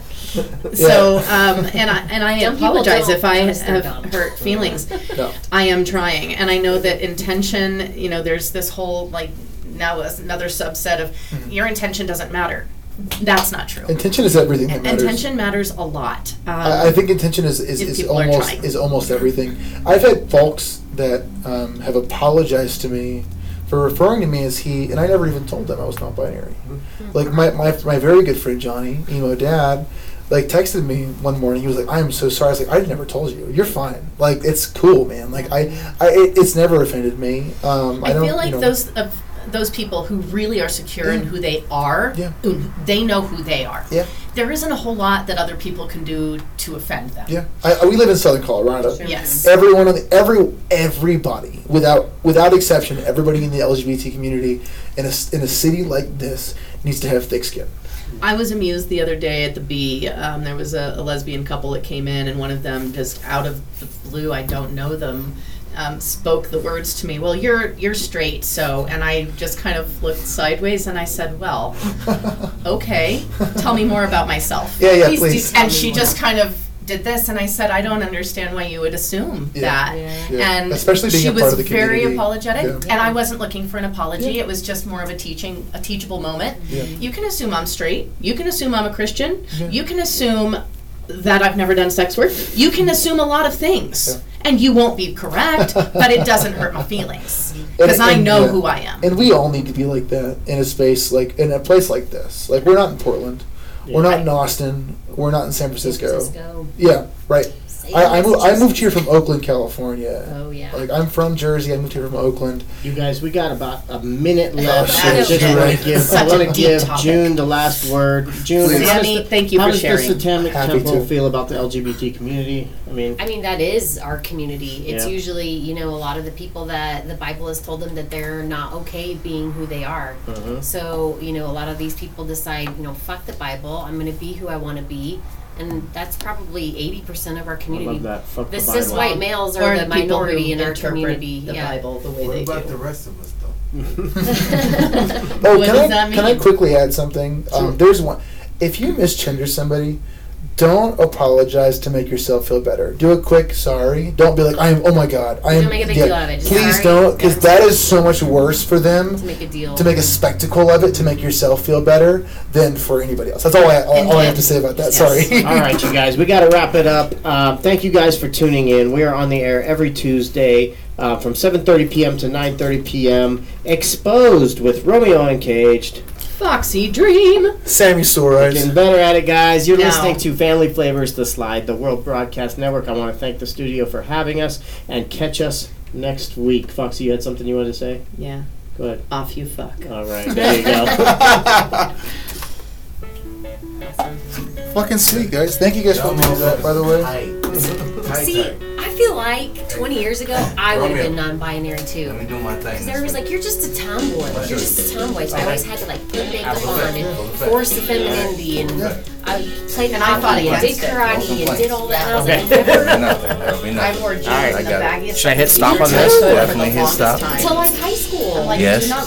[SPEAKER 5] So um, and I and I
[SPEAKER 4] Dumb people
[SPEAKER 5] apologize
[SPEAKER 4] don't
[SPEAKER 5] if I
[SPEAKER 4] notice they're
[SPEAKER 5] have
[SPEAKER 4] dumb.
[SPEAKER 5] hurt feelings.
[SPEAKER 1] No.
[SPEAKER 5] I am trying, and I know that intention. You know, there's this whole like now is another subset of your intention doesn't matter. That's not true.
[SPEAKER 1] Intention is everything that matters.
[SPEAKER 5] Intention matters a lot. Um,
[SPEAKER 1] I, I think intention is, is,
[SPEAKER 5] if
[SPEAKER 1] is
[SPEAKER 5] people are
[SPEAKER 1] almost
[SPEAKER 5] trying.
[SPEAKER 1] is almost everything. I've had folks that um, have apologized to me for referring to me as he, and I never even told them I was non-binary.
[SPEAKER 5] Mm-hmm.
[SPEAKER 1] Like my, my, my very good friend Johnny, emo dad, like texted me one morning. He was like, "I am so sorry." I was like, "I never told you. You're fine. Like it's cool, man. Like I, I it, it's never offended me. Um, I,
[SPEAKER 5] I,
[SPEAKER 1] don't,
[SPEAKER 5] feel like
[SPEAKER 1] you know,
[SPEAKER 5] those of those people who really are secure in
[SPEAKER 1] Yeah.
[SPEAKER 5] who they are,
[SPEAKER 1] Yeah.
[SPEAKER 5] who- they know who they are.
[SPEAKER 1] Yeah.
[SPEAKER 5] There isn't a whole lot that other people can do to offend them.
[SPEAKER 1] Yeah, I, I- we live in Southern Colorado.
[SPEAKER 5] Yes.
[SPEAKER 1] everyone on the, every everybody without without exception, everybody in the LGBT community in a s- in a city like this needs to have thick skin.
[SPEAKER 5] I was amused the other day at the bee. Um, there was a, a lesbian couple that came in, and one of them just out of the blue, I don't know them, um, spoke the words to me. Well, you're you're straight, so. And I just kind of looked sideways, and I said, "Well, okay, Oh, tell me more about myself."
[SPEAKER 1] Yeah, yeah, Please do please. tell
[SPEAKER 5] And
[SPEAKER 1] me
[SPEAKER 5] she
[SPEAKER 1] more.
[SPEAKER 5] just kind of did this, and I said, "I don't understand why you would assume
[SPEAKER 1] Yeah.
[SPEAKER 5] that."
[SPEAKER 1] Yeah.
[SPEAKER 5] And
[SPEAKER 1] Especially being
[SPEAKER 5] she
[SPEAKER 1] a part
[SPEAKER 5] was
[SPEAKER 1] of the
[SPEAKER 5] very
[SPEAKER 1] community.
[SPEAKER 5] apologetic,
[SPEAKER 1] Yeah.
[SPEAKER 5] and I wasn't looking for an apology.
[SPEAKER 1] Yeah.
[SPEAKER 5] It was just more of a teaching, a teachable moment.
[SPEAKER 1] Yeah.
[SPEAKER 5] You can assume I'm straight. You can assume I'm a Christian. You can assume that I've never done sex work. You can assume a lot of things. And you won't be correct, but it doesn't hurt my feelings. Because
[SPEAKER 1] And-
[SPEAKER 5] I
[SPEAKER 1] and,
[SPEAKER 5] know
[SPEAKER 1] yeah.
[SPEAKER 5] who I am.
[SPEAKER 1] And we all need to be like that in a space like in a place like this. Like we're not in Portland, we're not in Austin, we're not in San Francisco.
[SPEAKER 4] Francisco.
[SPEAKER 1] Yeah, right.
[SPEAKER 4] Say
[SPEAKER 1] I, I,
[SPEAKER 4] yes,
[SPEAKER 1] moved, I
[SPEAKER 4] just-
[SPEAKER 1] moved here from Oakland, California.
[SPEAKER 4] Oh, yeah.
[SPEAKER 1] Like I'm from Jersey. I moved here from Oakland.
[SPEAKER 10] You guys, we got about a minute left.
[SPEAKER 1] Oh, shit.
[SPEAKER 10] I just
[SPEAKER 1] You're
[SPEAKER 10] want
[SPEAKER 1] right.
[SPEAKER 10] to give, I
[SPEAKER 1] Such a
[SPEAKER 10] want to
[SPEAKER 1] deep
[SPEAKER 10] give
[SPEAKER 1] topic.
[SPEAKER 10] June the last word. June,
[SPEAKER 1] Please.
[SPEAKER 10] how does
[SPEAKER 5] Sammy,
[SPEAKER 10] the-
[SPEAKER 5] thank you
[SPEAKER 10] how
[SPEAKER 5] for
[SPEAKER 10] does
[SPEAKER 5] sharing.
[SPEAKER 10] the satanic
[SPEAKER 1] Happy
[SPEAKER 10] temple
[SPEAKER 1] to.
[SPEAKER 10] feel about the LGBT community? I mean,
[SPEAKER 4] I mean, that is our community. It's
[SPEAKER 10] Yeah.
[SPEAKER 4] usually, you know, a lot of the people that the Bible has told them that they're not okay being who they are.
[SPEAKER 10] Mhm.
[SPEAKER 4] So, you know, a lot of these people decide, you know, fuck the Bible. I'm going to be who I want to be. And that's probably 80% of our community.
[SPEAKER 10] that. Fuck
[SPEAKER 4] the
[SPEAKER 10] the
[SPEAKER 4] cis
[SPEAKER 10] Bible.
[SPEAKER 4] white males are
[SPEAKER 5] Or
[SPEAKER 4] the
[SPEAKER 5] people who
[SPEAKER 4] minority in our
[SPEAKER 5] interpret
[SPEAKER 4] community.
[SPEAKER 5] the
[SPEAKER 4] yeah.
[SPEAKER 5] Bible the way
[SPEAKER 2] What
[SPEAKER 5] they
[SPEAKER 2] about
[SPEAKER 5] do.
[SPEAKER 2] the rest of us, though?
[SPEAKER 1] Oh,
[SPEAKER 5] What
[SPEAKER 1] can
[SPEAKER 5] does
[SPEAKER 1] I,
[SPEAKER 5] that
[SPEAKER 1] Can I
[SPEAKER 5] mean?
[SPEAKER 1] quickly add something?
[SPEAKER 10] Sure.
[SPEAKER 1] Um, there's one. If you misgender somebody, don't apologize to make yourself feel better. Do a quick sorry. Don't be like, I am, oh my God. I am,
[SPEAKER 4] Don't make a big deal out of it. Just
[SPEAKER 1] please
[SPEAKER 4] sorry.
[SPEAKER 1] don't, because that is so much worse for them
[SPEAKER 4] To make a deal.
[SPEAKER 1] to make a spectacle of it, to make yourself feel better, than for anybody else. That's all I, all, all I have to say about that. Sorry.
[SPEAKER 10] All right, you guys, we got to wrap it up. Uh, thank you guys for tuning in. We are on the air every Tuesday uh, from 7:30 p.m. to 9:30 p.m. Exposed with Romeo Uncaged.
[SPEAKER 5] Foxy Dream.
[SPEAKER 1] Sammy Suarez.
[SPEAKER 10] Getting better at it, guys. You're
[SPEAKER 5] No.
[SPEAKER 10] listening to Family Flavors, The Slide, the World Broadcast Network. I want to thank the studio for having us and catch us next week. Foxy, you had something you wanted to say?
[SPEAKER 5] Yeah.
[SPEAKER 10] Go ahead.
[SPEAKER 5] Off you fuck.
[SPEAKER 10] All right, there you go.
[SPEAKER 1] Fucking sweet, guys. Thank you guys for doing that, by the way.
[SPEAKER 2] Tight.
[SPEAKER 4] See,
[SPEAKER 2] tight.
[SPEAKER 4] I feel like 20 years ago, I would have been non binary too.
[SPEAKER 2] Let me do my thing.
[SPEAKER 4] Because everyone's like, you're just a tomboy. You're just a tomboy. So I always had to like put makeup
[SPEAKER 2] Apple
[SPEAKER 4] on
[SPEAKER 2] effect.
[SPEAKER 4] and
[SPEAKER 2] Apple effect.
[SPEAKER 4] force the femininity and I played
[SPEAKER 5] And I
[SPEAKER 4] hockey
[SPEAKER 5] fought
[SPEAKER 4] and did
[SPEAKER 5] against it.
[SPEAKER 4] karate and did all that. And I was like,
[SPEAKER 2] Okay.
[SPEAKER 4] never
[SPEAKER 2] Nothing, that'll be nothing.
[SPEAKER 5] I wore jeans
[SPEAKER 2] All right,
[SPEAKER 5] and
[SPEAKER 2] I
[SPEAKER 5] the
[SPEAKER 2] got it.
[SPEAKER 5] baggiest
[SPEAKER 2] Should I hit
[SPEAKER 5] jeans
[SPEAKER 2] stop
[SPEAKER 5] in
[SPEAKER 2] on
[SPEAKER 5] my
[SPEAKER 2] this?
[SPEAKER 5] life for the
[SPEAKER 2] Definitely hit
[SPEAKER 5] longest
[SPEAKER 2] stop.
[SPEAKER 5] time.
[SPEAKER 4] until like high school.
[SPEAKER 5] Like,
[SPEAKER 2] Yes.
[SPEAKER 5] do not